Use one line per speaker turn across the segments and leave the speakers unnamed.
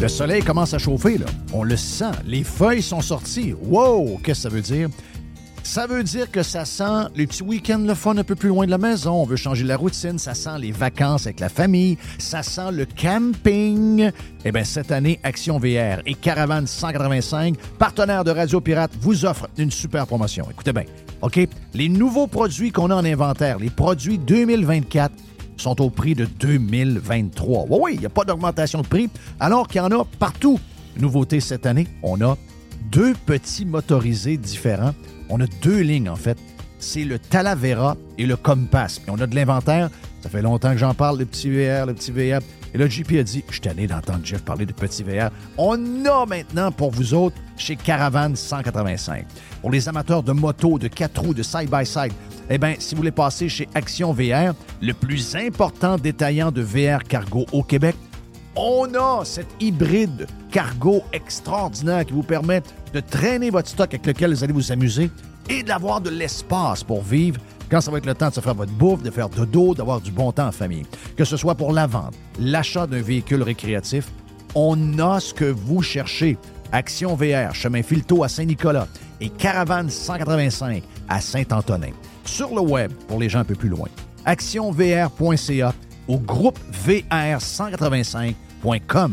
Le soleil commence à chauffer, là. On le sent. Les feuilles sont sorties. Wow! Qu'est-ce que ça veut dire? Ça veut dire que ça sent les petits week-ends, le fun un peu plus loin de la maison. On veut changer la routine. Ça sent les vacances avec la famille. Ça sent le camping. Eh bien, cette année, Action VR et Caravane 185, partenaires de Radio Pirate, vous offrent une super promotion. Écoutez bien. OK? Les nouveaux produits qu'on a en inventaire, les produits 2024, sont au prix de 2023. Oui, oui, il n'y a pas d'augmentation de prix, alors qu'il y en a partout. Nouveauté cette année, on a deux petits motorisés différents. On a deux lignes, en fait. C'est le Talavera et le Compass. Puis on a de l'inventaire. Ça fait longtemps que j'en parle, le petit VR, le petit VR. Et le JP a dit, je suis tanné d'entendre Jeff parler de petit VR. On a maintenant pour vous autres chez Caravane 185. Pour les amateurs de moto, de quatre roues, de side-by-side, eh bien, si vous voulez passer chez Action VR, le plus important détaillant de VR cargo au Québec, on a cet hybride cargo extraordinaire qui vous permet de traîner votre stock avec lequel vous allez vous amuser et d'avoir de l'espace pour vivre quand ça va être le temps de se faire votre bouffe, de faire dodo, d'avoir du bon temps en famille. Que ce soit pour la vente, l'achat d'un véhicule récréatif, on a ce que vous cherchez. Action VR, chemin Filto à Saint-Nicolas et Caravane 185 à Saint-Antonin. Sur le web pour les gens un peu plus loin. ActionVR.ca au groupe VR185.com.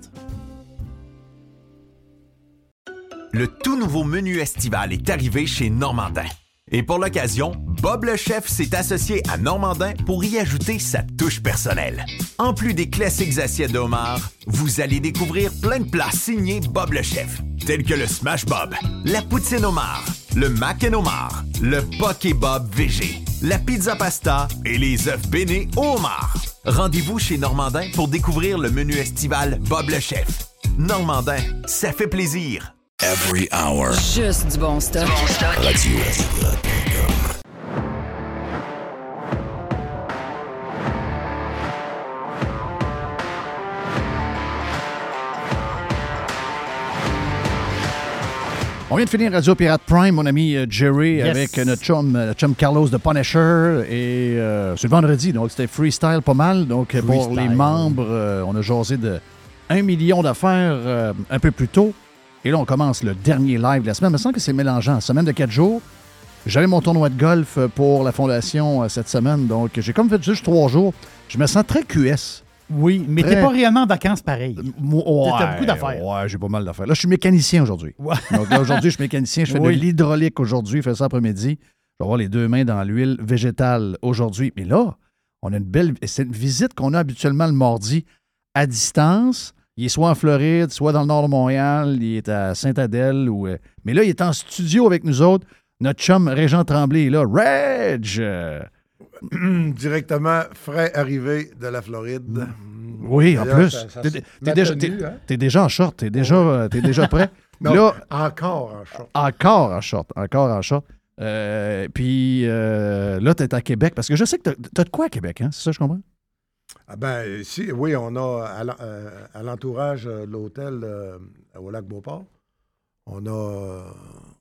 Le tout nouveau menu estival est arrivé chez Normandin. Et pour l'occasion, Bob le chef s'est associé à Normandin pour y ajouter sa touche personnelle. En plus des classiques assiettes d'Omar, vous allez découvrir plein de plats signés Bob le chef, tels que le Smash Bob, la poutine Omar, le Mac and Omar, le Poké Bob VG, la pizza pasta et les œufs bénis au homard. Rendez-vous chez Normandin pour découvrir le menu estival Bob le chef. Normandin, ça fait plaisir.
Every hour.
Juste du bon stock.
Radio.
On vient de finir Radio Pirate Prime, mon ami euh, Jerry,
Yes.
avec euh, notre chum, euh, chum Carlos de Punisher. Et euh, c'est le vendredi, donc c'était freestyle pas mal. Donc euh, pour
Freestyle.
les membres, euh, on a jasé de 1 million d'affaires euh, un peu plus tôt. Et là, on commence le dernier live de la semaine. Il me semble que c'est mélangeant. Semaine de 4 jours. J'avais mon tournoi de golf euh, pour la Fondation euh, cette semaine. Donc j'ai comme fait juste 3 jours. Je me sens très QS.
Oui, mais
Très-
t'es pas réellement en vacances pareil.
Moi, ouais,
T'as- t'as beaucoup d'affaires.
Ouais, j'ai pas mal d'affaires. Là, je suis mécanicien aujourd'hui.
Ouais.
Donc là, aujourd'hui, je suis mécanicien. Je fais
Oui.
de l'hydraulique aujourd'hui. Je fais ça après-midi. Je vais avoir les deux mains dans l'huile végétale aujourd'hui. Mais là, on a une belle... C'est une visite qu'on a habituellement le mardi à distance. Il est soit en Floride, soit dans le nord de Montréal. Il est à Sainte-Adèle. Ou... euh, Mais là, il est en studio avec nous autres. Notre chum Régent Tremblay est là. Reg! Euh,
Mm-hmm. Directement frais arrivé de la Floride.
Mm-hmm. Oui, en
D'ailleurs,
plus.
ça- ça-
T'es-
ça-
t'es-
ma
T'es déjà,
tenue,
t'es-
hein?
t'es déjà en short. T'es déjà, euh, t'es déjà prêt.
Non,
Là,
encore en short.
Encore en short, encore en short. Euh, puis euh, là, t'es à Québec, parce que je sais que t'as- t'as de quoi à Québec, hein? C'est ça, que je comprends?
Ah ben, si, oui, on a à l'en- euh, à l'entourage euh, de l'hôtel euh, au lac Beauport, on a, euh,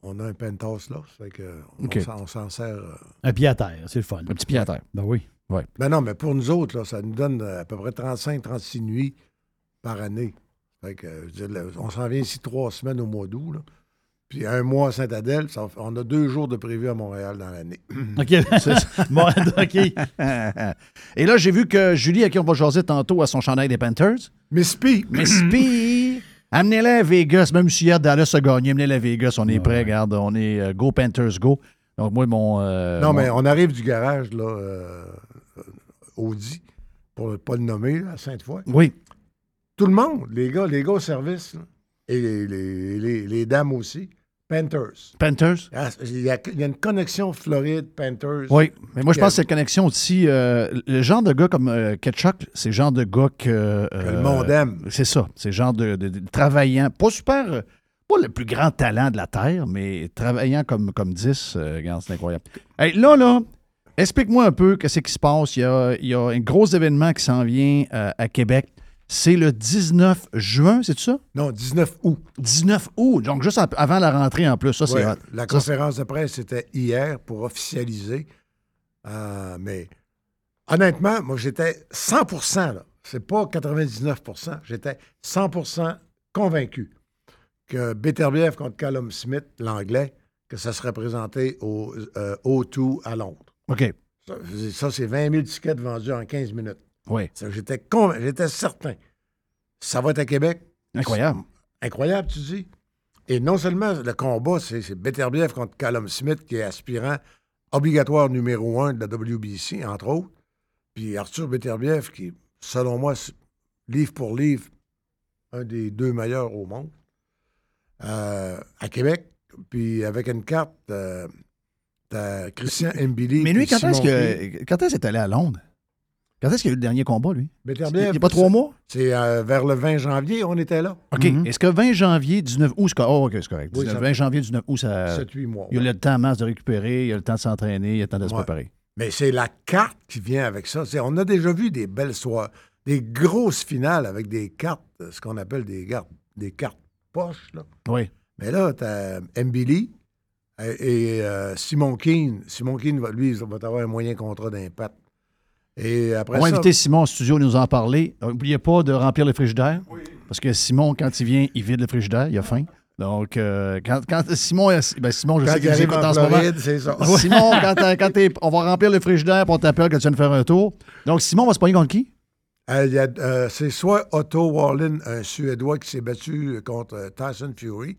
on a un penthouse là. Ça fait que on
OK.
s'en- on s'en sert. euh.
Un pied à terre, c'est le fun.
Un petit pied à terre.
Ben oui.
Ben non, mais pour nous autres, là, ça nous donne euh, à peu près 35-36 nuits par année. Ça Fait que, euh, je veux dire, là, on s'en vient ici trois semaines au mois d'août. là. Puis un mois à Sainte-Adèle, ça fait- on a deux jours de prévu à Montréal dans l'année. Euh,
OK. Bon, OK.
Et là, j'ai vu que Julie, à qui on va jaser tantôt, à son chandail des Panthers.
Miss P,
Miss P Amenez-les à Vegas, même si hier Dallas a gagné, amenez-les à Vegas, on est prêt, regarde, on est euh, Go Panthers Go. Donc moi, mon. euh,
non,
mon-
mais on arrive du garage, là, euh, euh, Audi, pour ne pas le nommer, là, à Sainte-Foy.
Oui.
Tout le monde, les gars, les gars au service, là, et les, les- les- les dames aussi, Panthers.
Panthers?
Ah, Il y, a, il y a une connexion Floride-Panthers.
Oui. Mais moi, je pense que cette connexion aussi. euh, le genre de gars comme euh, Ketchuk, c'est le genre de gars que. euh,
Que le monde aime.
C'est ça. C'est le genre de, de- de travaillant. Pas super. euh, Pas le plus grand talent de la Terre, mais travaillant comme, comme 10, euh, regarde, c'est incroyable. Hey, là, là, explique-moi un peu qu'est-ce qui se passe. Il y, a, il y a un gros événement qui s'en vient euh, à Québec. C'est le 19 juin, c'est ça?
Non, 19 août.
19 août, donc juste en- avant la rentrée en plus. Ça, c'est
Ouais,
hot.
la
Ça,
conférence de presse, c'était hier pour officialiser. Euh, mais honnêtement, moi, j'étais 100 là. C'est pas 99 J'étais 100 convaincu que Beterbiev contre Callum Smith, l'anglais, que ça serait présenté au euh, O2 à Londres.
OK.
Ça, je veux dire, ça, c'est 20 000 tickets vendus en 15 minutes.
Oui.
Ça, J'étais convain- j'étais certain. Ça va être à Québec.
Incroyable.
Incroyable, tu dis. Et non seulement le combat, c'est c'est Beterbiev contre Callum Smith, qui est aspirant obligatoire numéro un de la WBC, entre autres. Puis Arthur Beterbiev, qui, est, selon moi, c'est- livre pour livre, un des deux meilleurs au monde, euh, à Québec. Puis avec une carte, euh, t'as Christian Mbili.
Mais lui,
puis
quand est-ce
Simon Lee.
que quand est-ce qu'il est allé à Londres? Quand est-ce qu'il y a eu le dernier combat, lui? Il
Beterbiev,
n'y a pas trois mois?
C'est euh, vers le 20 janvier, on était là.
OK. Est-ce que 20 janvier, 19 août, c'est co- oh, OK, c'est correct.
Oui,
19,
ça-
20 janvier, 19 août, ça,
7-8 mois.
Euh, il y a le temps en masse de récupérer, il y a le temps de s'entraîner, il y a le temps de se
Ouais.
préparer.
Mais c'est la carte qui vient avec ça. C'est- on a déjà vu des belles soirées, des grosses finales avec des cartes, euh, ce qu'on appelle des, cartes, des cartes poches. là.
Oui.
Mais là, tu as Mbili et, et, euh, Simon Keane. Simon Keane, va- lui, il va avoir un moyen contrat d'impact. Et après
On va
ça,
inviter Simon au studio à nous en parler. Euh, N'oubliez pas de remplir le frigidaire. Parce que Simon, quand il vient, il vide le frigidaire, il a faim. Donc, euh, quand, quand Simon, est- ben Simon, je
quand
sais
il
qu'il nous
arrive
écoute
en
en ce moment.
Floride, c'est ça.
Simon, quand, t'as- quand t'es- on va remplir le frigidaire, puis on t'appelle que tu viens de faire un tour. Donc, Simon va se pogner contre qui?
Euh, il y a, euh, c'est soit Otto Wallin, un Suédois qui s'est battu contre euh, Tyson Fury,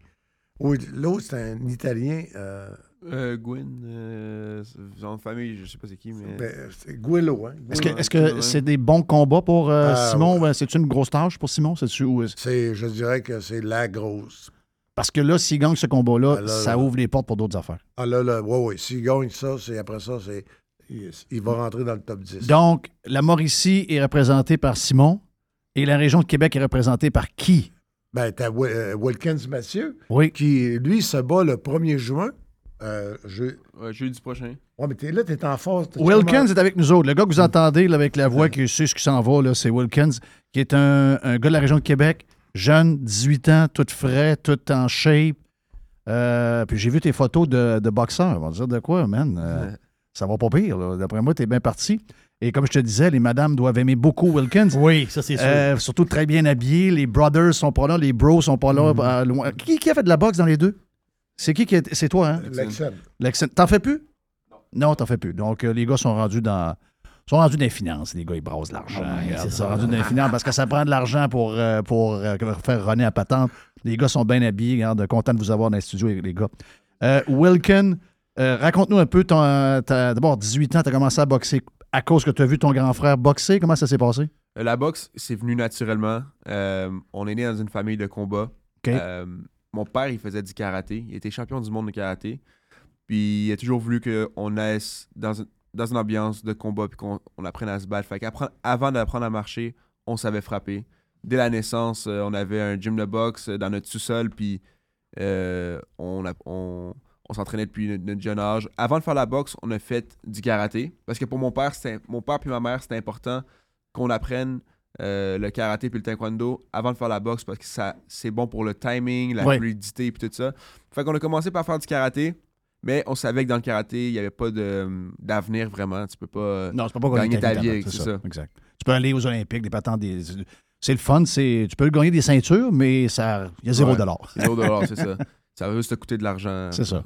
ou l'autre, c'est un Italien, euh,
Euh, Gwen, euh, son famille, je sais pas c'est qui, mais.
ben, c'est Guello. Hein?
Est-ce
Guello.
que
Ouais,
est-ce que
ouais.
c'est des bons combats pour euh,
Ah,
Simon? Ouais, C'est-tu une grosse tâche pour Simon? C'est-tu- ou est-ce-
C'est, je dirais que c'est la grosse.
Parce que là, s'il gagne ce combat-là,
Ah, là,
ça
là.
ouvre les portes pour d'autres affaires.
Ah là là, ouais, ouais. S'il gagne ça, c'est après ça, c'est. Il, il va rentrer dans le top 10.
Donc, la Mauricie est représentée par Simon et la région de Québec est représentée par qui?
Ben, t'as Wil- euh, Wilkins Mathieu,
Oui.
qui, lui, se bat le 1er juin. Euh, je...
Ouais, jeudi prochain.
Ouais, mais t'es, là, t'es en force. t'as-
Wilkins est avec nous autres. Le gars que vous entendez là, avec la voix qui sait ce qui s'en va, là, c'est Wilkins, qui est un, un gars de la région de Québec, jeune, 18 ans, tout frais, tout en shape. Euh, puis j'ai vu tes photos de, de boxeurs. On va dire de quoi, man? Euh, Ça va pas pire. là. D'après moi, t'es bien parti. Et comme je te disais, les madames doivent aimer beaucoup Wilkins.
Oui, ça, c'est sûr.
Euh, surtout très bien habillé. Les brothers sont pas là, les bros sont pas
Mm.
là. euh, loin. Qui, qui a fait de la boxe dans les deux? C'est qui qui est- C'est toi, hein?
Lexen.
L'accent- T'en fais plus? Non, t'en fais plus. Donc, euh, les gars sont rendus dans. sont rendus dans les finances. Les gars, ils brassent de l'argent. Ah, regarde. ils sont rendus dans les finances parce que ça prend de l'argent pour, euh, pour euh, faire runner à patente. Les gars sont bien habillés. Regarde, content de vous avoir dans le studio, les gars. Euh, Wilkin, euh, raconte-nous un peu. ton, euh, t'as- D'abord, 18 ans, t'as commencé à boxer à cause que t'as vu ton grand frère boxer. Comment ça s'est passé?
Euh, La boxe, c'est venu naturellement. Euh, on est né dans une famille de combat.
OK.
Euh, mon père, il faisait du karaté. Il était champion du monde de karaté. Puis il a toujours voulu qu'on naisse dans, une- dans une ambiance de combat puis qu'on on apprenne à se battre. Fait qu'apprendre- avant d'apprendre à marcher, on savait frapper. Dès la naissance, euh, on avait un gym de boxe euh, dans notre sous-sol. Puis euh, on, a- on- on s'entraînait depuis notre, notre jeune âge. Avant de faire la boxe, on a fait du karaté. Parce que pour mon père, c'était- mon père puis ma mère, c'était important qu'on apprenne euh, le karaté puis le taekwondo avant de faire la boxe parce que ça c'est bon pour le timing, la
Ouais.
fluidité puis tout ça. Fait qu'on a commencé par faire du karaté, mais on savait que dans le karaté, il n'y avait pas de- d'avenir vraiment. Tu peux pas.
Non, c'est pas pour
Gagner ta vie,
évidemment,
c'est ça.
Exact. Tu peux aller aux Olympiques, des patentes, des- c'est le fun, c'est tu peux gagner des ceintures, mais ça, il y a zéro
Ouais.
dollar.
C'est zéro dollar, c'est ça. Ça va juste te coûter de l'argent.
C'est ça.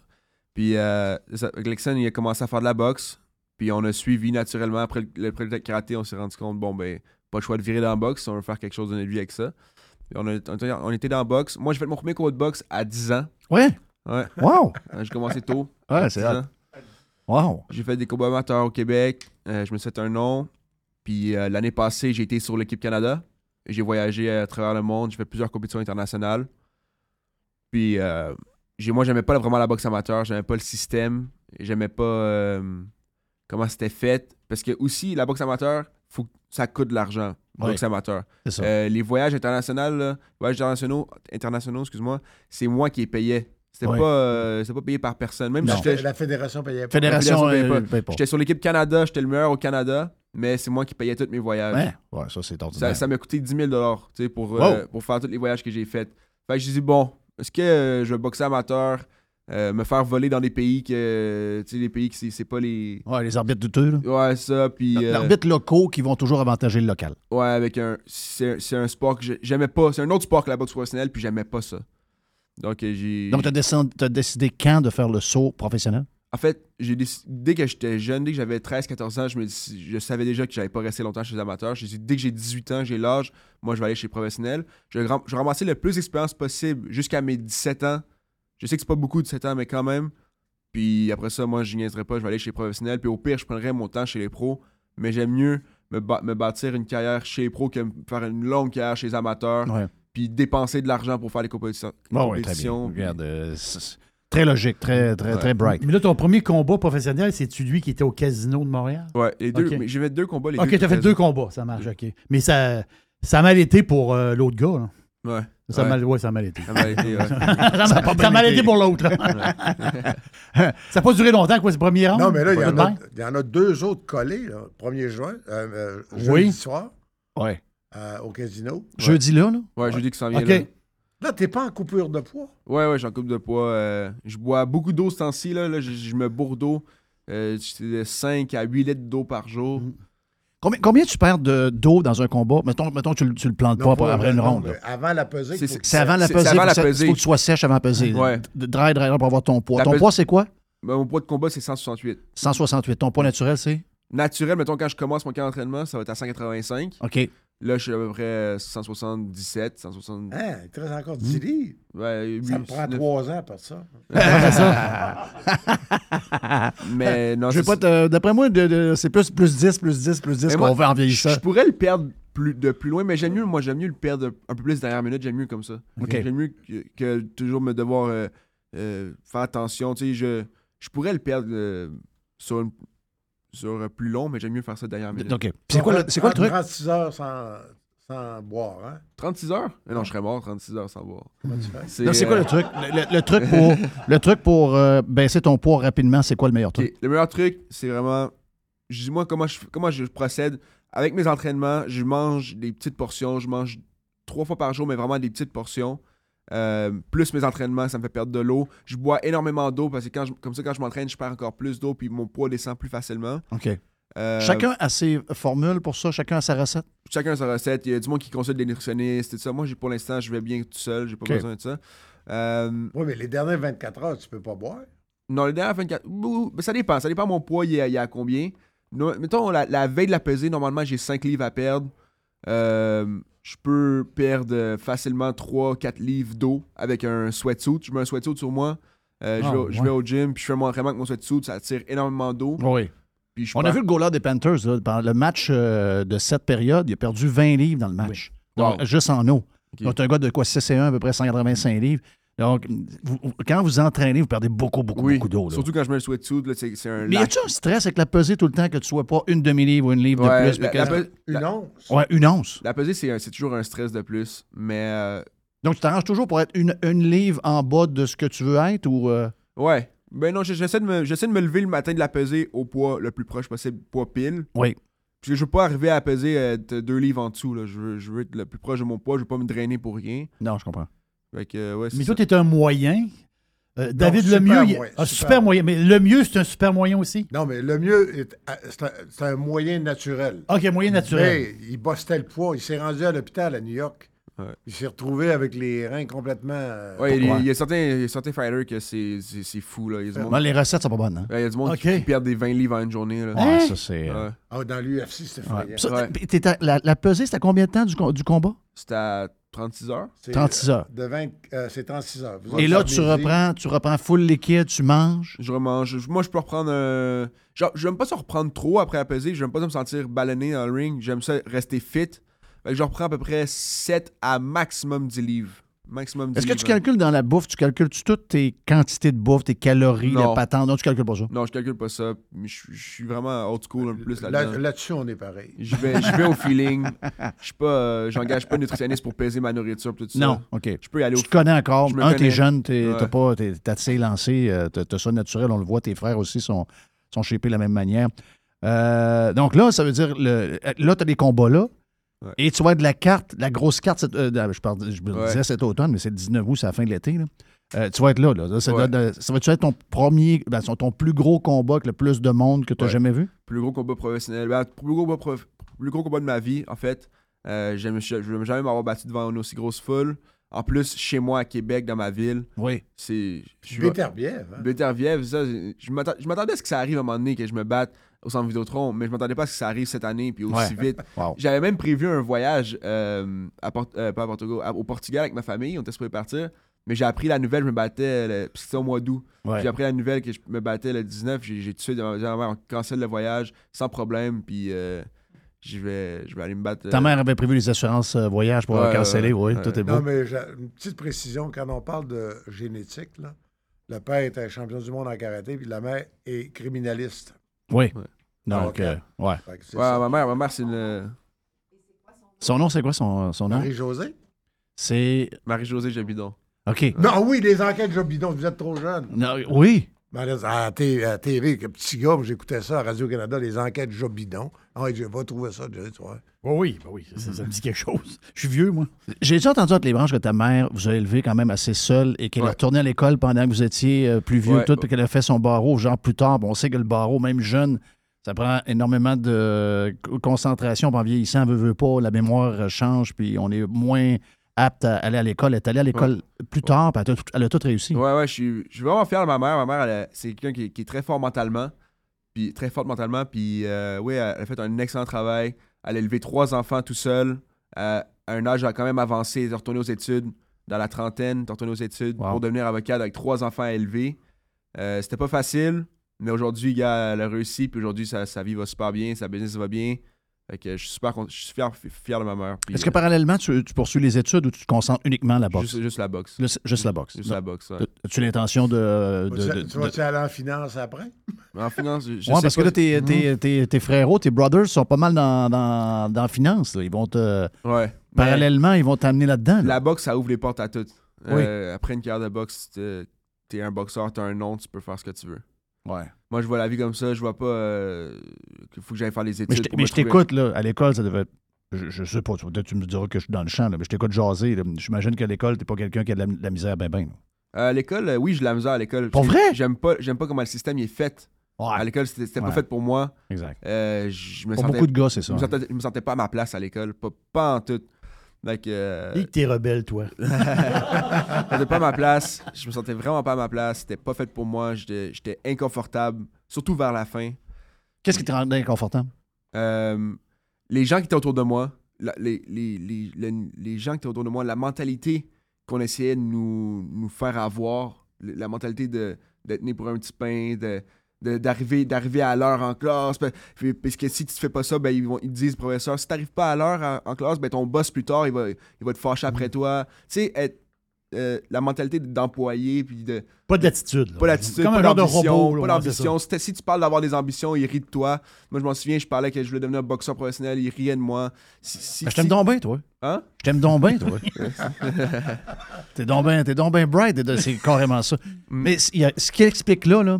Puis euh, c'est ça. Fait que Lexan, il a commencé à faire de la boxe. Puis on a suivi naturellement. Après le, après le karaté, on s'est rendu compte, bon, ben, pas le choix de virer dans la boxe. On veut faire quelque chose de notre vie avec ça. On, a- on était- on était dans la boxe. Moi, j'ai fait mon premier cours de boxe à 10 ans.
Ouais.
Ouais.
Wow.
Euh, J'ai commencé tôt.
Ouais, c'est
10
hot.
ans.
Wow.
J'ai fait des combats amateurs au Québec. Euh, je me suis fait un nom. Puis euh, l'année passée, j'ai été sur l'équipe Canada. J'ai voyagé euh, à travers le monde. J'ai fait plusieurs compétitions internationales. Puis euh, j'ai- moi, j'aimais pas vraiment la boxe amateur. J'aimais pas le système. J'aimais pas euh, comment c'était fait. Parce que aussi, la boxe amateur, faut, que- ça coûte de l'argent. La
Ouais.
boxe amateur.
C'est ça.
Euh, les voyages internationaux, là, voyages internationaux, internationaux, excuse-moi, c'est moi qui les payais. C'était
Ouais.
pas, euh, c'était pas payé par personne. Même si
Non.
j'étais-
La fédération payait pas.
Fédération,
la fédération
euh,
paye
paye pas.
J'étais sur l'équipe Canada, j'étais le meilleur au Canada, mais c'est moi qui payais tous mes voyages.
Ouais. Ouais, ça, c'est
Ça,
ordinaire.
ça m'a coûté 10 000 tu sais, pour, euh,
Wow.
pour faire tous les voyages que j'ai faits. Fait que j'ai dit, bon, est-ce que euh, je vais boxer amateur, euh, me faire voler dans des pays que, tu sais, les pays que c'est- c'est pas les.
Ouais, les arbitres douteux, là.
Ouais, ça, puis. euh,
L'arbitre locaux qui vont toujours avantager le local.
ouais, avec un. C'est c'est un sport que j'ai- j'aimais pas. C'est un autre sport que la boxe professionnelle, puis j'aimais pas ça. Donc, euh, j'ai.
Donc, tu as, décidé quand de faire le saut professionnel?
En fait, j'ai déc- dès que j'étais jeune, dès que j'avais 13-14 ans, je, me dis- je savais déjà que j'allais pas rester longtemps chez les amateurs. J'ai dit, dès que j'ai 18 ans, j'ai l'âge, moi je vais aller chez les professionnels. Je vais ram- je vais ramasser le plus d'expérience possible jusqu'à mes 17 ans. Je sais que c'est pas beaucoup 17 ans, mais quand même. Puis après ça, moi je niaiserai pas, je vais aller chez les professionnels. Puis au pire, je prendrai mon temps chez les pros. Mais j'aime mieux me, ba- me bâtir une carrière chez les pros que me faire une longue carrière chez les amateurs.
Ouais.
Puis dépenser de l'argent pour faire les compétitions.
oui,
les
très bien.
compétitions.
Regarde, euh, c'est- c'est très logique, très, très,
Ouais.
très bright.
Mais là, ton premier combat professionnel, c'est-tu lui qui était au casino de Montréal?
Ouais, les deux.
Ok.
mais J'ai fait deux combats. Les
ok,
deux
t'as fait
très-
deux combats, ça marche, ok. Mais ça, ça a mal été pour euh, l'autre gars, là.
Ouais.
Ça a
ouais.
mal, ouais, ça a mal été.
Ça m'a été, ouais.
ça a,
pas
ça a
bien
mal été
été.
pour l'autre, là. ça n'a pas duré longtemps, quoi, ce premier round?
Non, mais là, il y, en a,
Goodbye.
il y en a deux autres collés, là, 1er juin, euh, euh, jeudi
Oui.
soir,
Ouais.
euh, au casino.
Jeudi là, là?
Ouais, je dis que ça vient
Ok.
là.
Là, t'es pas en coupure de poids.
Ouais, ouais, j'en coupe de poids. euh, je bois beaucoup d'eau ce temps-ci, là. là, je, je me bourre d'eau. Euh, c'est de 5 à 8 litres d'eau par jour.
Mhm. Combien, combien tu perds de- d'eau dans un combat? Mettons, mettons que tu, le- tu le plantes
Non,
pas, après- après une
non,
ronde.
mais euh,
là.
Avant la pesée.
C'est-
faut que-
C'est avant la
c'est-
pesée.
c'est avant
faut
la
que ça-
pesée.
faut que tu sois sèche avant la pesée.
Ouais.
D- Dry, dry, dry pour avoir ton poids.
La
ton
pesée-
poids, c'est quoi?
Ben, mon poids de combat, c'est 168.
168. Ton poids naturel, c'est?
Naturel, mettons, quand je commence mon camp d'entraînement, ça va être à 185.
OK.
Là, je suis à peu près euh, 177, 160.
Hein, il te reste encore
Hmm.
10 livres.
ouais, huit,
Ça me prend
neuf.
trois ans pour ça.
Mais non,
Je vais pas
c'est ça.
te- D'après moi, de- de- c'est plus, plus 10, plus 10, plus 10
Mais
qu'on
moi,
veut en
Je,
vieillissant.
je pourrais le perdre plus, de plus loin, mais j'aime mieux, moi, j'aime mieux le perdre un peu plus dernière minute, j'aime mieux comme ça.
Ok.
J'aime mieux que, que toujours me devoir euh, euh, faire attention. Tu sais, je, je pourrais le perdre euh, sur, une- sur euh, plus long, mais j'aime mieux faire ça dernière minute.
OK. Puis c'est quoi, le- c'est
Ah,
quoi le truc?
36 heures sans, sans boire, hein?
36 heures? Eh non, je serais mort 36 heures sans boire.
Comment tu fais?
Non, c'est quoi
euh,
le truc? Le, le- le truc pour, le truc pour euh, baisser ton poids rapidement, c'est quoi le meilleur truc?
Ok, Le meilleur truc, c'est vraiment. Je dis moi comment je, comment je procède. Avec mes entraînements, je mange des petites portions. Je mange trois fois par jour, mais vraiment des petites portions. Euh, plus mes entraînements, ça me fait perdre de l'eau. Je bois énormément d'eau parce que quand je- comme ça, quand je m'entraîne, je perds encore plus d'eau puis mon poids descend plus facilement.
OK.
Euh,
Chacun a ses formules pour ça, chacun a sa recette.
chacun sa recette. Il y a du monde qui consulte des nutritionnistes et tout ça. Moi, j'ai- pour l'instant, je vais bien tout seul. J'ai pas
Ok.
besoin de ça. Euh,
Oui, mais les dernières 24 heures, tu peux pas boire.
Non, le dernier 24. Ouh, ben, ça dépend. Ça dépend mon poids, il y a, il y a combien. No- mettons, la, la veille de la pesée, normalement, j'ai 5 livres à perdre. Euh, je peux perdre euh, facilement 3-4 livres d'eau avec un sweatsuit. Je mets un sweatsuit sur moi. Euh, je,
Ah,
vais, au- je
ouais.
vais au gym, puis je fais mon entraînement avec mon sweatsuit. Ça tire énormément d'eau.
Oui.
Puis je
On a
perds-
vu le goaler des Panthers, là, pendant le match euh, de cette période, il a perdu 20 livres dans le match. Donc,
Wow.
juste en eau.
Ok.
Donc, un gars de quoi 6 et 1, à peu près 185 livres. Donc, vous- quand vous entraînez, vous perdez beaucoup, beaucoup,
Oui,
beaucoup d'eau. là.
Surtout quand je mets le sweatsuit, là, c'est c'est un.
Mais y
lac.
a-tu un stress avec la pesée tout le temps que tu sois pas une demi-livre ou une livre
Ouais,
de plus?
la-
puis
la
que-
pe-
Une
la-
once.
Ouais, une once.
la pesée, c'est un- c'est toujours un stress de plus. Mais euh,
Donc, tu t'arranges toujours pour être une, une livre en bas de ce que tu veux être ou. euh,
Ouais. Ben non, j- j'essaie de, me- j'essaie de me lever le matin de la peser au poids le plus proche possible, poids pile.
Oui.
Parce que je veux pas arriver à peser euh, t- deux livres en dessous. Là. Je, veux, je veux être le plus proche de mon poids, je veux pas me drainer pour rien.
Non, je comprends.
Fait que, euh, ouais, c'est
Mais
ça.
toi, t'es un moyen. Euh, David
super
Lemieux, il-
moyen, super
un super moyen. Mais le mieux, c'est un super moyen aussi.
Non, mais le mieux, est- euh, c'est un, c'est un moyen naturel.
Ok, moyen naturel.
Mais il bossait le poids. Il s'est rendu à l'hôpital à New York.
Ouais.
Il s'est retrouvé avec les reins complètement. euh,
Ouais, il y a- il y, a certains- il y a certains fighters que c'est, c'est, c'est fou. Là. Il, y a du monde,
Non, les recettes, ça pas bonne. Hein?
Ouais, il y a du monde qui-
Ok.
qui, perd des 20 livres en une journée. Là.
Ouais,
Hein?
ça, c'est. euh,
Ouais.
Ah, dans l'UFC, c'était
ouais.
effrayant.
Ça,
Ouais.
t'es- t'es à- la, la pesée, c'était à combien de temps du, com- du combat?
C'était à 36 heures.
C'est,
36 heures.
euh, De 20, euh, c'est 36 heures. Vous
Et
autres,
là,
ça
tu
midi,
reprends, tu reprends full liquide, tu manges.
Je remange. Je- Moi, je peux reprendre. euh, Genre, j'aime pas ça reprendre trop après la pesée. J'aime pas ça me sentir ballonné dans le ring. J'aime ça rester fit. Fait que je reprends à peu près 7 à maximum 10 livres. Maximum 10
Est-ce que tu
livres.
calcules dans la bouffe, tu calcules-tu toutes tes quantités de bouffe, tes calories,
Non.
la patente? Non, tu calcules pas ça.
Non, je calcule pas ça. Mais Je, je suis vraiment old school un peu plus là-dedans.
là- Là-dessus, on est pareil.
Je vais, je vais au feeling. Je suis pas, euh, j'engage pas de nutritionniste pour peser ma nourriture tout ça.
Non, OK.
Je peux y aller au
Tu te connais encore.
Je me
Un,
connais.
t'es jeune, t'es,
Ouais.
t'as pas, t'es, t'as assez lancé, euh, t'as, t'as ça naturel, on le voit, tes frères aussi sont, sont shapés de la même manière. Euh, donc là, ça veut dire, le, euh, là, t'as des combats là,
Ouais.
et tu vas avoir de la carte, la grosse carte, cette- euh, je, parle- je le
Ouais.
disais cet automne, mais c'est le 19 août, c'est la fin de l'été. là. Euh, tu vas être là, là. Là, ça,
Ouais.
doit être- ça va-tu être ton premier, ben, son- ton plus gros combat avec le plus de monde que t'as
Ouais.
jamais vu?
plus gros combat professionnel. Ben, plus, gros combat prof- plus gros combat de ma vie, en fait. Euh, je ne vais jamais m'avoir battu devant une aussi grosse foule. En plus, chez moi, à Québec, dans ma ville,
Oui.
c'est. Je suis.
Béterbiève. hein?
Béterviève, ça, je je m'atta- je m'attendais à ce que ça arrive à un moment donné, que je me batte au centre Vidéotron, mais je m'attendais pas à ce que ça arrive cette année, puis aussi vite.
Wow.
J'avais même prévu un voyage euh, à Port- euh, pas à Portugal, à- au Portugal avec ma famille, on était supposé partir, mais j'ai appris la nouvelle, je me battais, le- puis c'était au mois d'août.
Ouais.
J'ai appris la nouvelle que je me battais le 19, j'ai j'ai tout de suite dit à ma mère, on cancelle le voyage sans problème, puis euh, je, vais, je vais aller me battre.
Ta
euh,
mère avait prévu les assurances euh, voyage pour
Ouais,
canceller,
ouais,
oui,
ouais.
tout est beau.
Non, mais j'ai- une petite précision, quand on parle de génétique, là, le père était champion du monde en karaté, puis la mère est criminaliste.
Oui.
Ouais.
Donc,
Ah, ok.
euh, ouais.
Fait que c'est
Ouais,
ça.
ma mère, ma mère c'est une.
Son nom, c'est quoi son, son nom?
Marie-Josée?
C'est.
Marie-Josée Jabidon.
OK.
Non, oui, les enquêtes Jobidon, vous êtes trop jeune.
Non, oui.
Ben, là, à la télé, à la TV, que petit gars, j'écoutais ça à Radio-Canada, les enquêtes Jobidon. Ah, je vais trouver ça, Jerry, tu vois.
oui, bah oui, ça, ça me dit quelque chose. Je suis vieux, moi.
J'ai déjà entendu entre les branches que ta mère vous a élevé quand même assez seule et qu'elle est
Ouais.
retournée à l'école pendant que vous étiez euh, plus vieux,
Ouais.
tout, puis qu'elle a fait son barreau, genre plus tard. Bon, on sait que le barreau, même jeune, ça prend énormément de euh, co- concentration. Puis en vieillissant, veut, veut pas, la mémoire euh, change, puis on est moins apte à aller à l'école. Elle est allée à l'école plus tard, puis elle a tout, elle a tout réussi.
Ouais, ouais, je suis, je suis vraiment fier de ma mère. Ma mère, elle a- c'est quelqu'un qui, est- qui est très fort mentalement. Puis très forte mentalement. Puis euh, oui, elle a fait un excellent travail. Elle a élevé trois enfants tout seule. euh, à un âge quand même avancé. Elle est retournée aux études dans la trentaine. Elle est retournée aux études
Wow.
pour devenir avocate avec trois enfants à élever. Euh, C'était pas facile. Mais aujourd'hui, gars, elle a réussi. Puis aujourd'hui, sa, sa vie va super bien. Sa business va bien. Fait que je suis super con- je suis fier, fier de ma mère. puis,
Est-ce que
euh,
parallèlement, tu, tu poursuis les études ou tu te concentres uniquement à la boxe?
juste, juste la boxe.
Juste, juste la boxe.
Juste la boxe. ouais.
As-tu l'intention de- de-
Tu-
de-
tu
de,
vas-tu aller en finance après?
Mais en finance, je, je
Ouais,
sais
parce que
pas- Mm-hmm.
là, tes, tes, tes, tes frérots, tes brothers sont pas mal dans, dans, dans la finance. là. Ils vont te,
Ouais. Mais-
Parallèlement, ils vont t'amener là-dedans. là.
La boxe, ça ouvre les portes à tout. Euh, après une carrière de boxe, t'es t'es un boxeur, t'as un nom, tu peux faire ce que tu veux.
Ouais.
Moi, je vois la vie comme ça, je vois pas euh, qu'il faut que j'aille faire les études.
Mais je t'ai-
pour
mais
me
je
trouver-
t'écoute, là, à l'école, ça devait être- Je, je sais pas, tu- peut-être tu me diras que je suis dans le champ, là, mais je t'écoute jaser. là. J'imagine qu'à l'école, t'es pas quelqu'un qui a de la, de la misère ben ben. là.
Euh, à l'école, euh, oui, j'ai de la misère à l'école.
Pour
J'ai-
vrai?
J'aime pas, j'aime pas comment le système il est fait. À
Ouais,
l'école, c'était c'était
Ouais.
pas fait pour moi.
exact.
Euh, je me
Pour
sentais,
beaucoup de gars, c'est
je
ça.
me sentais, je me sentais pas à ma place à l'école, pas, pas en tout. Donc, euh,
Et que t'es rebelle, toi.
J'étais pas à ma place. Je me sentais vraiment pas à ma place. C'était pas fait pour moi. J'étais j'étais inconfortable, surtout vers la fin.
Qu'est-ce qui te rendait inconfortable?
Euh, les gens qui étaient autour de moi, la- les, les- les- le- les gens qui étaient autour de moi, la mentalité qu'on essayait de nous, nous faire avoir, le- la mentalité de, d'être né pour un petit pain, de, de- d'arriver, d'arriver à l'heure en classe. pa- puis- Parce que si tu fais pas ça, ben, ils, vont, ils te disent, professeur, si t'arrives pas à l'heure en, en classe, ben, ton boss plus tard, il va, il va te fâcher après toi. Tu sais, être, euh, la mentalité d'employé, puis de,
Pas d'attitude. là.
pas l'attitude,
Comme
pas
un genre de
d'ambition,
robot. là,
pas
ouais, c'est ça.
d'ambition. Si t'as- Si tu parles d'avoir des ambitions, ils rient de toi. Moi, je m'en souviens, je parlais que je voulais devenir boxeur professionnel, ils riaient de moi. Si, si-
Ben, je t'aime
si-
donc bien, toi.
Hein?
Je t'aime donc bien, toi. t'es donc bien ben bright. t'es de- C'est carrément ça. Mais c- il y a- ce qui explique là, là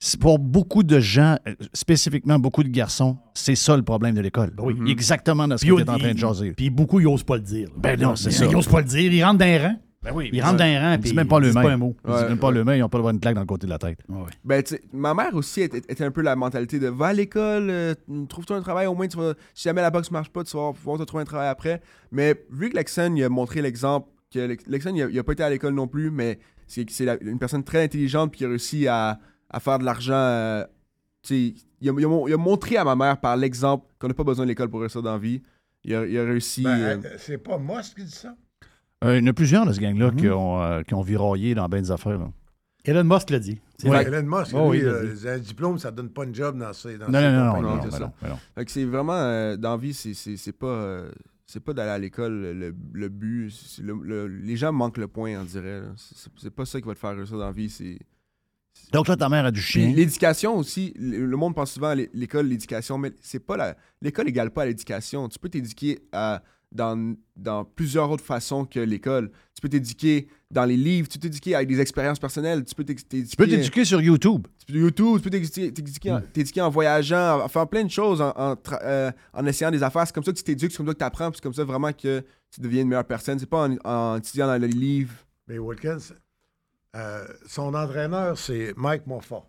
c'est pour beaucoup de gens, euh, spécifiquement beaucoup de garçons, c'est ça le problème de l'école.
Ben oui.
Exactement dans ce
Puis
que
au-
tu en train de
ils-
jaser.
Puis beaucoup, ils osent pas le dire. là.
Ben non, c'est
Ils-
ça.
Ils osent pas le dire. Ils rentrent dans les rangs.
Ben
Ils rentrent dans les rangs.
Ils
puis
disent même pas
ils
le
disent
même.
pas un mot.
Ils disent
Ouais.
même pas le même, ils n'ont pas le droit à une claque dans le côté de la tête.
Ben, tu sais, ma mère aussi était, était un peu la mentalité de va à l'école, euh, trouve-toi un travail, au moins, tu vas, si jamais la boxe marche pas, tu vas pouvoir te trouver un travail après. Mais vu que Lexan il a montré l'exemple, que Lex- Lexan il, a- il a pas été à l'école non plus, mais c'est c'est la- une personne très intelligente puis qui a réussi à, à faire de l'argent. euh, tu sais, il, a, il a mon- il a montré à ma mère par l'exemple qu'on n'a pas besoin de l'école pour réussir dans la vie. Il a, il a réussi.
Ben,
euh,
euh, c'est pas moi qui dis ça.
Euh, il y en a plusieurs de ce gang-là qui,
Mhm.
ont, euh, qui ont viraillé dans bien des affaires. là.
Elon Musk l'a dit. C'est
Ouais,
vrai.
Elon Musk,
Oh,
lui,
oui,
euh,
il
un diplôme, ça donne pas une job dans ses. Dans
Non,
ses
non, non, non,
compagnies.
non,
non,
non,
c'est
non, non.
Fait que c'est vraiment, euh, dans la vie, c'est- c'est c'est pas, euh, c'est pas d'aller à l'école le- le, le but. c'est le- le- les gens manquent le point, on dirait. là. C'est- C'est c'est pas ça qui va te faire réussir dans la vie. c'est-
Donc là, ta mère a du
Puis
chien.
l'éducation aussi, le le monde pense souvent à l'é- l'école, l'éducation, mais c'est pas la. L'école n'égale pas à l'éducation. Tu peux t'éduquer à- dans, dans plusieurs autres façons que l'école. Tu peux t'éduquer dans les livres, tu peux t'éduquer avec des expériences personnelles, tu peux t'ex- t'éduquer.
Tu peux
euh,
t'éduquer sur YouTube.
Tu peux- YouTube, tu peux t'éduquer- t'éduquer
Mm.
en- t'éduquer en voyageant, en, en faisant plein de choses, en, en tra- euh, en essayant des affaires. C'est comme ça que tu t'éduques, c'est comme ça que tu apprends, c'est comme ça vraiment que tu deviens une meilleure personne. C'est pas en, en étudiant dans les livres.
Mais Wilkins, euh, son entraîneur, c'est Mike Monfort,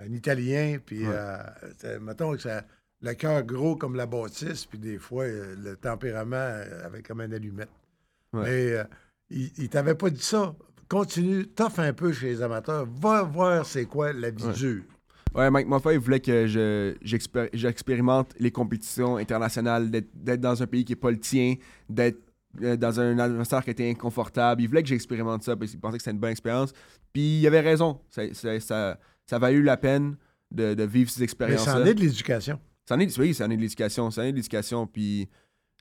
un Italien, puis euh, c'est- mettons que ça, le cœur gros comme la bâtisse, puis des fois euh, le tempérament euh, avec comme un allumette.
Ouais.
Mais euh, il, il t'avait pas dit ça. Continue, toffe un peu chez les amateurs, va voir c'est quoi la vie
Ouais.
dure.
Ouais, Mike Moffa, il voulait que je, j'expér- j'expérimente les compétitions internationales, d'être, d'être dans un pays qui n'est pas le tien, d'être euh, dans un adversaire qui était inconfortable. Il voulait que j'expérimente ça parce qu'il pensait que c'était une bonne expérience. Puis il avait raison. Ça, ça, ça, ça valut la peine de, de vivre ces
Mais
expériences-là.
c'en est de l'éducation.
C'en est, oui, c'en est de l'éducation. C'en est de l'éducation. Puis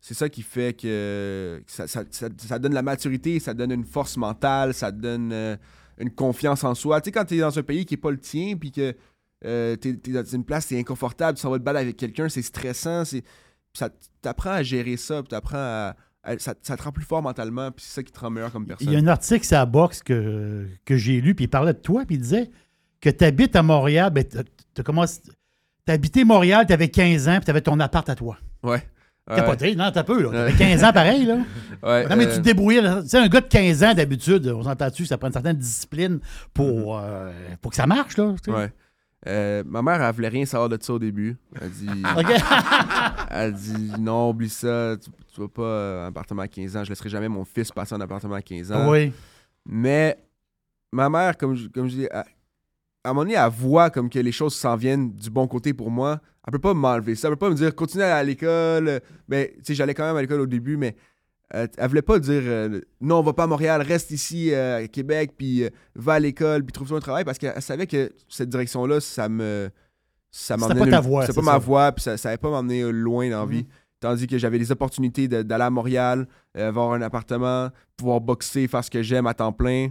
c'est ça qui fait que que ça, ça- ça- ça donne la maturité, ça donne une force mentale, ça donne euh, une confiance en soi. Tu sais, quand t'es dans un pays qui n'est pas le tien, puis que euh, t'es t'es dans une place, c'est inconfortable, tu s'en vas te battre avec quelqu'un, c'est stressant. c'est ça T'apprends à gérer ça, puis t'apprends à. à- ça, ça te rend plus fort mentalement, puis c'est ça qui te rend meilleur comme personne.
Il y a un article sur la boxe que, que j'ai lu, puis il parlait de toi, puis il disait que tu habites à Montréal, ben, t'as- t'as commencé- T'habitais Montréal, t'avais 15 ans, puis t'avais ton appart à toi.
Ouais. Ouais.
Capoté, non, t'as peu, là. T'avais
Ouais.
15 ans pareil, là.
Ouais,
Non, mais
euh,
tu te débrouillais. là. Tu sais, un gars de 15 ans, d'habitude, on s'entend dessus, ça prend une certaine discipline
Mm-hmm.
pour, euh, pour que ça marche, là. tu sais.
Ouais. Euh, ma mère, elle voulait rien savoir de ça au début. Elle dit.
OK?
Elle dit non, oublie ça, tu, tu vas pas euh, en appartement à 15 ans, je laisserai jamais mon fils passer en appartement à 15 ans.
oui.
Mais ma mère, comme je, comme je dis, elle- à un moment donné, elle voit comme que les choses s'en viennent du bon côté pour moi. Elle peut pas m'enlever ça, elle peut pas me dire continue à aller à l'école. euh, Mais tu sais, j'allais quand même à l'école au début, mais euh, elle voulait pas dire euh, non, on va pas à Montréal, reste ici euh, à Québec, puis euh, va à l'école, puis trouve-toi un travail parce qu'elle savait que cette direction-là, ça me. Ça
C'était
m'emmenait
pas ta
nulle-
voie,
C'était
c'est
pas ma
ça.
voie, puis ça, ça allait pas m'emmener euh, loin dans la
Mhm.
vie. Tandis que j'avais des opportunités de- d'aller à Montréal, euh, avoir un appartement, pouvoir boxer, faire ce que j'aime à temps plein.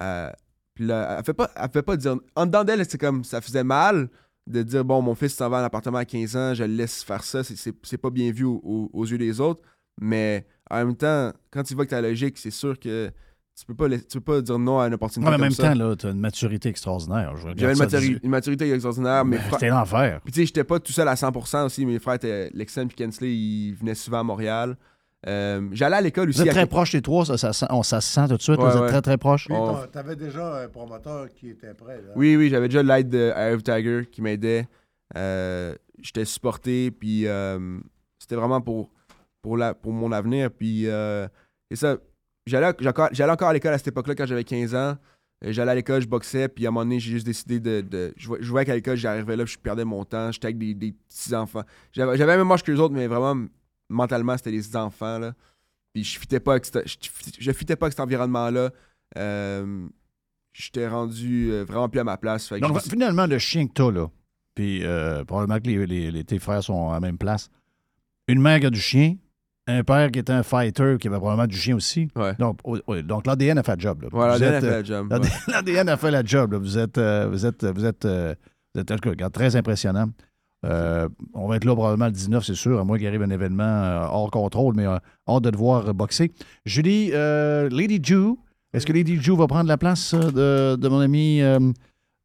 Euh, puis là, elle fait pas, elle fait pas dire. En dedans d'elle, c'est comme ça faisait mal de dire bon, mon fils s'en va à l'appartement à 15 ans, je le laisse faire ça, c'est- c'est c'est pas bien vu au- au- aux yeux des autres. Mais en même temps, quand tu vois que ta logique, c'est sûr que tu peux pas, laisser- tu peux pas dire non à une opportunité
Ouais, mais en
comme
même
ça.
temps, là, t'as une maturité extraordinaire. Je regarde
J'avais une,
ça,
maturi-
dis-
une maturité extraordinaire, mes
Ben,
frères-
C'était l'enfer.
puis tu sais, j'étais pas tout seul à 100% aussi. Mes frères étaient Lexan puis Kensley, ils venaient souvent à Montréal. Euh, J'allais à l'école aussi.
Vous êtes
à-
très proches, les trois, ça, ça, sent- on, ça se sent tout de suite. là,
Ouais,
vous êtes
ouais.
très, très proches.
Puis
On-
t'en- t'avais déjà un promoteur qui était prêt. là.
Oui, oui, j'avais déjà l'aide de Harry Tiger qui m'aidait. Euh, j'étais supporté, puis euh, c'était vraiment pour, pour, la, pour mon avenir. Puis, euh, et ça, j'allais, j'acco- j'allais encore à l'école à cette époque-là quand j'avais 15 ans. Euh, J'allais à l'école, je boxais, puis à un moment donné, j'ai juste décidé de. de- je, voy- je voyais qu'à l'école, j'arrivais là, puis je perdais mon temps. J'étais avec des, des petits enfants. J'avais, j'avais le même âge que les autres, mais vraiment, m- mentalement, c'était des enfants, là. Puis je fitais pas avec, cette- je, je fitais pas avec cet environnement-là. Euh, j'étais rendu euh, vraiment plus à ma place. Fait que
Donc,
je-
va- finalement, le chien que t'as, là, puis euh, probablement que les, les- les- tes frères sont à la même place. Une mère qui a du chien, un père qui était un fighter qui avait probablement du chien aussi.
Ouais.
Donc, au- au- donc l'ADN a fait le job. là.
Voilà,
Vous
Daniel
êtes,
a fait
euh,
la job.
l'ADN L'ADN a fait la job. là. Vous êtes, euh, vous êtes, vous êtes, euh, vous êtes en tout cas, regarde, très impressionnant. Euh, on va être là probablement le 19, c'est sûr, à moins qu'il arrive un événement euh, hors contrôle, mais euh, hâte de te voir euh, boxer. Julie, euh, Lady Jew, est-ce que Lady Jew va prendre la place euh, de, de mon ami euh,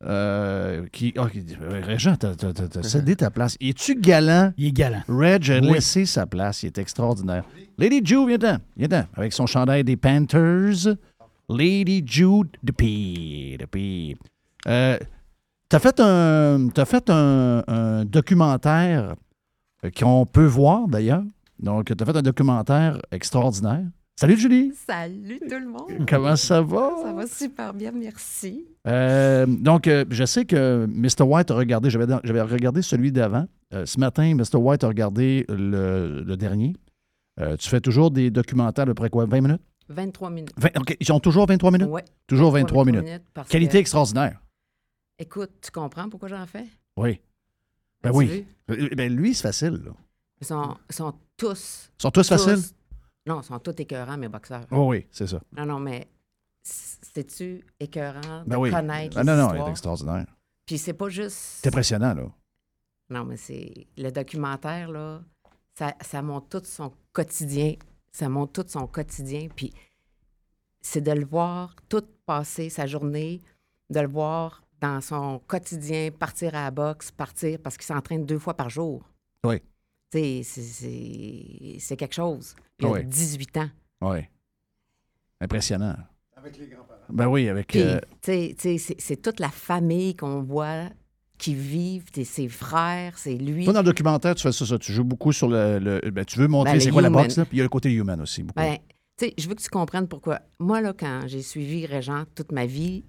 euh, qui. Ah, qui- euh, Régent, t'as- t'as t'as- t'as cédé ta place. Es-tu galant?
Il est galant.
Reg a
Oui.
laissé sa place. Il est extraordinaire. Lady Jew, viens-t'en. Viens-t'en. Avec son chandail des Panthers. Lady Jew de P. De P. Euh, T'as fait un, t'as fait un, un documentaire euh, qu'on peut voir d'ailleurs. Donc, t'as fait un documentaire extraordinaire. Salut Julie.
Salut tout le monde!
Comment ça va?
Ça va super bien, merci.
Euh, donc, euh, je sais que Mr. White a regardé, j'avais dans- j'avais regardé celui d'avant. Euh, ce matin, Mr. White a regardé le, le dernier. Euh, tu fais toujours des documentaires de près quoi, 20 minutes?
23 minutes.
Vingt- OK, Ils ont toujours 23 minutes?
Ouais,
Toujours 23 minutes.
parce
Qualité
que-
extraordinaire.
écoute, tu comprends pourquoi j'en fais?
Oui. Ben
As-tu
oui.
vu?
Euh, Ben lui, c'est facile. là.
Ils sont, ils sont tous.
Ils sont tous faciles?
tous- Non, ils sont tous écœurants, mes boxeurs.
Oh oui, c'est ça.
Non, non, mais c- c'est-tu écœurant de
Ben oui.
connaître
Ah,
les
non, non,
histoires?
c'est extraordinaire.
Puis c'est pas juste...
C'est impressionnant, là.
Non, mais c'est... Le documentaire, là, ça, ça montre tout son quotidien. Ça montre tout son quotidien. Puis c'est de le voir tout passer sa journée, de le voir dans son quotidien, partir à la boxe, partir... Parce qu'il s'entraîne deux fois par jour.
Oui.
Tu sais, c'est, c'est, c'est quelque chose. Il a
Oui.
18 ans.
Oui. Impressionnant. Avec les grands-parents. Ben oui, avec.
Puis,
euh,
tu sais- tu sais, c'est- c'est toute la famille qu'on voit qui vivent, t'es- ses frères, c'est lui.
Toi, dans le documentaire, tu fais ça, ça. Tu joues beaucoup sur le. le- ben, tu veux montrer
Ben, le
c'est quoi la
human.
boxe, là, puis il y a le côté human aussi. Beaucoup.
Ben, tu sais, je veux que tu comprennes pourquoi. Moi, là, quand j'ai suivi Régent toute ma vie,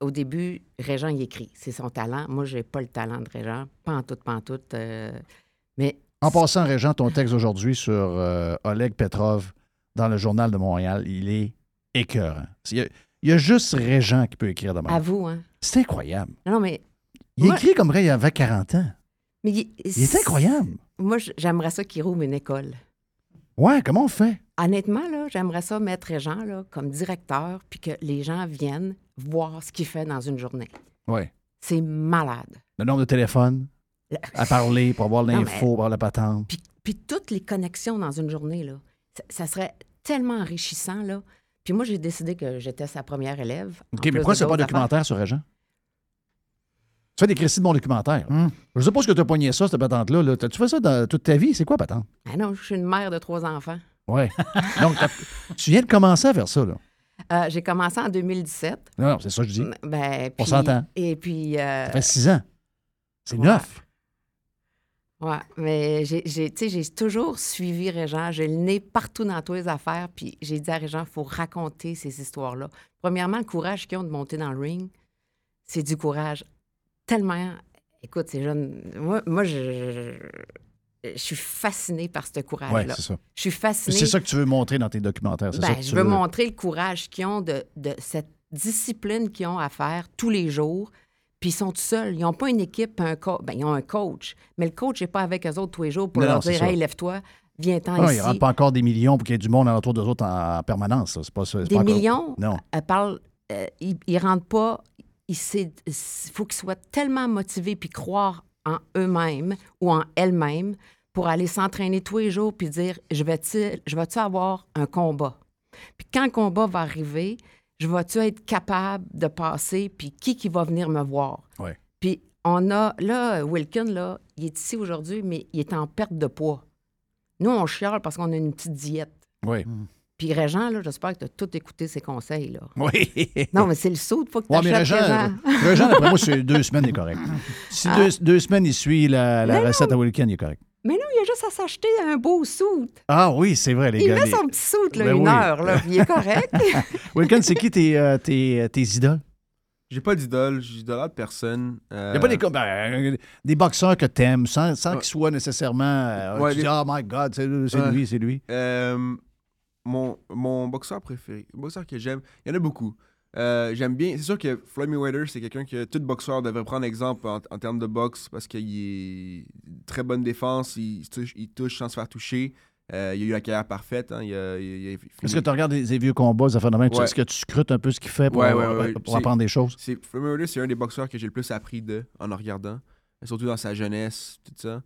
au début, Régent, il écrit. C'est son talent. Moi, j'ai pas le talent de Régent. Pantoute, pantoute. euh, mais
En passant, Régent, ton texte aujourd'hui sur euh, Oleg Petrov dans le Journal de Montréal, il est écœurant. Il y a, il y a juste Régent qui peut écrire de
à
même.
vous, hein.
C'est incroyable.
Non, non, mais.
Il
Ouais.
écrit comme vrai, il avait 40 ans.
mais il,
Il est incroyable.
Moi, j- j'aimerais ça qu'il rouvre une école.
Ouais, comment on fait?
Honnêtement, là, j'aimerais ça mettre Régent là, comme directeur, puis que les gens viennent voir ce qu'il fait dans une journée.
Ouais.
C'est malade.
Le nombre de téléphones
Le-
à parler pour avoir
Non,
l'info, pour avoir la patente.
Puis, puis toutes les connexions dans une journée, là, ça, ça serait tellement enrichissant. Là. Puis moi, j'ai décidé que j'étais sa première élève. en
OK,
plus
mais pourquoi
de
c'est pas un
d'autres affaires.
documentaire sur Régent? Tu fais des crédits de mon documentaire.
Hum.
Je suppose que tu as pogné ça, cette patente-là. là. Tu fais ça dans toute ta vie. C'est quoi, patente?
Ah non, je suis une mère de trois enfants.
Ouais. Donc, t'as- tu viens de commencer à faire ça, là.
Euh, j'ai commencé en 2017.
Non, non, c'est ça que je dis.
Ben,
On
puis-
s'entend.
Et puis, euh,
Ça fait six ans. C'est
ouais.
neuf.
ouais, mais j'ai, j'ai- tu sais, j'ai toujours suivi Régent. J'ai le nez partout dans toutes les affaires. Puis j'ai dit à Régent, il faut raconter ces histoires-là. Premièrement, le courage qu'ils ont de monter dans le ring, c'est du courage tellement. Écoute, ces jeunes. Moi, moi, je, je- je suis fascinée par ce
Ouais,
courage-là.
c'est ça.
je suis fascinée.
C'est ça que tu veux montrer dans tes documentaires. C'est
Ben,
ça que tu
je veux montrer le courage qu'ils ont de, de cette discipline qu'ils ont à faire tous les jours. Puis ils sont tout seuls. Ils n'ont pas une équipe, un co- ben, ils ont un coach. Mais le coach n'est pas avec eux autres tous les jours pour
Non,
leur
non, c'est
dire
ça.
Hey, lève-toi, viens-t'en
Ah,
ici.
il rentre pas encore des millions pour qu'il y ait du monde alentour d'eux autres en permanence. ça. C'est pas ça. c'est
Des
pas encore-
millions,
Non.
elle parle, euh, ils ne rentrent pas. Il faut qu'ils soient tellement motivés puis croire en eux-mêmes ou en elles-mêmes pour aller s'entraîner tous les jours puis dire je vais-tu je vais-tu avoir un combat. Puis quand le combat va arriver, je vais-tu être capable de passer puis qui qui va venir me voir.
Ouais.
Puis on a là Wilkin là, il est ici aujourd'hui mais il est en perte de poids. Nous on chiale parce qu'on a une petite diète.
Oui.
Puis Régent, là, j'espère que tu as tout écouté ses conseils. Là.
Oui.
Non, mais c'est le saut de fois que tu
Ouais, mais
achètes
Régent,
Régent.
Régent, d'après moi, c'est deux semaines, il est correct.
Ah.
Si deux, deux semaines, il suit la, la recette à Wilkin, il est correct.
Mais non, il a juste à s'acheter un beau saut.
Ah oui, c'est vrai, les
Il
gars.
met
les-
son petit saut, là,
Ben
une
oui.
heure, là, puis il est correct.
Wilkin, c'est qui tes, euh, tes, tes idoles?
J'ai pas d'idole, j'idolâtre personne.
Il
Euh,
n'y a pas des, co- ben, euh, des boxeurs que t'aimes sans, sans qu'ils soient nécessairement. euh,
Ouais,
tu
les-
dis, oh my God, c'est c'est
Ouais.
lui, c'est lui.
Euh, mon, mon boxeur préféré, le boxeur que j'aime, il y en a beaucoup. Euh, j'aime bien, c'est sûr que Floyd Mayweather, c'est quelqu'un que tout boxeur devrait prendre exemple en, en termes de boxe parce qu'il est très bonne défense, il, se touche, il touche sans se faire toucher. Euh, il a eu la carrière parfaite. hein, il a- il a- il a fini-
Est-ce que tu regardes des, des vieux combats, des affaires de même? Tu-
Ouais.
Est-ce que tu scrutes un peu ce qu'il fait pour,
Ouais,
avoir-
ouais, ouais,
pour
c'est-
apprendre des choses?
C'est Floyd Mayweather, c'est un des boxeurs que j'ai le plus appris de en le regardant, Et surtout dans sa jeunesse, tout ça.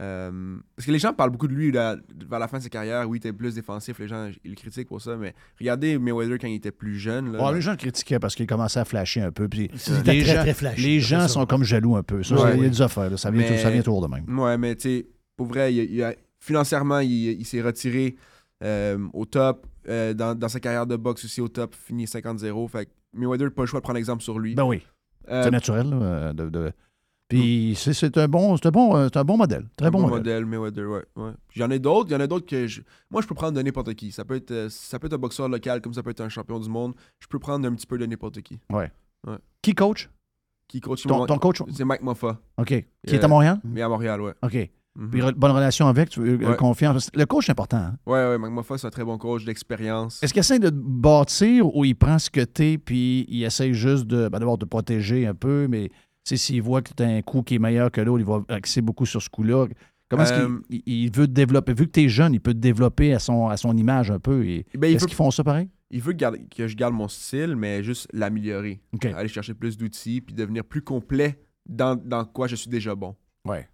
Euh, parce que les gens parlent beaucoup de lui là, vers la fin de sa carrière. Oui, il était plus défensif, les gens ils le critiquent pour ça, mais regardez Mayweather quand il était plus jeune. là.
Ouais, les gens le critiquaient parce qu'il commençait à flasher un peu. Puis
Il était
les
très,
gens,
très flashy,
les
c'est
gens
ça.
sont comme jaloux un peu. Ça,
Ouais.
c'est- il y a des affaires. là. Ça, vient
Mais-
tout, ça vient toujours de même.
Ouais, mais tu sais, pour vrai, il a- il a- financièrement, il, il s'est retiré euh, au top. Euh, dans, dans sa carrière de boxe aussi au top, fini 50-0. Fait que Mayweather, pas le choix de prendre exemple sur lui.
Ben oui,
Euh,
c'est naturel. là, de- de- Puis c'est- c'est un, bon, c'est un, bon, euh, c'est un bon modèle. Très
un
bon,
bon
modèle.
modèle, Mayweather, ouais. ouais. Puis J'en ai d'autres, il y en a d'autres que je... Moi, je peux prendre de n'importe qui. Ça peut, être, euh, ça peut être un boxeur local, comme ça peut être un champion du monde. Je peux prendre un petit peu de n'importe qui.
Qui coach?
Qui coach
Ton, ton coach?
C'est Mike Moffa,
OK. Qui est
Euh,
à Montréal?
mais à Montréal, ouais.
OK.
Mhm.
Puis re- bonne relation avec, tu veux, euh,
Ouais.
confiance. Le coach est important. hein.
Ouais, ouais, Mike Moffa, c'est un très bon coach d'expérience.
Est-ce qu'il essaie de te bâtir ou il prend ce que t'es puis il essaie juste de ben, d'abord de te protéger un peu, mais tu sais, s'il voit que t'as un coup qui est meilleur que l'autre, il va axer beaucoup sur ce coup-là. Comment est-ce
Euh,
qu'il il- il veut te développer? Vu que t'es jeune, il peut te développer à son, à son image un peu. Et,
Eh ben, il
est-ce
veut-
qu'ils font ça pareil?
il veut garder- que je garde mon style, mais juste l'améliorer.
OK.
Aller chercher plus d'outils, puis devenir plus complet dans, dans quoi je suis déjà bon.
Ouais.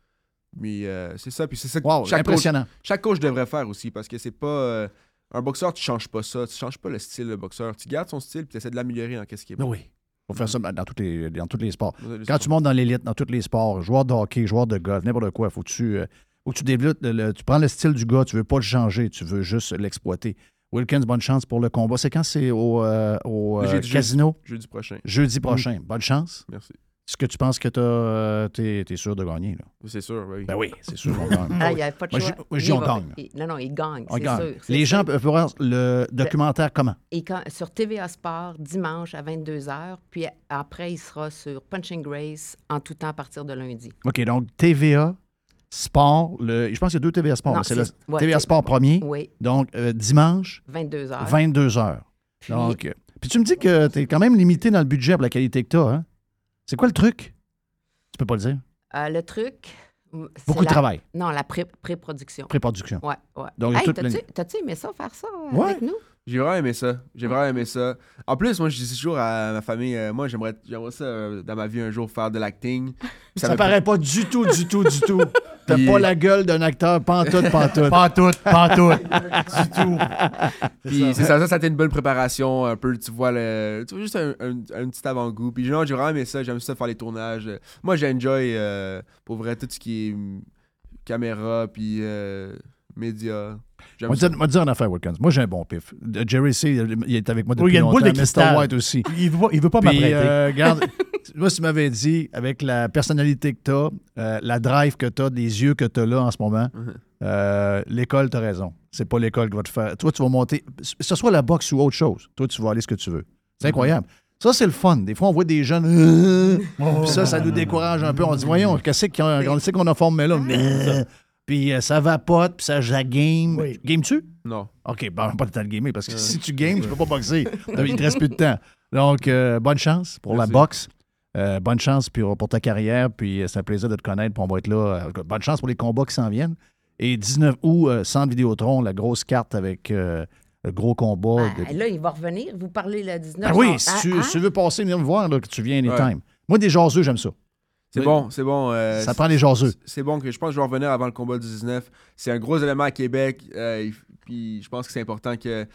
Mais euh, c'est ça, puis c'est ça que
Wow,
chaque, coach,
impressionnant.
chaque coach devrait faire aussi, parce que c'est pas... euh, un boxeur, tu changes pas ça, tu changes pas le style de boxeur. Tu gardes son style, puis tu essaies de l'améliorer dans qu'est-ce qui est
Mais
bon.
Ben oui. On fait ça dans, dans tous les, dans tous les sports.
Dans le
Quand
sport.
tu montes dans l'élite, dans tous les sports, joueur de hockey, joueur de golf, n'importe quoi, faut que tu, euh, faut que tu développes, le- le- tu prends le style du gars, tu veux pas le changer, tu veux juste l'exploiter. Wilkins, bonne chance pour le combat. C'est quand c'est au, euh, au,
Le
euh,
jeudi-
casino?
Jeudi prochain. Mm.
Jeudi prochain. Bonne chance.
Merci.
Est-ce que tu penses que tu es, sûr de gagner? Là?
C'est sûr, oui.
Ben oui, c'est sûr qu'on gagne.
Ah, il n'y a pas de
Moi,
choix.
je- moi, je
Lui,
dis, on
il va-
gagne, là.
il- non, non, il gagne,
On
c'est
gagne.
sûr. c'est
Les
sûr.
gens peuvent voir le documentaire comment?
Et quand, sur TVA Sport, dimanche à 22h, puis après, il sera sur Punching Grace en tout temps à partir de lundi.
OK, donc TVA, Sport. Le, je pense qu'il y a deux TVA Sport.
Non,
mais c'est le
c'est- ouais,
TVA
c'est-
Sport premier.
Oui,
Donc, euh, dimanche,
22h.
22 h
Puis,
Donc, euh, puis tu me dis que tu es quand même limité dans le budget pour la qualité que tu Hein? C'est quoi le truc? Tu peux pas le dire.
euh, le truc. c'est
Beaucoup de
la-
travail,
Non, la pré- pré-production.
pré-production.
ouais, ouais.
Donc, il y a
hey,
tout
t'as-tu,
le-
t'as-tu aimé ça, faire ça euh,
Ouais.
avec nous?
J'ai vraiment aimé ça. J'ai vraiment aimé ça. En plus, moi, je dis toujours à ma famille, euh, moi, j'aimerais j'aimerais ça, euh, dans ma vie, un jour, faire de l'acting.
Ça,
me-
paraît pas du tout, du tout, du tout. T'as
Puis-
pas la gueule d'un acteur pantoute, pantoute.
Pas toutes, pas toutes. du tout.
Puis c'est ça, ça, ça a été une bonne préparation, un peu, tu vois, le, tu vois juste un, un- un petit avant-goût. Puis non, j'ai vraiment aimé ça, j'aime ça faire les tournages. Moi, j'enjoy, euh, pour vrai, tout ce qui est hum, caméra, puis euh, médias. J'aime
Moi,
ça.
dire, moi, dire en affaire, Wilkins. Moi, j'ai un bon pif. De- Jerry C, il est avec moi depuis
Oui, il y a une
longtemps.
boule de
Mr.
cristal.
White aussi.
Il veut, il veut pas
Puis,
m'apprêter.
euh, regarde, moi, si tu m'avais dit, avec la personnalité que t'as, euh, la drive que t'as, les yeux que t'as là en ce moment,
Uh-huh.
euh, l'école, t'as raison. C'est pas l'école qui va te faire. Toi, tu vas monter, que ce soit la boxe ou autre chose, toi, tu vas aller ce que tu veux.
Uh-huh.
C'est incroyable. Ça, c'est le fun. Des fois, on voit des jeunes. euh,
Oh.
puis ça, ça nous décourage un peu. On dit, voyons, qu'est-ce qu'on on sait qu'on a formé là? Euh, Puis euh, ça vapote, puis ça jaguime.
Oui.
Game-tu?
Non. Euh,
OK, ben, on n'a pas le temps de gamer parce que si tu games, tu peux pas boxer. Donc, Il te reste plus de temps. Donc, euh, bonne chance pour la
Merci.
boxe. Euh, bonne chance pour, pour ta carrière. Puis, euh, c'est un plaisir de te connaître. Puis, on va être là. Euh, Bonne chance pour les combats qui s'en viennent. Et 19 août, euh, centre Vidéotron, la grosse carte avec euh, le gros combat.
Ah,
de-
là, il va revenir. Vous parlez le 19.
Ah oui,
non,
si
hein,
tu,
hein?
si tu veux passer, venir me voir, là, que tu viens anytime.
Ouais.
Moi, des jaseux, j'aime ça.
C'est
Oui.
bon, c'est bon. euh,
ça prend des jaseux.
c'est bon que je pense que je vais revenir avant le combat du 19. C'est un gros événement à Québec, euh, il- puis je pense que c'est important que.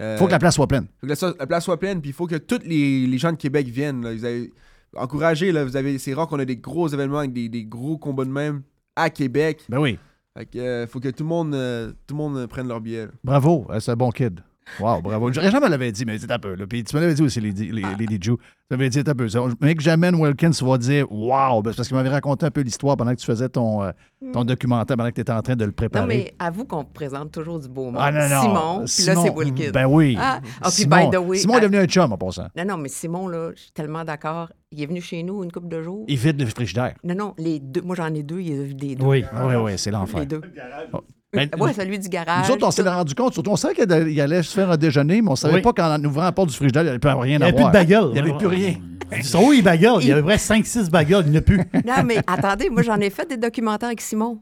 euh,
Faut que la place soit pleine.
Faut que la, so- la place soit pleine, puis il faut que tous les, les gens de Québec viennent. là. Vous avez encouragé, là, vous avez, c'est rare qu'on a des gros événements avec des, des gros combats de même à Québec.
Ben oui.
Fait que, euh, faut que tout le monde, euh, tout le monde euh, prenne leur billet. là.
Bravo, euh, c'est un bon kid. Wow, bravo. J'aurais jamais l'avais dit, mais c'est un peu. Là. Puis tu me l'avais dit aussi, Lady, les-
Ah.
Lady Jew. Tu m'avais dit un peu. ça. Mec, j'amène Wilkins, tu vas dire Wow, ben, c'est parce qu'il m'avait raconté un peu l'histoire pendant que tu faisais ton, euh, ton documentaire, pendant que tu étais en train de le préparer.
Hmm. Non, mais avoue qu'on présente toujours du beau monde.
Ah non, non.
Simon, puis là, c'est
Simon,
Wilkins.
Ben oui.
Ah, ah, puis by
Simon,
the way,
Simon est
ah-
devenu un chum en passant.
Non, non, mais Simon, là, je suis tellement d'accord. Il est venu chez nous une couple de jours.
Il vide le frigidaire.
Non, non, les deux. Moi, j'en ai deux. Il a vu des deux.
Oui, oui, oui, c'est l'enfer.
les deux. Euh,
Ben,
Ouais, celui du garage.
nous autres, on s'est
tout.
rendu compte, surtout, on savait qu'il allait- il allait se faire un déjeuner, mais on savait
Oui.
pas qu'en ouvrant la porte du frigidaire, il n'y allait plus rien
Il n'y
à
avait plus de Ben,
boire.
bagueule.
Il n'y avait plus rien.
Ils sont où, les bagueules? Il y a à peu près 5-6 bagueules, il n'y en a plus.
Non, mais attendez, moi, j'en ai fait des documentaires avec Simon.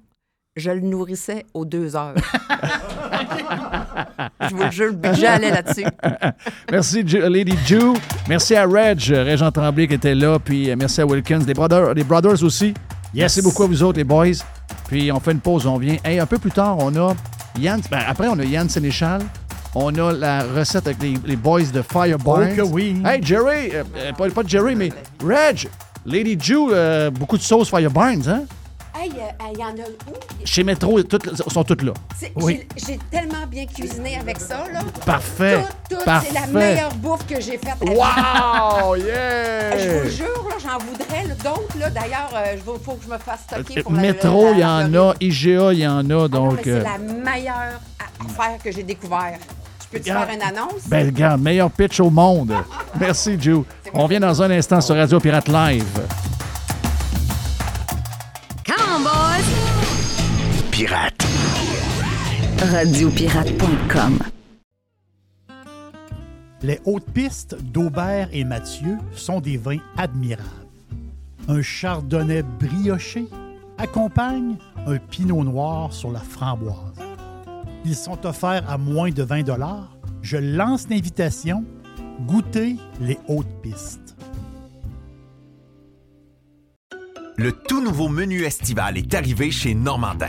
Je le nourrissais aux deux heures. je vous le jure, le budget allait là-dessus.
Merci, Ju- Lady Jew. Merci à Reg, euh, Régent Tremblay qui était là. Puis euh, merci à Wilkins, les Brothers, les brothers aussi. Merci beaucoup à vous autres, les boys. Puis on fait une pause, on vient. Et un peu plus tard, on a Yann. ben, après, on a Yann Sénéchal. On a la recette avec les, les boys de Firebird.
Oh que oui.
Hey, Jerry, euh, euh, pas, pas Jerry, mais Reg, Lady Jew, euh, beaucoup de sauce Firebirds, hein?
Hey, euh, euh, il y en a où?
Chez Metro, toutes- sont toutes là.
C'est-
Oui.
j'ai- J'ai tellement bien cuisiné avec ça, là.
Parfait.
Tout, tout,
Parfait.
c'est la meilleure bouffe que j'ai faite. à vie.
Wow!
Euh, Je vous
Yeah!
le jure, là, j'en voudrais là, d'autres, là. D'ailleurs, il faut que je me fasse stocker pour la-
Métro,
la-
il y
la-
en
la-
a. IGA, il y en a.
Ah non,
Donc,
mais c'est
euh,
la meilleure a- affaire que j'ai découverte. Je peux te
Regarde.
faire une annonce?
ben, regarde, meilleur pitch au monde. Merci, Joe. On vient dans un instant sur Radio Pirate Live.
Come on, boys.
Pirate.
Radiopirate.com.
Les hautes pistes d'Aubert et Mathieu sont des vins admirables. Un chardonnay brioché accompagne un pinot noir sur la framboise. Ils sont offerts à moins de 20 Je lance l'invitation. Goûtez les hautes pistes.
Le tout nouveau menu estival est arrivé chez Normandin.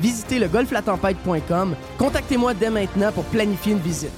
Visitez le golflatempête.com. Contactez-moi dès maintenant pour planifier une visite.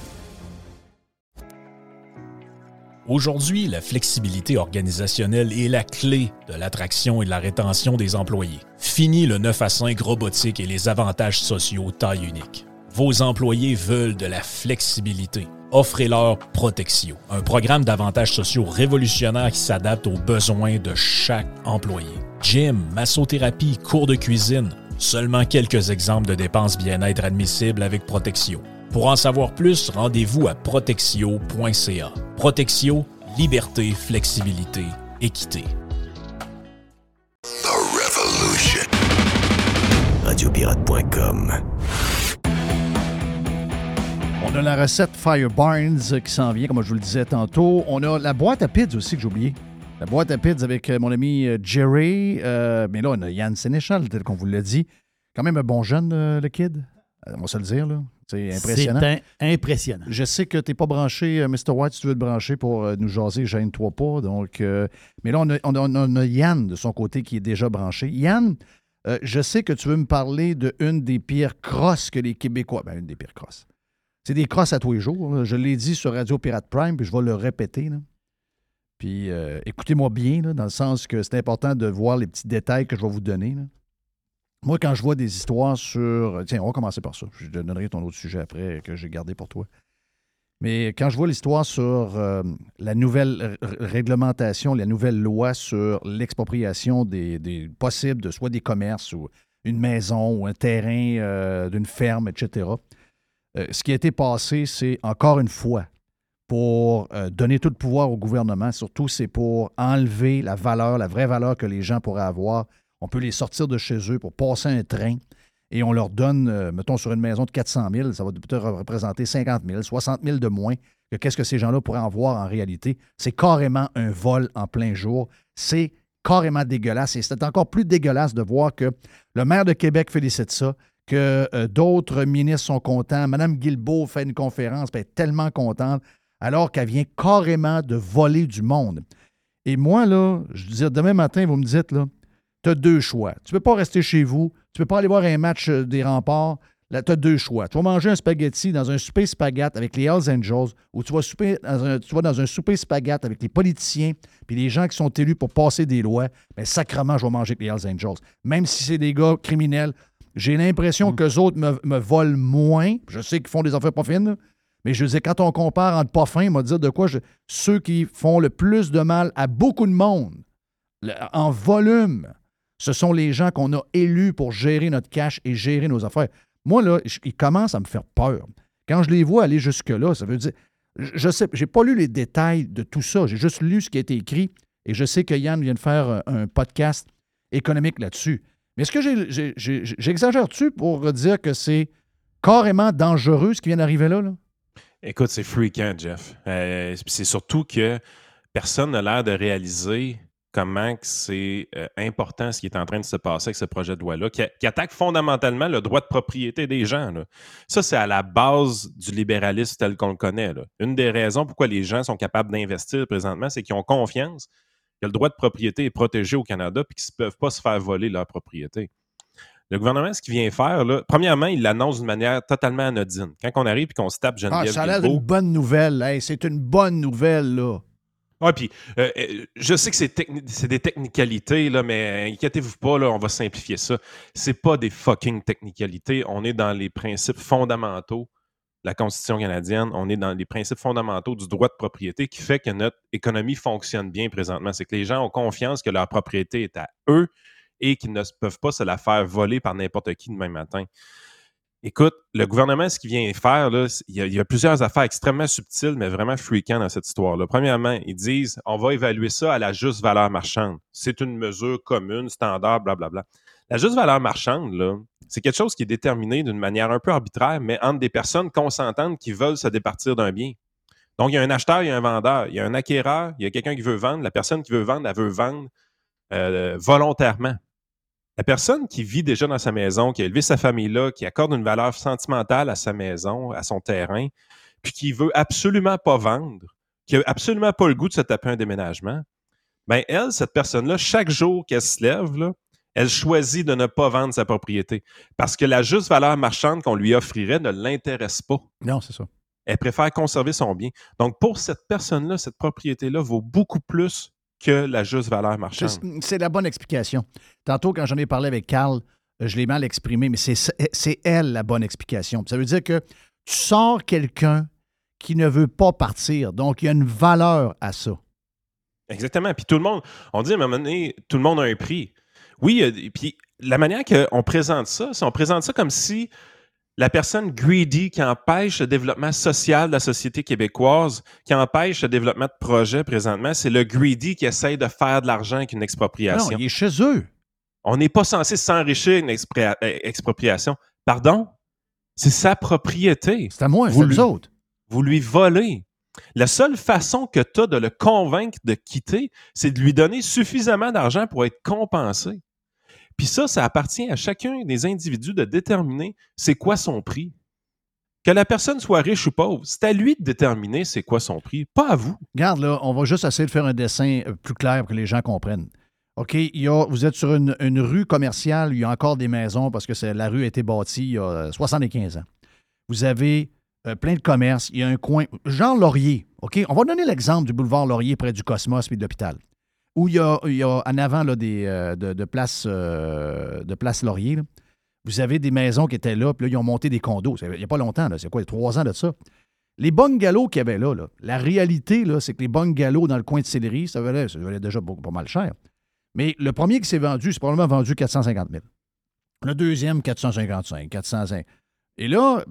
Aujourd'hui, la flexibilité organisationnelle est la clé de l'attraction et de la rétention des employés. Fini le 9 à 5 robotique et les avantages sociaux taille unique. Vos employés veulent de la flexibilité. Offrez-leur Protexio, un programme d'avantages sociaux révolutionnaire qui s'adapte aux besoins de chaque employé. Gym, massothérapie, cours de cuisine, Seulement quelques exemples de dépenses bien-être admissibles avec Protexio. Pour en savoir plus, rendez-vous à protexio.ca. Protexio, liberté, flexibilité, équité.
The Revolution. Radiopirate.com.
On a la recette Fire Barnes qui s'en vient, comme je vous le disais tantôt. On a la boîte à pids aussi que j'ai oublié. La boîte à pids avec euh, mon ami euh, Jerry. euh, mais là, on a Yann Sénéchal, tel qu'on vous l'a dit. Quand même un bon jeune, euh, le kid. Euh, On va se le dire, là. C'est impressionnant.
C'est un- impressionnant.
Je sais que t'es pas branché, euh, Mr. White, si tu veux te brancher pour euh, nous jaser, gêne-toi pas. Donc, euh, mais là, on a, on a- on a Yann de son côté qui est déjà branché. Yann, euh, je sais que tu veux me parler de une des pires crosses que les Québécois. Ben, une des pires crosses. C'est des crosses à tous les jours. là. Je l'ai dit sur Radio Pirate Prime, puis je vais le répéter. là. Puis euh, écoutez-moi bien, là, dans le sens que c'est important de voir les petits détails que je vais vous donner. là. Moi, quand je vois des histoires sur. euh, Tiens, on va commencer par ça. Je te donnerai ton autre sujet après que j'ai gardé pour toi. Mais quand je vois l'histoire sur euh, la nouvelle r- r- réglementation, la nouvelle loi sur l'expropriation des, des possibles de soit des commerces ou une maison ou un terrain euh, d'une ferme, etc., euh, ce qui a été passé, c'est encore une fois pour euh, donner tout le pouvoir au gouvernement, surtout c'est pour enlever la valeur, la vraie valeur que les gens pourraient avoir. On peut les sortir de chez eux pour passer un train et on leur donne, euh, mettons, sur une maison de 400 000, ça va peut-être représenter 50 000, 60 000 de moins que qu'est-ce que ces gens-là pourraient en voir en réalité. C'est carrément un vol en plein jour. C'est carrément dégueulasse et c'est encore plus dégueulasse de voir que le maire de Québec félicite ça, que euh, d'autres ministres sont contents. Mme Guilbeault fait une conférence, ben, elle est tellement contente, alors qu'elle vient carrément de voler du monde. Et moi, là, je veux dire, demain matin, vous me dites, là, tu as deux choix. Tu peux pas rester chez vous, tu peux pas aller voir un match euh, des remparts. Là, tu as deux choix. Tu vas manger un spaghetti dans un souper spaghetti avec les Hells Angels ou tu vas, souper dans un, tu vas dans un souper spaghetti avec les politiciens puis les gens qui sont élus pour passer des lois. Mais sacrement, je vais manger avec les Hells Angels. Même si c'est des gars criminels, j'ai l'impression que qu'eux autres me, me volent moins. Je sais qu'ils font des affaires pas fines, là. mais je disais, quand on compare entre pas fins, on va dire de quoi je- ceux qui font le plus de mal à beaucoup de monde, le- en volume, ce sont les gens qu'on a élus pour gérer notre cash et gérer nos affaires. Moi, là, je- ils commencent à me faire peur. Quand je les vois aller jusque-là, ça veut dire. je- Je sais, j'ai pas lu les détails de tout ça. J'ai juste lu ce qui a été écrit et je sais que Yann vient de faire euh, un podcast économique là-dessus. Mais est-ce que j'ai- j'ai- j'ai- j'exagère-tu pour dire que c'est carrément dangereux ce qui vient d'arriver là? là?
Écoute, c'est freakant, Jeff. Euh, puis c'est surtout que personne n'a l'air de réaliser
comment que c'est euh, important ce qui est en train de se passer avec ce projet de loi-là, qui, a- qui attaque fondamentalement le droit de propriété des gens. là. Ça, c'est à la base du libéralisme tel qu'on le connaît. là. Une des raisons pourquoi les gens sont capables d'investir présentement, c'est qu'ils ont confiance que le droit de propriété est protégé au Canada et qu'ils ne peuvent pas se faire voler leur propriété. Le gouvernement, ce qu'il vient faire, là, premièrement, il l'annonce d'une manière totalement anodine. Quand on arrive et qu'on se tape
Ah,
Geneviève
ça a l'air
Guilbeault,
d'une bonne nouvelle. Hey, c'est une bonne nouvelle, là.
Ouais, puis euh, euh, je sais que c'est techni- c'est des technicalités, là, mais euh, inquiétez-vous pas, là, on va simplifier ça. C'est pas des fucking technicalités. On est dans les principes fondamentaux de la Constitution canadienne. On est dans les principes fondamentaux du droit de propriété qui fait que notre économie fonctionne bien présentement. C'est que les gens ont confiance que leur propriété est à eux et qu'ils ne se- peuvent pas se la faire voler par n'importe qui demain matin. Écoute, le gouvernement, ce qu'il vient faire, là, c'est- il, y a, il y a plusieurs affaires extrêmement subtiles, mais vraiment freakant dans cette histoire-là. Premièrement, ils disent on va évaluer ça à la juste valeur marchande. C'est une mesure commune, standard, blablabla. La juste valeur marchande, là, c'est quelque chose qui est déterminé d'une manière un peu arbitraire, mais entre des personnes consentantes qui veulent se départir d'un bien. Donc, il y a un acheteur, il y a un vendeur, il y a un acquéreur, il y a quelqu'un qui veut vendre. La personne qui veut vendre, elle veut vendre euh, volontairement. La personne qui vit déjà dans sa maison, qui a élevé sa famille là, qui accorde une valeur sentimentale à sa maison, à son terrain, puis qui veut absolument pas vendre, qui a absolument pas le goût de se taper un déménagement, ben elle, cette personne-là, chaque jour qu'elle se lève, là, elle choisit de ne pas vendre sa propriété parce que la juste valeur marchande qu'on lui offrirait ne l'intéresse pas.
Non, c'est ça.
Elle préfère conserver son bien. Donc, pour cette personne-là, cette propriété-là vaut beaucoup plus que la juste valeur
C'est-
marchande.
C'est la bonne explication. Tantôt, quand j'en ai parlé avec Carl, euh, je l'ai mal exprimé, mais c'est c'est elle la bonne explication. Puis Ça veut dire que tu sors quelqu'un qui ne veut pas partir. Donc, il y a une valeur à ça.
Exactement. Puis tout le monde, on dit à un moment donné, tout le monde a un prix. Oui, il y a des- puis la manière qu'on présente ça, c'est on présente ça comme si la personne greedy qui empêche le développement social de la société québécoise, qui empêche le développement de projets présentement, c'est le greedy qui essaye de faire de l'argent avec une
Non,
expropriation.
il est chez eux.
On n'est pas censé s'enrichir avec une expri- euh, expropriation. Pardon? C'est sa propriété
C'est à moi, c'est
Vous
à nous
lui-
autres.
vous lui volez. La seule façon que tu as de le convaincre de quitter, c'est de lui donner suffisamment d'argent pour être compensé. Puis ça, ça appartient à chacun des individus de déterminer c'est quoi son prix. Que la personne soit riche ou pauvre, c'est à lui de déterminer c'est quoi son prix, pas à vous.
Regarde, là, on va juste essayer de faire un dessin euh, plus clair pour que les gens comprennent. OK, il y a- vous êtes sur une, une rue commerciale, il y a encore des maisons parce que c'est- la rue a été bâtie il y a euh, 75 ans. Vous avez euh, plein de commerces, il y a un coin, Jean Laurier, OK? On va donner l'exemple du boulevard Laurier près du Cosmos puis de l'hôpital, où il y a, il y a en avant là, des, euh, de, de place, euh, de place Laurier, là. vous avez des maisons qui étaient là, puis là, ils ont monté des condos. C'est- Il n'y a pas longtemps, là, c'est quoi, il y a trois ans de ça? Les bungalows qu'il y avait là, là, la réalité, là, c'est que les bungalows dans le coin de Sillery, ça valait, ça valait déjà beaucoup, pas mal cher. Mais le premier qui s'est vendu, c'est probablement vendu 450 000. Le deuxième, 455, 405. Et là,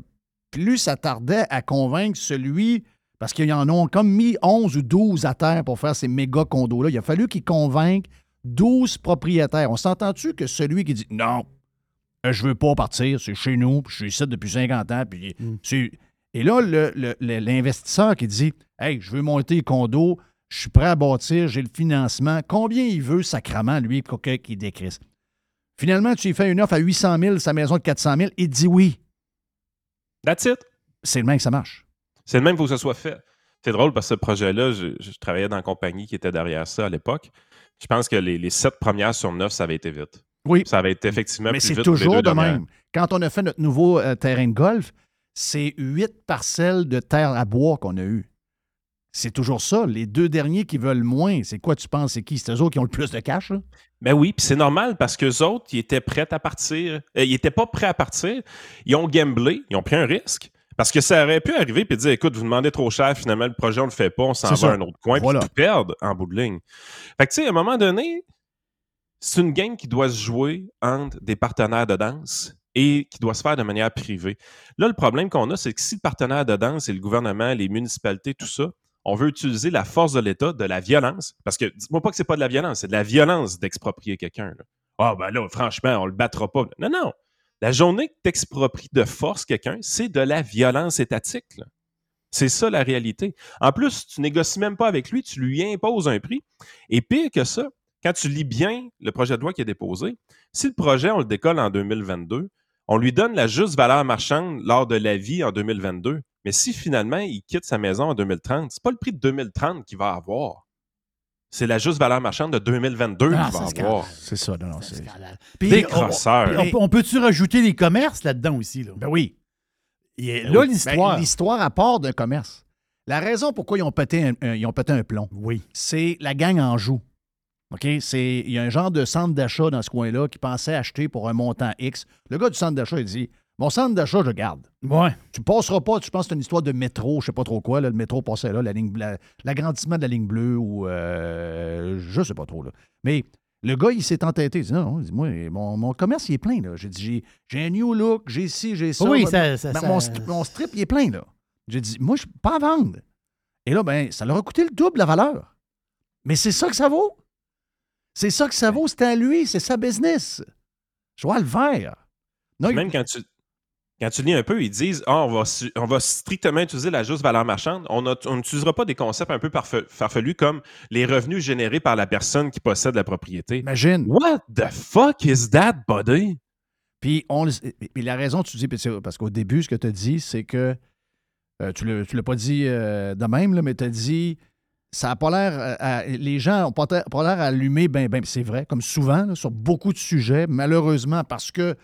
plus ça tardait à convaincre celui, parce qu'ils en ont comme mis 11 ou 12 à terre pour faire ces méga condos-là. Il a fallu qu'ils convainquent 12 propriétaires. On s'entend-tu que celui qui dit non, euh, je veux pas partir, c'est chez nous, puis je suis ici depuis 50 ans, puis c'est. Et là, le- le- le- l'investisseur qui dit Hey, je veux monter le condo, je suis prêt à bâtir, j'ai le financement. Combien il veut, sacrament, lui, pour que- qu'il décrisse Finalement, tu lui fais une offre à 800 000, sa maison de 400 000, il dit oui.
That's it.
C'est le même que ça marche.
C'est le même faut que ce soit fait. C'est drôle parce que ce projet-là, je, je travaillais dans la compagnie qui était derrière ça à l'époque. Je pense que les, les sept premières sur neuf, ça avait été vite.
Oui.
Ça avait été effectivement
Mais
plus
c'est
vite que les
toujours
deux
de
dernières.
même. Quand on a fait notre nouveau euh, terrain de golf, c'est huit parcelles de terre à bois qu'on a eues. C'est toujours ça. Les deux derniers qui veulent moins, c'est quoi tu penses? C'est qui? C'est eux autres qui ont le plus de cash? là?
Ben oui, puis c'est normal parce que autres, ils étaient prêts à partir. Euh, ils étaient pas prêts à partir. Ils ont gamblé, ils ont pris un risque. Parce que ça aurait pu arriver puis dire écoute, vous demandez trop cher, finalement, le projet, on le fait pas, on s'en
C'est
va
ça.
à un autre coin,
Voilà.
puis tout perdre en bout de ligne. Fait que, tu sais, à un moment donné, c'est une game qui doit se jouer entre des partenaires de danse et qui doit se faire de manière privée. Là, le problème qu'on a, c'est que si le partenaire de danse, c'est le gouvernement, les municipalités, tout ça, on veut utiliser la force de l'État, de la violence, parce que dites-moi pas que c'est pas de la violence, c'est de la violence d'exproprier quelqu'un. là. Ah, ben là, franchement, on le battra pas. Non, non. La journée que t'expropries de force quelqu'un, c'est de la violence étatique. là. C'est ça la réalité. En plus, tu négocies même pas avec lui, tu lui imposes un prix. Et pire que ça, Quand tu lis bien le projet de loi qui est déposé, si le projet, on le décolle en 2022, on lui donne la juste valeur marchande lors de la vie en 2022. Mais si finalement il quitte sa maison en 2030, c'est pas le prix de 2030 qu'il va avoir. C'est la juste valeur marchande de 2022
Ah,
qu'il
ça,
va
c'est
avoir.
C'est ça, non, non, c'est.
Puis,
Des
on-
crosseurs.
on- On, peut-tu rajouter des commerces là-dedans aussi? Là?
Ben oui.
Et
Ben
là,
oui.
l'histoire.
Ben, l'histoire à part d'un commerce. La raison pourquoi ils ont pété un, un- ils ont pété un plomb,
oui.
c'est la gang en joue. OK? C'est, il y a un genre de centre d'achat dans ce coin-là qui pensait acheter pour un montant X. Le gars du centre d'achat, il dit Mon centre d'achat, je le garde.
Ouais.
Tu passeras pas, tu penses que c'est une histoire de métro, je sais pas trop quoi, là, le métro passait là, la ligne, la- l'agrandissement de la ligne bleue ou euh, je sais pas trop. Là. Mais le gars, il s'est entêté. Il dit non, il dit, moi, mon, mon commerce, il est plein. Là. J'ai dit, j'ai, j'ai un new look, j'ai ci, j'ai ça.
oui,
Ben,
ça- ça-
ben,
ça-
mon, stri- mon strip, il est plein. là. J'ai dit, moi, je suis pas à vendre. Et là, ben, ça leur a coûté le double la valeur. Mais c'est ça que ça vaut. C'est ça que ça vaut, c'est à lui, c'est sa business. Je vois le vert. Non, il-
Même quand tu, quand tu lis un peu, ils disent Ah, on, va, su- on va strictement utiliser la juste valeur marchande. On a- on n'utilisera pas des concepts un peu parfe- farfelus comme les revenus générés par la personne qui possède la propriété. Ben
imagine.
What the fuck is that, buddy?
Puis, on le- puis la raison que tu dis, puis c'est- parce qu'au début, ce que tu as dit, c'est que euh, tu ne l'as pas dit euh, de même, là, mais tu as dit ça n'a pas l'air. euh, à- les gens n'ont pas, ta- pas l'air allumés, ben, ben, c'est vrai, comme souvent, là, sur beaucoup de sujets, malheureusement, parce que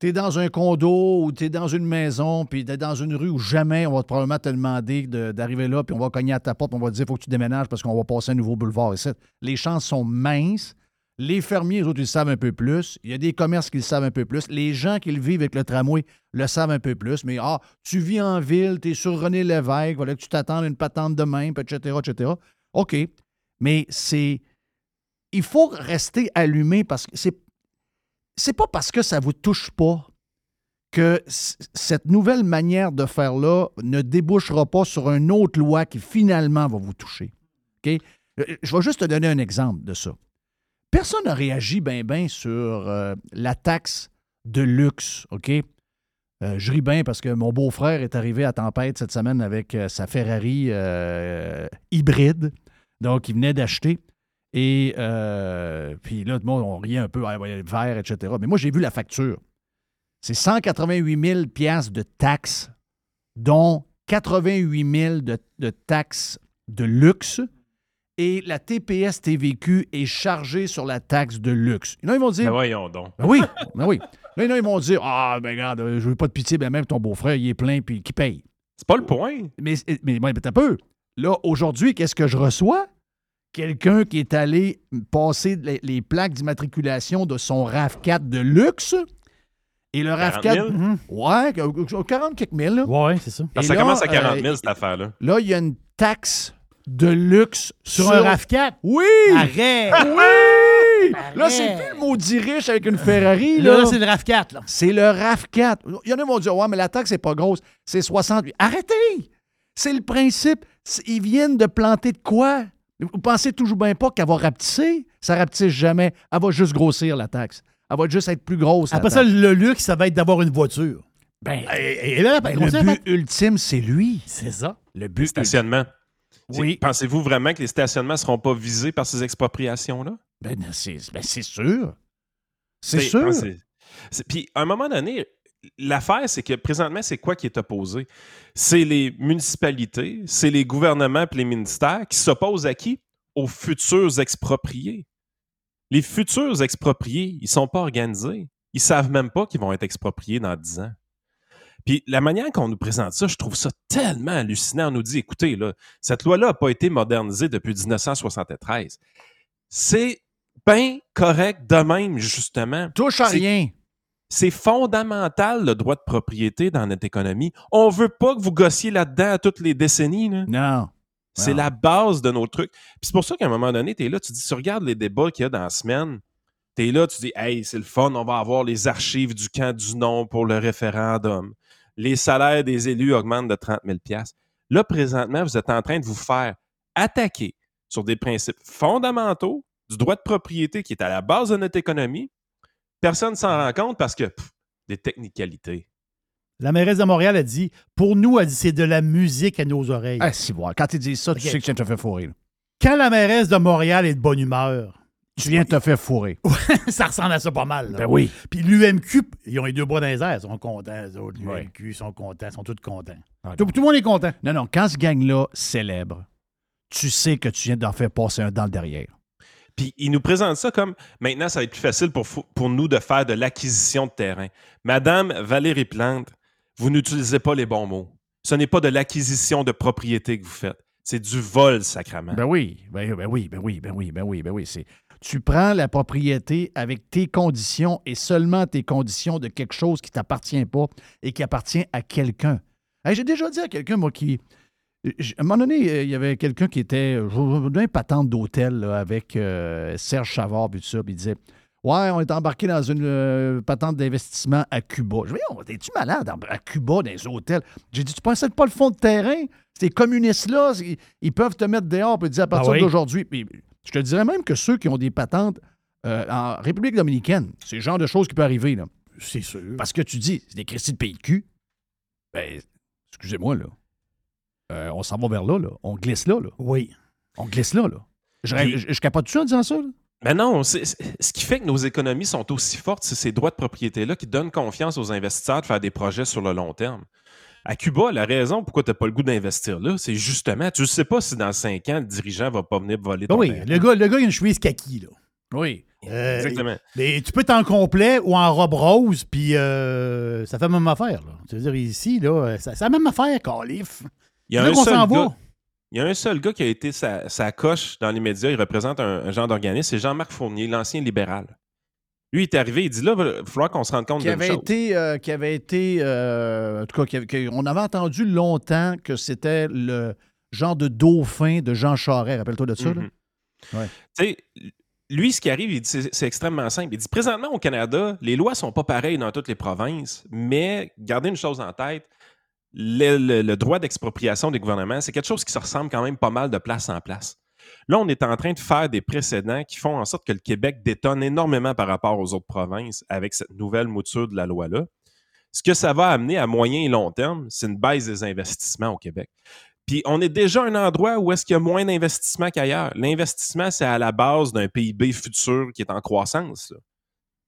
tu es dans un condo ou tu es dans une maison, puis tu es dans une rue où jamais on va probablement te demander de- d'arriver là, puis on va cogner à ta porte, puis on va te dire faut que tu déménages parce qu'on va passer un nouveau boulevard. ici. Les chances sont minces. Les fermiers, eux autres, ils le savent un peu plus. Il y a des commerces qui le savent un peu plus. Les gens qui le vivent avec le tramway le savent un peu plus. Mais ah, tu vis en ville, tu es sur René Lévesque, voilà que tu t'attends à une patente demain, puis etc., etc. OK. Mais c'est. Il faut rester allumé parce que c'est. C'est pas parce que ça vous touche pas que c- cette nouvelle manière de faire-là ne débouchera pas sur une autre loi qui finalement va vous toucher. OK? Euh, Je vais juste te donner un exemple de ça. Personne n'a réagi bien ben sur euh, la taxe de luxe, OK? Euh, je ris bien parce que mon beau-frère est arrivé à Tempête cette semaine avec euh, sa Ferrari euh, hybride. Donc, il venait d'acheter. Et euh, puis là, tout le monde, on riait un peu, Ah, ouais, vert, etc. Mais moi, j'ai vu la facture. C'est 188 000 piastres de taxes, dont 88 000 de, de taxes de luxe et la TPS TVQ est chargée sur la taxe de luxe. Et là, ils vont dire
Ben voyons donc.
Ben oui, ben oui. Là, là, ils vont dire Ah, ben regarde, euh, je veux pas de pitié, ben même ton beau-frère, il est plein, puis qui paye.
C'est pas le point.
Mais, mais, ouais, mais t'as peu. Là, aujourd'hui, qu'est-ce que je reçois? Quelqu'un qui est allé passer les, les plaques d'immatriculation de son RAV4 de luxe. Et le
40
RAV4.
000?
Mhm.
Ouais, que- que- 40 quelques mille, là.
Ouais, c'est ça.
Parce
Et
que ça
là,
commence à 40
euh,
000, cette affaire-là.
Là, il y a une taxe de luxe
Sur un RAV4.
Oui!
Arrête!
Oui! Là, c'est
Arrête.
plus le maudit riche avec une Ferrari,
Là,
là.
là, c'est le RAV4, là.
C'est le RAV4. Il y en a qui vont dire, ouais, mais la taxe n'est pas grosse. C'est 60. Arrêtez! C'est le principe. C'est- Ils viennent de planter de quoi? Vous pensez toujours bien pas qu'elle va rapetisser? Ça rapetisse jamais. Elle va juste grossir, la taxe. Elle va juste être plus grosse. la
Après ça,
taxe.
le luxe, ça va être d'avoir une voiture.
Ben,
Et, et là,
ben,
on
le
sait,
but
Pat-
ultime, c'est lui.
c'est ça.
Le but
Stationnement. C'est-
Oui.
Pensez-vous vraiment que les stationnements ne seront pas visés par ces expropriations-là?
Ben, c'est ben, c'est sûr. C'est
T'sais,
sûr.
hein, c'est- c'est- Puis, à un moment donné, l'affaire, c'est que présentement, c'est quoi qui est opposé? C'est les municipalités, c'est les gouvernements et les ministères qui s'opposent à qui? Aux futurs expropriés. Les futurs expropriés, ils sont pas organisés. Ils savent même pas qu'ils vont être expropriés dans 10 ans. Puis la manière qu'on nous présente ça, je trouve ça tellement hallucinant. On nous dit, écoutez, là, cette loi-là n'a pas été modernisée depuis 1973. C'est bien correct de même, justement.
Touche à
c'est-
rien.
C'est fondamental, le droit de propriété dans notre économie. On veut pas que vous gossiez là-dedans à toutes les décennies. là.
Non.
C'est
Wow.
la base de nos trucs. Puis c'est pour ça qu'à un moment donné, tu es là, tu dis, tu regardes les débats qu'il y a dans la semaine, tu es là, tu dis, hey, c'est le fun, on va avoir les archives du camp du non pour le référendum. Les salaires des élus augmentent de 30 000 Là, présentement, vous êtes en train de vous faire attaquer sur des principes fondamentaux du droit de propriété qui est à la base de notre économie. Personne ne s'en rend compte parce que pff, des technicalités.
La mairesse de Montréal a dit Pour nous, elle dit, c'est de la musique à nos oreilles.
Ah, si, voilà. Quand ils disent ça,
Ok.
tu sais que ça te fait fourrer. là.
Quand la mairesse de Montréal est de bonne humeur,
Tu viens de te faire fourrer.
ça ressemble à ça pas mal. là.
Ben oui.
Puis l'UMQ, ils ont les deux bras dans les airs. Ils sont contents, les autres. L'UMQ, ils sont contents. Ils sont tous contents.
Ah,
Tout, tout le monde est content.
Non, non, quand ce gang-là célèbre, tu sais que tu viens d'en faire passer un dans le derrière.
Puis ils nous présentent ça comme maintenant, ça va être plus facile pour, fou- pour nous de faire de l'acquisition de terrain. Madame Valérie Plante, vous n'utilisez pas les bons mots. Ce n'est pas de l'acquisition de propriété que vous faites. C'est du vol, sacrament.
Ben oui, ben, ben oui, ben oui, ben oui, ben oui, ben oui. C'est, tu prends la propriété avec tes conditions et seulement tes conditions de quelque chose qui t'appartient pas et qui appartient à quelqu'un. Hey, j'ai déjà dit à quelqu'un, moi, qui. j- À un moment donné, euh, il y avait quelqu'un qui était euh, je- dans une patente d'hôtel là, avec euh, Serge Chavard, puis tout ça, puis il disait Ouais, on est embarqué dans une euh, patente d'investissement à Cuba. Je dis Voyons, es-tu malade en- à Cuba, dans les hôtels J'ai dit Tu pensais pas le fond de terrain Ces communistes-là, ils, ils peuvent te mettre dehors, puis ils disent à partir
Ah oui?
d'aujourd'hui. Puis je te dirais même que ceux qui ont des patentes euh, en République dominicaine, c'est le genre de choses qui peut arriver. Là.
C'est sûr.
Parce que tu dis, c'est des crédits de pays de cul. Ben, excusez-moi, là. Euh, on s'en va vers là, là. On glisse là, là.
Oui.
On glisse là, là. Je,
Puis-
je, je capote ça en disant ça, là?
Mais non, c'est- c'est- ce qui fait que nos économies sont aussi fortes, c'est ces droits de propriété-là qui donnent confiance aux investisseurs de faire des projets sur le long terme. À Cuba, la raison pourquoi tu n'as pas le goût d'investir là, c'est justement, tu ne sais pas si dans cinq ans, le dirigeant va pas venir voler
Ben
ton
oui,
terrain.
le gars, le gars, il a une chemise kaki, là.
Oui.
Euh,
Exactement.
Mais tu peux être en complet ou en robe rose, puis euh, ça fait la même affaire. Là. C'est-à-dire, ici, là, euh, ça, c'est la même affaire, Calif.
Il y a
C'est là
un
qu'on
seul
s'en
gars-
va.
Il y a un seul gars qui a été sa, sa coche dans les médias, il représente un, un genre d'organisme, c'est Jean-Marc Fournier, l'ancien libéral. Lui, il est arrivé, il dit là, il va falloir qu'on se rende compte
Qui
de
avait,
chose.
été, euh, qui avait été, euh, en tout cas, qui avait- qui- on avait entendu longtemps que c'était le genre de dauphin de Jean Charest. Rappelle-toi de ça, là.
Mhm. Tu sais, lui, ce qui arrive, il dit, c'est c'est extrêmement simple. Il dit présentement au Canada, les lois sont pas pareilles dans toutes les provinces, mais gardez une chose en tête le, le- le droit d'expropriation des gouvernements, c'est quelque chose qui se ressemble quand même pas mal de place en place. Là, on est en train de faire des précédents qui font en sorte que le Québec détonne énormément par rapport aux autres provinces avec cette nouvelle mouture de la loi-là. Ce que ça va amener à moyen et long terme, c'est une baisse des investissements au Québec. Puis on est déjà un endroit où est-ce qu'il y a moins d'investissement qu'ailleurs. L'investissement, c'est à la base d'un PIB futur qui est en croissance. là.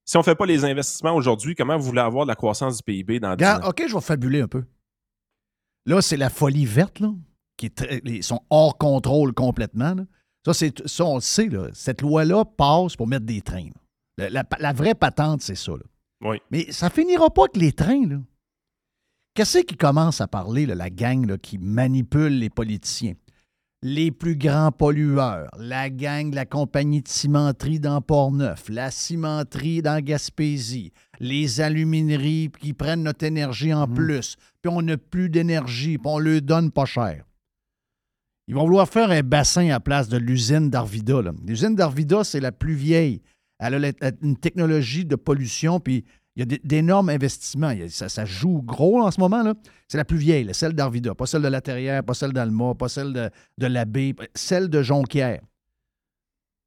Si on ne fait pas les investissements aujourd'hui, comment vous voulez avoir de la croissance du PIB dans 10 ans?
Regarde, OK, je vais fabuler un peu. Là, c'est la folie verte, là, qui est très- ils sont hors contrôle complètement. là. Ça, c'est, ça, on le sait, là. Cette loi-là passe pour mettre des trains. là. La, la- la vraie patente, c'est ça. là.
Oui.
Mais ça finira pas que les trains, là. Qu'est-ce qui commence à parler, là, la gang là, qui manipule les politiciens? Les plus grands pollueurs, la gang de la compagnie de cimenterie dans Port-Neuf, la cimenterie dans Gaspésie, les alumineries qui prennent notre énergie en plus, puis on n'a plus d'énergie, puis on le donne pas cher. Ils vont vouloir faire un bassin à la place de l'usine d'Arvida. là. L'usine d'Arvida, c'est la plus vieille. Elle a la- une technologie de pollution, puis il y a d- d'énormes investissements. Il y a- Ça, ça joue gros en ce moment. là. C'est la plus vieille, là, celle d'Arvida. Pas celle de la Terrière, pas celle d'Alma, pas celle de, de l'Abbé, celle de Jonquière.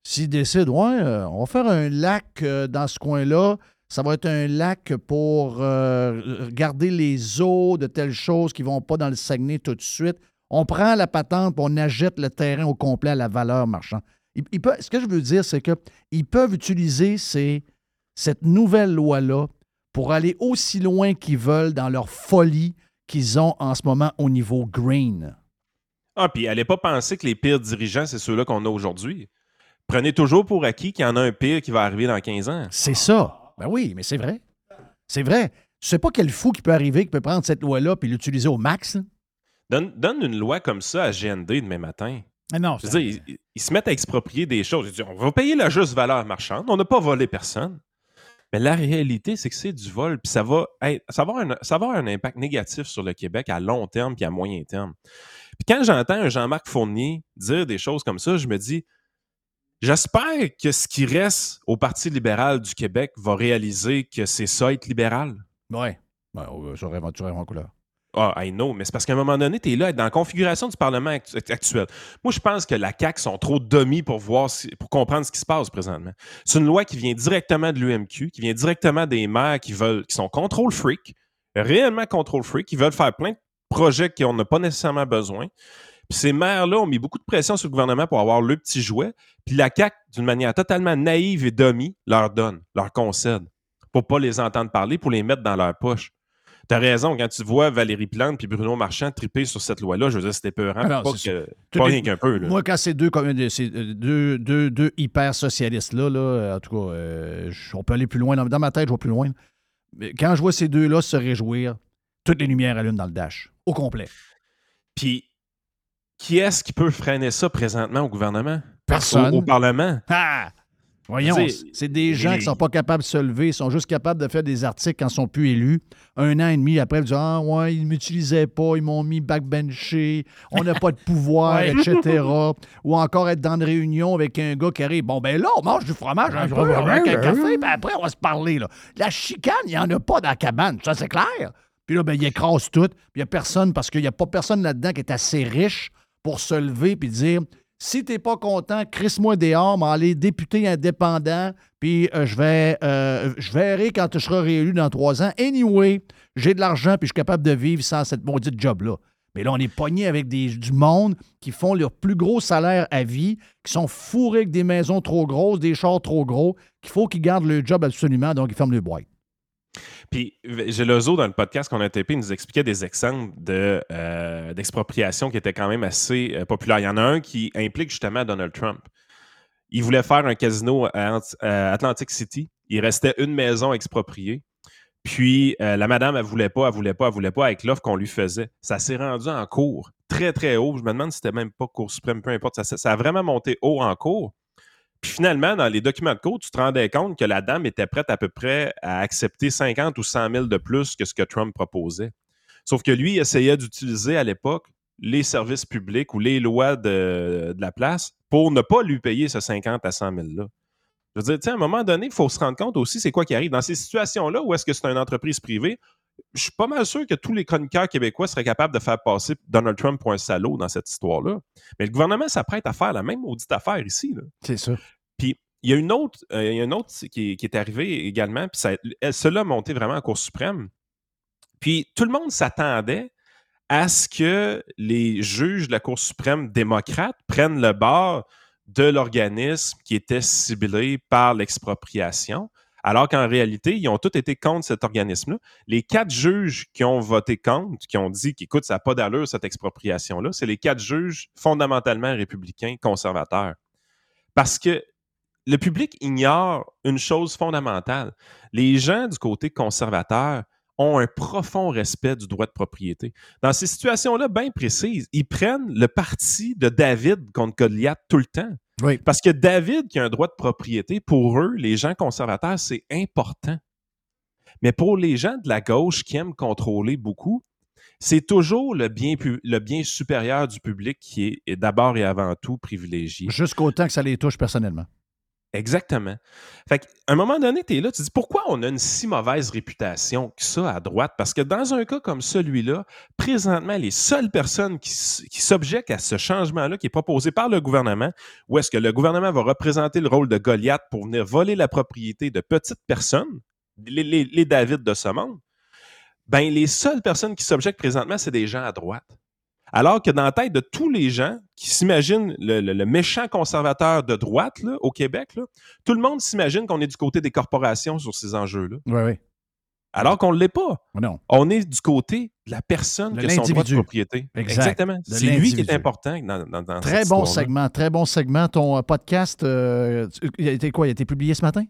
S'ils décident, ouais, euh, on va faire un lac euh, dans ce coin-là, ça va être un lac pour euh, garder les eaux de telles choses qui ne vont pas dans le Saguenay tout de suite. On prend la patente puis on achète le terrain au complet à la valeur marchande. Ils- ils peuvent- ce que je veux dire, c'est qu'ils peuvent utiliser ces- cette nouvelle loi-là pour aller aussi loin qu'ils veulent dans leur folie qu'ils ont en ce moment au niveau green.
Ah, puis allez pas penser que les pires dirigeants, c'est ceux-là qu'on a aujourd'hui. Prenez toujours pour acquis qu'il y en a un pire qui va arriver dans 15 ans.
C'est ça. Ben oui, mais c'est vrai. C'est vrai. Tu sais pas quel fou qui peut arriver, qui peut prendre cette loi-là puis l'utiliser au max. là.
Donne, donne une loi comme ça à GND demain matin.
Mais non,
Je
ça-
veux dire, ils, ils se mettent à exproprier des choses. Ils disent, on va payer la juste valeur marchande. On n'a pas volé personne. Mais la réalité, c'est que c'est du vol. Puis ça va, être- ça, va avoir un, ça va avoir un impact négatif sur le Québec à long terme puis à moyen terme. Puis quand j'entends un Jean-Marc Fournier dire des choses comme ça, je me dis, j'espère que ce qui reste au Parti libéral du Québec va réaliser que c'est ça être libéral.
Ouais. Ouais, on- j'aurais aventuré en couleur.
Ah, I know, mais c'est parce qu'à un moment donné, tu es là dans la configuration du Parlement actu- actuel. Moi, je pense que la CAQ sont trop demi pour voir si- pour comprendre ce qui se passe présentement. C'est une loi qui vient directement de l'UMQ, qui vient directement des maires qui veulent, qui sont contrôle freak, réellement contrôle freak, qui veulent faire plein de projets qu'on n'a pas nécessairement besoin. Puis ces maires-là ont mis beaucoup de pression sur le gouvernement pour avoir le petit jouet. Puis la CAQ, d'une manière totalement naïve et demi, leur donne, leur concède pour pas les entendre parler, pour les mettre dans leur poche. T'as raison, quand tu vois Valérie Plante puis Bruno Marchand triper sur cette loi-là, je veux dire, c'était peurant.
Ah non,
Hein, pas,
c'est
que-
sûr.
pas rien qu'un peu. là.
Moi, quand ces deux, communes- ces deux, deux, deux hyper-socialistes-là, là, en tout cas, euh, je- on peut aller plus loin. Dans, dans ma tête, je vois plus loin. Mais quand je vois ces deux-là se réjouir, toutes les lumières allument dans le dash, au complet.
Puis, qui est-ce qui peut freiner ça présentement au gouvernement?
Personne.
Au, au Parlement?
Ah! Voyons,
Je veux dire,
c'est des gens qui
les-
sont pas capables de se lever, ils sont juste capables de faire des articles quand ils sont plus élus. Un an et demi après, ils disent Ah, ouais, ils ne m'utilisaient pas, ils m'ont mis backbenché, on n'a pas de pouvoir,
Ouais.
etc. Ou encore être dans une réunion avec un gars qui arrive Bon, ben là, on mange du fromage un
Ouais,
peu, on
ouais,
avec un
ouais.
café, ben après, on va se parler. Là. La chicane, il n'y en a pas dans la cabane, ça, c'est clair. Puis là, ben, ils écrasent tout, puis il n'y a personne, parce qu'il n'y a pas personne là-dedans qui est assez riche pour se lever puis dire si t'es pas content, crisse-moi dehors, mais allez député indépendant, puis euh, je vais euh, je verrai quand je serai réélu dans trois ans. Anyway, j'ai de l'argent puis je suis capable de vivre sans cette maudite job-là. Mais là, on est pogné avec des, du monde qui font leur plus gros salaire à vie, qui sont fourrés avec des maisons trop grosses, des chars trop gros, qu'il faut qu'ils gardent le job absolument, donc ils ferment le boîte.
Puis, Gelozo, dans le podcast qu'on a tapé, il nous expliquait des exemples de, euh, d'expropriation qui étaient quand même assez euh, populaires. Il y en a un qui implique justement Donald Trump. Il voulait faire un casino à, Ant- à Atlantic City. Il restait une maison expropriée. Puis, euh, la madame, elle voulait pas, elle voulait pas, elle voulait pas avec l'offre qu'on lui faisait. Ça s'est rendu en cours, très, très haut. Je me demande si c'était même pas Cour suprême, peu importe. Ça, s'est- ça a vraiment monté haut en cours. Puis finalement, dans les documents de cours, tu te rendais compte que la dame était prête à peu près à accepter 50 ou 100 000 de plus que ce que Trump proposait. Sauf que lui, il essayait d'utiliser à l'époque les services publics ou les lois de, de la place pour ne pas lui payer ce 50 à 100 000-là. Je veux dire, tu sais, à un moment donné, il faut se rendre compte aussi c'est quoi qui arrive. Dans ces situations-là, où est-ce que c'est une entreprise privée, je suis pas mal sûr que tous les chroniqueurs québécois seraient capables de faire passer Donald Trump pour un salaud dans cette histoire-là. Mais le gouvernement s'apprête à faire la même maudite affaire ici. là.
C'est ça.
Puis il y a une autre, euh, il y a une autre qui, est- qui est arrivée également, puis ça, elle- celle-là a monté vraiment en Cour suprême. Puis tout le monde s'attendait à ce que les juges de la Cour suprême démocrate prennent le bord de l'organisme qui était ciblé par l'expropriation, alors qu'en réalité, ils ont tous été contre cet organisme-là. Les quatre juges qui ont voté contre, qui ont dit qu'écoute, ça n'a pas d'allure cette expropriation-là, c'est les quatre juges fondamentalement républicains conservateurs. Parce que le public ignore une chose fondamentale. Les gens du côté conservateur ont un profond respect du droit de propriété. Dans ces situations-là bien précises, ils prennent le parti de David contre Goliath tout le temps.
Oui.
Parce que David qui a un droit de propriété, pour eux, les gens conservateurs, c'est important. Mais pour les gens de la gauche qui aiment contrôler beaucoup, c'est toujours le bien, pu- le bien supérieur du public qui est- est d'abord et avant tout privilégié.
Jusqu'au temps que ça les touche personnellement.
Exactement. Fait qu'à un moment donné, tu es là, tu dis pourquoi on a une si mauvaise réputation que ça à droite? Parce que dans un cas comme celui-là, présentement, les seules personnes qui, s- qui s'objectent à ce changement-là qui est proposé par le gouvernement, où est-ce que le gouvernement va représenter le rôle de Goliath pour venir voler la propriété de petites personnes, les, les- les David de ce monde, ben les seules personnes qui s'objectent présentement, c'est des gens à droite. Alors que dans la tête de tous les gens qui s'imaginent le, le- le méchant conservateur de droite là, au Québec, là, tout le monde s'imagine qu'on est du côté des corporations sur ces enjeux-là.
Oui, oui.
Alors qu'on ne l'est pas.
Non.
On est du côté de la personne
De
qui a son droit de
l'individu.
propriété.
Exact.
Exactement.
De
C'est lui qui est
l'individu.
important dans, dans, dans
Très
cette
bon
histoire-là.
segment, très bon segment. Ton euh, podcast, euh, tu- il a été quoi? Il a été publié ce matin?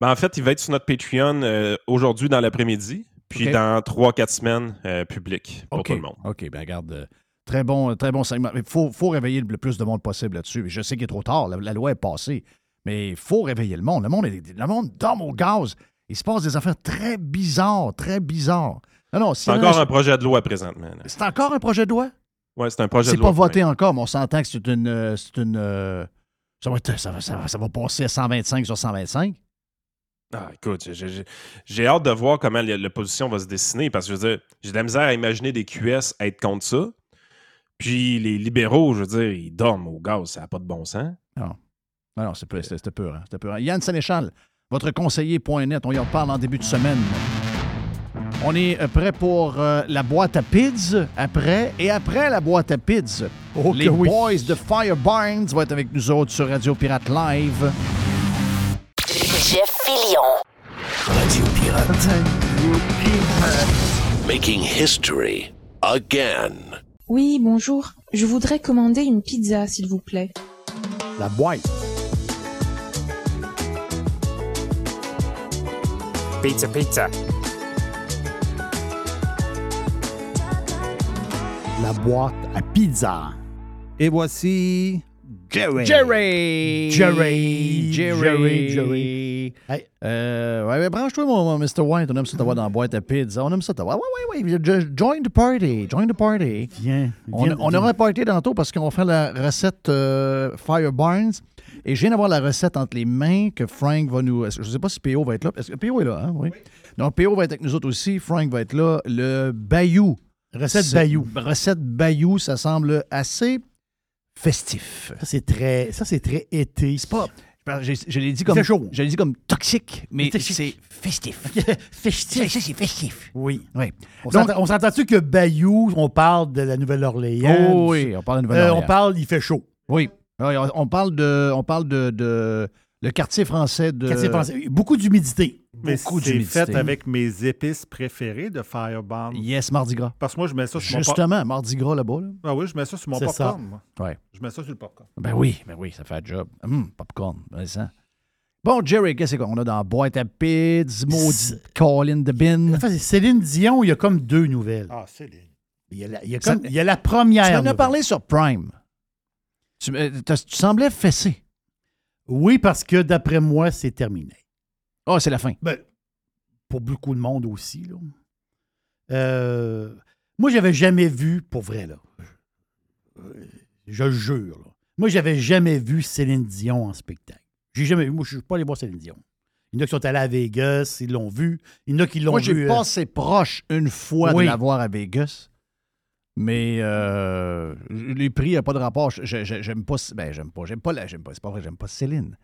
Ben, en fait, il va être sur notre Patreon euh, aujourd'hui dans l'après-midi, puis
Ok.
dans 3-4 semaines euh, public pour
OK.
tout le monde.
OK, ben regarde. euh, Très bon, très bon segment. Il faut, faut réveiller le plus de monde possible là-dessus. Je sais qu'il est trop tard, la, la loi est passée, mais il faut réveiller le monde. Le monde, est- le monde dorme au gaz. Il se passe des affaires très bizarres, très bizarres. Non, non,
C'est
s'il y en a
encore
un-
un projet de loi présentement. là.
c'est encore un projet de loi?
Ouais, c'est un projet
C'est
de loi.
pas voté encore, mais on s'entend que c'est une. euh, c'est une euh, ça, va être- ça va- ça va- ça va passer à 125 sur 125.
Ah, écoute, j'ai- j'ai- j'ai- j'ai hâte de voir comment la, la position va se dessiner parce que je veux dire, j'ai de la misère à imaginer des QS être contre ça. Puis les libéraux, je veux dire, ils dorment au gaz, ça n'a pas de bon sens.
Non, non, c'est peu- c'était c'était peur. hein, c'était peur. Yann Sénéchal, votre conseiller.net, on y en parle en début de semaine. On est euh, prêt pour euh, la boîte à PIDS après et après la boîte à PIDS.
Oh,
les
que oui.
boys de Firebinds vont être avec nous autres sur Radio Pirate Live.
Jeff Fillion.
Radio Pirate. Making history again.
Oui, bonjour. Je voudrais commander une pizza, s'il vous plaît.
La boîte.
Pizza, pizza.
Euh,
La boîte à pizza.
Et voici Jerry.
Jerry!
Jerry.
Jerry!
Jerry.
Jerry! Euh, ouais, mais branche-toi, mon, mon Mr. White. On aime ça t'avoir dans la boîte à pizza. On aime ça t'avoir. Ouais, ouais, ouais. Je- Join the party. Join the party.
Viens.
On,
viens-
on aura un party tantôt parce qu'on va faire la recette euh, Fire Barnes. Et je viens d'avoir la recette entre les mains que Frank va nous. Je ne sais pas si PO va être là. Est-ce que PO est là, hein? Oui. Donc, PO va être avec nous autres aussi. Frank va être là. Le Bayou.
Recette
C'est-
Bayou.
Recette Bayou, ça semble assez festif.
Ça, c'est très, ça, c'est très été. C'est
pas. Je, je l'ai dit comme.
C'est chaud.
Je l'ai dit comme toxique, mais
Toxique.
c'est festif.
festif.
Ça, c'est festif.
Oui.
Oui.
On
Donc-
s'entend- on s'entend-tu que Bayou, on parle de la Nouvelle-Orléans?
Oh oui, on parle de la
Euh,
Nouvelle-Orléans.
on parle, il fait chaud.
Oui. Oui, on- On parle de, on parle de, de- le quartier français de.
Quartier français. Beaucoup d'humidité.
Mais
Beaucoup
c'est
d'humidité.
fait avec mes épices préférées de Firebomb.
Yes, Mardi Gras.
Parce que moi, je mets ça sur mon pop-
Justement, Mardi Gras là-bas. là.
Ah oui, je mets ça sur mon
C'est
popcorn.
ça.
moi.
Ouais.
Je mets ça sur le popcorn.
Ben oui, ben oui, ça fait un job. Hum, popcorn, ben ça. Bon, Jerry, qu'est-ce qu'on a dans la boîte à pids, maudit Colin de Bin?
Enfin, c'est Céline Dion, il y a comme deux nouvelles.
Ah, Céline.
Il y a la, il y a
Ça-
comme- il y a la première.
Tu en as
nouvelle.
parlé sur Prime. Tu, euh, t'as- tu semblais fessé.
Oui, parce que d'après moi, c'est terminé.
Ah, c'est la fin.
Ben, pour beaucoup de monde aussi. Là. Euh, moi, j'avais jamais vu, pour vrai, là. euh, Je le jure. là. Moi, j'avais jamais vu Céline Dion en spectacle. J'ai jamais vu. Moi, je suis pas allé voir Céline Dion. Il y en a qui sont allés à Vegas, ils l'ont vu. Il y en a qui l'ont
Moi,
vu.
j'ai
euh,
passé proche une fois
Oui.
de la voir à Vegas. Mais euh, les prix, il a pas de rapport. Je- je- je- J'aime pas. Ben, j'aime pas. J'aime pas la. J'aime pas. C'est pas vrai, j'aime pas Céline.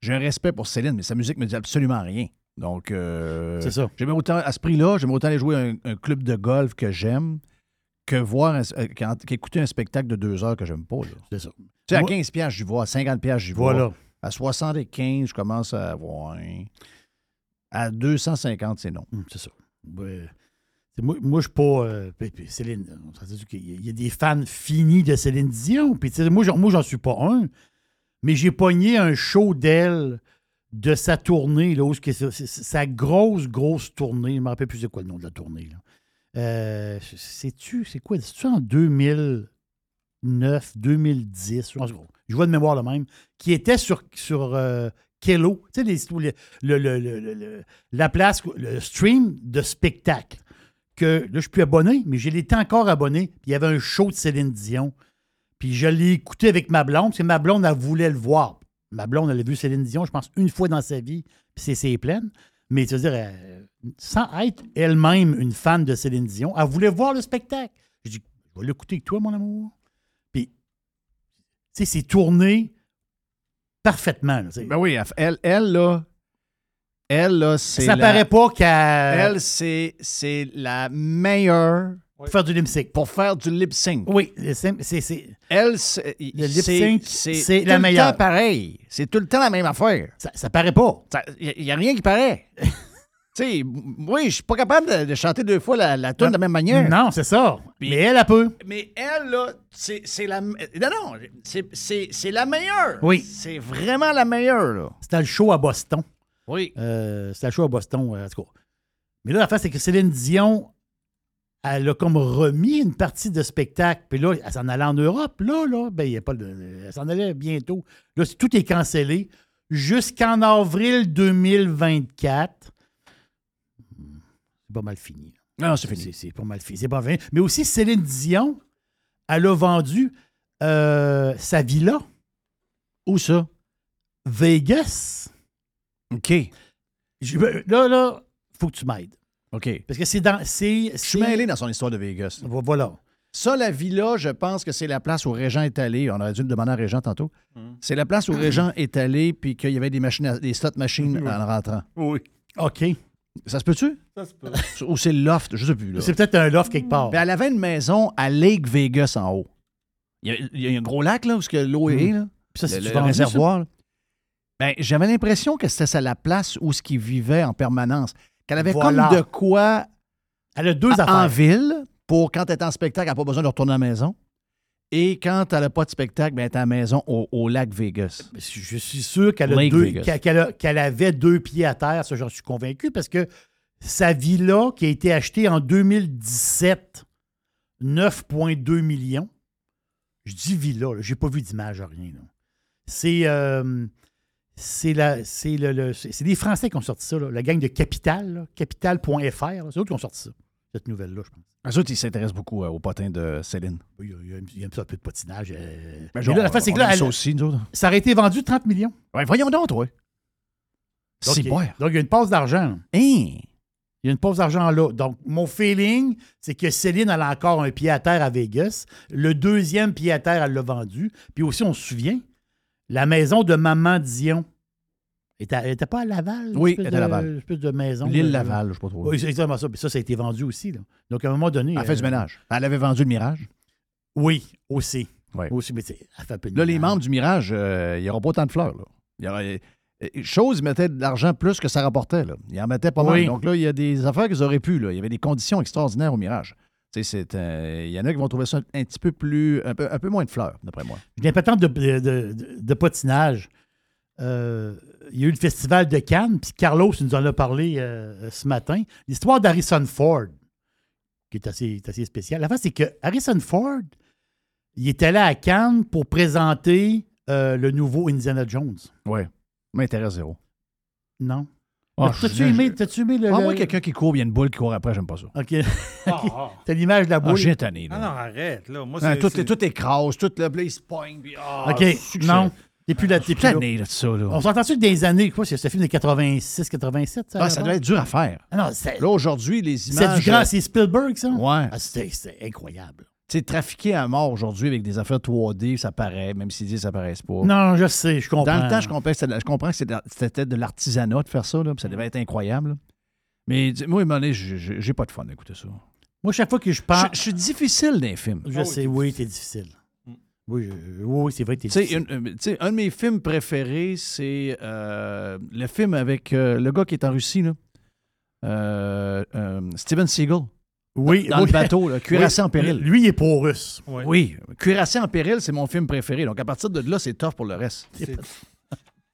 J'ai un respect pour Céline, mais sa musique me dit absolument rien. Donc. euh,
C'est ça.
J'aime autant. À ce prix-là, j'aime autant aller jouer à un, un club de golf que j'aime que voir. un- euh, qu'en- qu'écouter un spectacle de deux heures que j'aime pas. là.
C'est ça.
Tu sais, à
Moi-
15 piastres, j'y vois. À 50 piastres, j'y vois.
Voilà.
À 75, je commence à voir. À 250, c'est non.
Hum, C'est ça. Ouais. C'est Moi, moi, je suis pas. euh, puis- puis Céline, on s'entend qu'il y a- il y a des fans finis de Céline Dion. Puis, tu sais, moi, j'en- moi, j'en suis pas un. Mais j'ai pogné un show d'elle de sa tournée, là, où ce que c'est- c'est- c'est sa grosse, grosse tournée. Je me rappelle plus c'est quoi le nom de la tournée. là. Euh, C'est-tu, c'est quoi? C'est-tu en 2009, 2010? En tout cas, Je vois de mémoire le même. Qui était sur, sur euh, Kello. Tu sais, les- le- le- le- le- le- la place, le stream de spectacle. Que là, je suis plus abonné, mais j'ai été encore abonné. Puis il y avait un show de Céline Dion. Puis je l'ai écouté avec ma blonde, parce que ma blonde, elle voulait le voir. Ma blonde, elle a vu Céline Dion, je pense, une fois dans sa vie, puis c'est- c'est pleine. Mais tu veux dire, elle- sans être elle-même une fan de Céline Dion, elle voulait voir le spectacle. Je dis, je vais l'écouter avec toi, mon amour. Puis, tu sais, c'est tourné parfaitement. là, tu sais.
Ben oui, elle, elle là, elle, là, c'est.
Ça
la-
paraît pas qu'elle
Elle, c'est, c'est la meilleure.
Pour faire du lip sync.
Pour faire du lip sync.
Oui, le sim- c'est. c'est-
Elle, c'est.
Le lip sync, c'est
tout
la
le
meilleure.
temps pareil. C'est tout le temps la même affaire.
Ça, ça paraît pas.
Il n'y a rien qui paraît. tu sais, m- oui, je suis pas capable de, de chanter deux fois la, la tune de la même manière.
Non, c'est ça. mais elle, a peu.
Mais elle, là, c'est, c'est la. Non, non, c'est, c'est, c'est la meilleure.
Oui.
C'est vraiment la meilleure, là.
C'était le show à Boston.
Oui.
Euh, c'était le show à Boston, euh, en tout cas. Mais là, la face, c'est que Céline Dion, elle a comme remis une partie de spectacle. Puis là, elle s'en allait en Europe. Là, là, ben, il y a pas de- elle s'en allait bientôt. Là, c'est- tout est cancellé jusqu'en avril 2024. C'est pas mal fini.
Non, c'est fini.
C'est pas mal fini. C'est pas mal fini. Mais aussi, Céline Dion, elle a vendu euh, sa villa.
Où ça?
Vegas.
OK.
Je- là, là, faut que tu m'aides.
OK.
Parce que c'est dans. c'est-
Je suis
c'est-
mêlé dans son histoire de Vegas.
Vo- Voilà.
Ça, la villa, je pense que c'est la place où Régent est allé. On aurait dû le demander à Régent tantôt.
Hmm.
C'est la place où Régent est allé puis qu'il y avait des machines, à- des slot machines en rentrant.
Oui.
OK.
Ça se peut-tu?
Ça se peut.
Ou c'est le loft, je sais plus. là.
C'est peut-être un loft quelque part.
Ben, elle avait une maison à Lake Vegas en haut. Il y a, il y a un gros lac là, où ce que l'eau est. Là.
Hmm. Puis ça,
Le-
c'est-tu
le,
vendu, ça?
réservoir. là. Ben, J'avais l'impression que c'était ça la place où ce qu'ils vivaient en permanence. Qu'elle avait
Voilà.
comme de quoi
Elle a deux
en-
affaires.
en ville pour quand elle est en spectacle, elle n'a pas besoin de retourner à la maison. Et quand elle n'a pas de spectacle, ben, elle est à la maison au, au lac Vegas.
Ben, Je suis sûr qu'elle a
Lake
deux-
Vegas.
qu'elle- qu'elle a- qu'elle avait deux pieds à terre, ça j'en suis convaincu, parce que sa villa qui a été achetée en 2017, 9,2 millions. Je dis villa, là, j'ai pas vu d'image, rien. là. C'est euh, c'est la- c'est le- le- c'est- c'est des Français qui ont sorti ça, là, la gang de Capital, là, capital.fr, là, c'est eux qui ont sorti ça, cette nouvelle-là, je pense.
Les autres, ils s'intéressent beaucoup euh, aux potins de Céline.
Il y a- il y a, il y a un peu de patinage. euh.
Ben,
Mais
genre,
là, la fin, c'est
on
que là,
aime
elle-
ça aussi, nous autres.
ça aurait été vendu 30 millions.
Ouais, voyons donc, toi.
Donc,
C'est Hein?
il-
bon.
Donc, il y a une pause d'argent. Il y a une pause d'argent là. Donc, mon feeling, c'est que Céline, elle a encore un pied à terre à Vegas. Le deuxième pied à terre, elle l'a vendu. Puis aussi, on se souvient, la maison de Maman Dion. Elle était- elle n'était pas à
Oui,
Laval? une espèce
elle était à
de-
Laval.
une espèce de maison.
L'île
de-
Laval, je sais pas trop.
Oui, c'est exactement ça. Puis ça, ça a été vendu aussi. là. Donc, à un moment donné.
Elle a fait du
euh,
ménage. Elle avait vendu le Mirage.
Oui, aussi.
Ouais.
Aussi, mais c'est- elle fait un peu de
Là, les
ménage.
membres du Mirage, euh, il n'y aura pas autant de fleurs. Là. Il y aura- euh, chose, ils mettaient de l'argent plus que ça rapportait. Là. Ils en mettaient pas mal.
Oui.
Donc là, il y a des affaires qu'ils auraient pu. Là. Il y avait des conditions extraordinaires au Mirage. Tu sais, c'est, euh, Il y en a qui vont trouver ça un petit peu plus. un peu, un peu moins de fleurs, d'après moi.
J'ai l'impétente de, de, de- de patinage. Euh, il y a eu le festival de Cannes, puis Carlos nous en a parlé euh, ce matin. L'histoire d'Harrison Ford, qui est assez, est assez spéciale. La fin, c'est que Harrison Ford, il est allé à Cannes pour présenter euh, le nouveau Indiana Jones.
Ouais. M'intéresse zéro.
Non?
Ah,
T'as- T'as-tu
je-
aimé, t'as-tu aimé le.
Ah,
le-
moi, quelqu'un qui court, il y a une boule qui court après, j'aime pas ça.
OK.
Ah,
T'as l'image de la boule.
Ah, j'ai tanné.
Ah,
Là.
non,
arrête, là. Moi,
Hein,
c'est-
tout,
c'est-
tout écrase, tout le blé, il se poigne, puis, ah,
OK,
c'est que
non.
c'est-
T'es plus là.
Je
t'es
suis
plus là.
tanné de ça. Là.
On s'entend-tu que des années, quoi? C'est ce film de 86, 87, ça?
Ah, ça
là-bas?
doit être dur à faire.
Ah, non, c'est-
Là, aujourd'hui, les
C'est
images.
du grand,
euh,
c'est Spielberg, ça?
Ouais.
Ah, c'est c'est incroyable.
C'est trafiqué à mort aujourd'hui avec des affaires 3D, ça paraît, même si ça paraissent pas.
Non, je sais, je comprends.
Dans le temps, je comprends, que c'était de la- je comprends que c'était de- c'était de l'artisanat de faire ça, là, puis ça devait être incroyable. là. Mais dis- moi, à un moment donné, j'ai- j'ai j'ai pas de fun d'écouter ça.
Moi, chaque fois que je
Je
parle.
je suis difficile dans les films.
Ah
Je sais, Ah oui, t'es difficile.
Hmm.
Oui, je- Euh, oui, c'est vrai, t'es
Tu sais,
difficile.
une- euh, tu sais, un de mes films préférés, c'est euh, le film avec euh, le gars qui est en Russie, là. Euh, euh, Steven Seagal.
Oui,
Dans
oui.
le bateau, là, Cuirassé
Oui,
en péril.
Lui, il est pour russe.
Oui, Cuirassé en péril, c'est mon film préféré. Donc à partir de là, c'est tough pour le reste.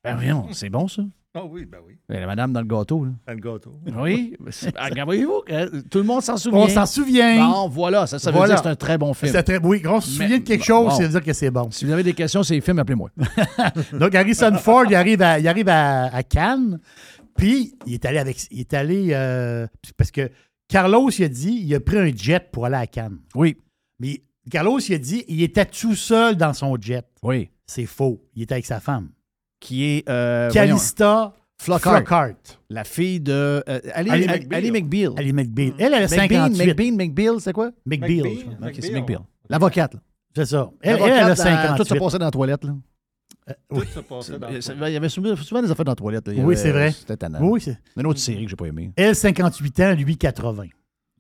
Ben voyons, c'est bon ça.
Ah oui, ben oui.
Ben, la madame dans le gâteau. Là.
Dans le gâteau.
Oui, ben, c'est- ah, voyez-vous, euh, tout le monde s'en souvient.
On s'en souvient.
Bon, voilà, ça, ça veut
Voilà.
dire que c'est un très bon film.
C'est un très- oui, on se
Mais-
souvient de quelque
bon,
chose,
bon.
c'est dire que c'est bon.
Si vous avez des questions sur les films, appelez-moi.
Donc, Harrison Ford, il arrive à, il arrive à, à Cannes, puis il est allé avec. Il est allé. euh, parce que Carlos, il a dit, il a pris un jet pour aller à Cannes.
Oui.
Mais Carlos, il a dit, il était tout seul dans son jet.
Oui.
C'est faux. Il était avec sa femme.
Qui est. euh,
Calista
voyons,
Flockhart.
La fille de. euh, Ali,
Ali
Ali- Ali McBeal.
Ali McBeal. Elle, elle a
McBean,
58.
McBean, McBeal, c'est quoi?
McBeal. je
Ok,
pense.
c'est McBeal. L'avocate, là.
C'est ça. Elle, elle,
L'avocate
elle a
dans-
58.
Tout se passait dans la toilette, là. Euh,
Oui,
Il y avait souvent, souvent des affaires dans la toilette. là. Il y
Oui,
avait- euh,
c'est vrai.
C'était tannant.
Oui, c'est-
Une autre série que j'ai pas aimée.
Elle, 58 ans, lui, 80.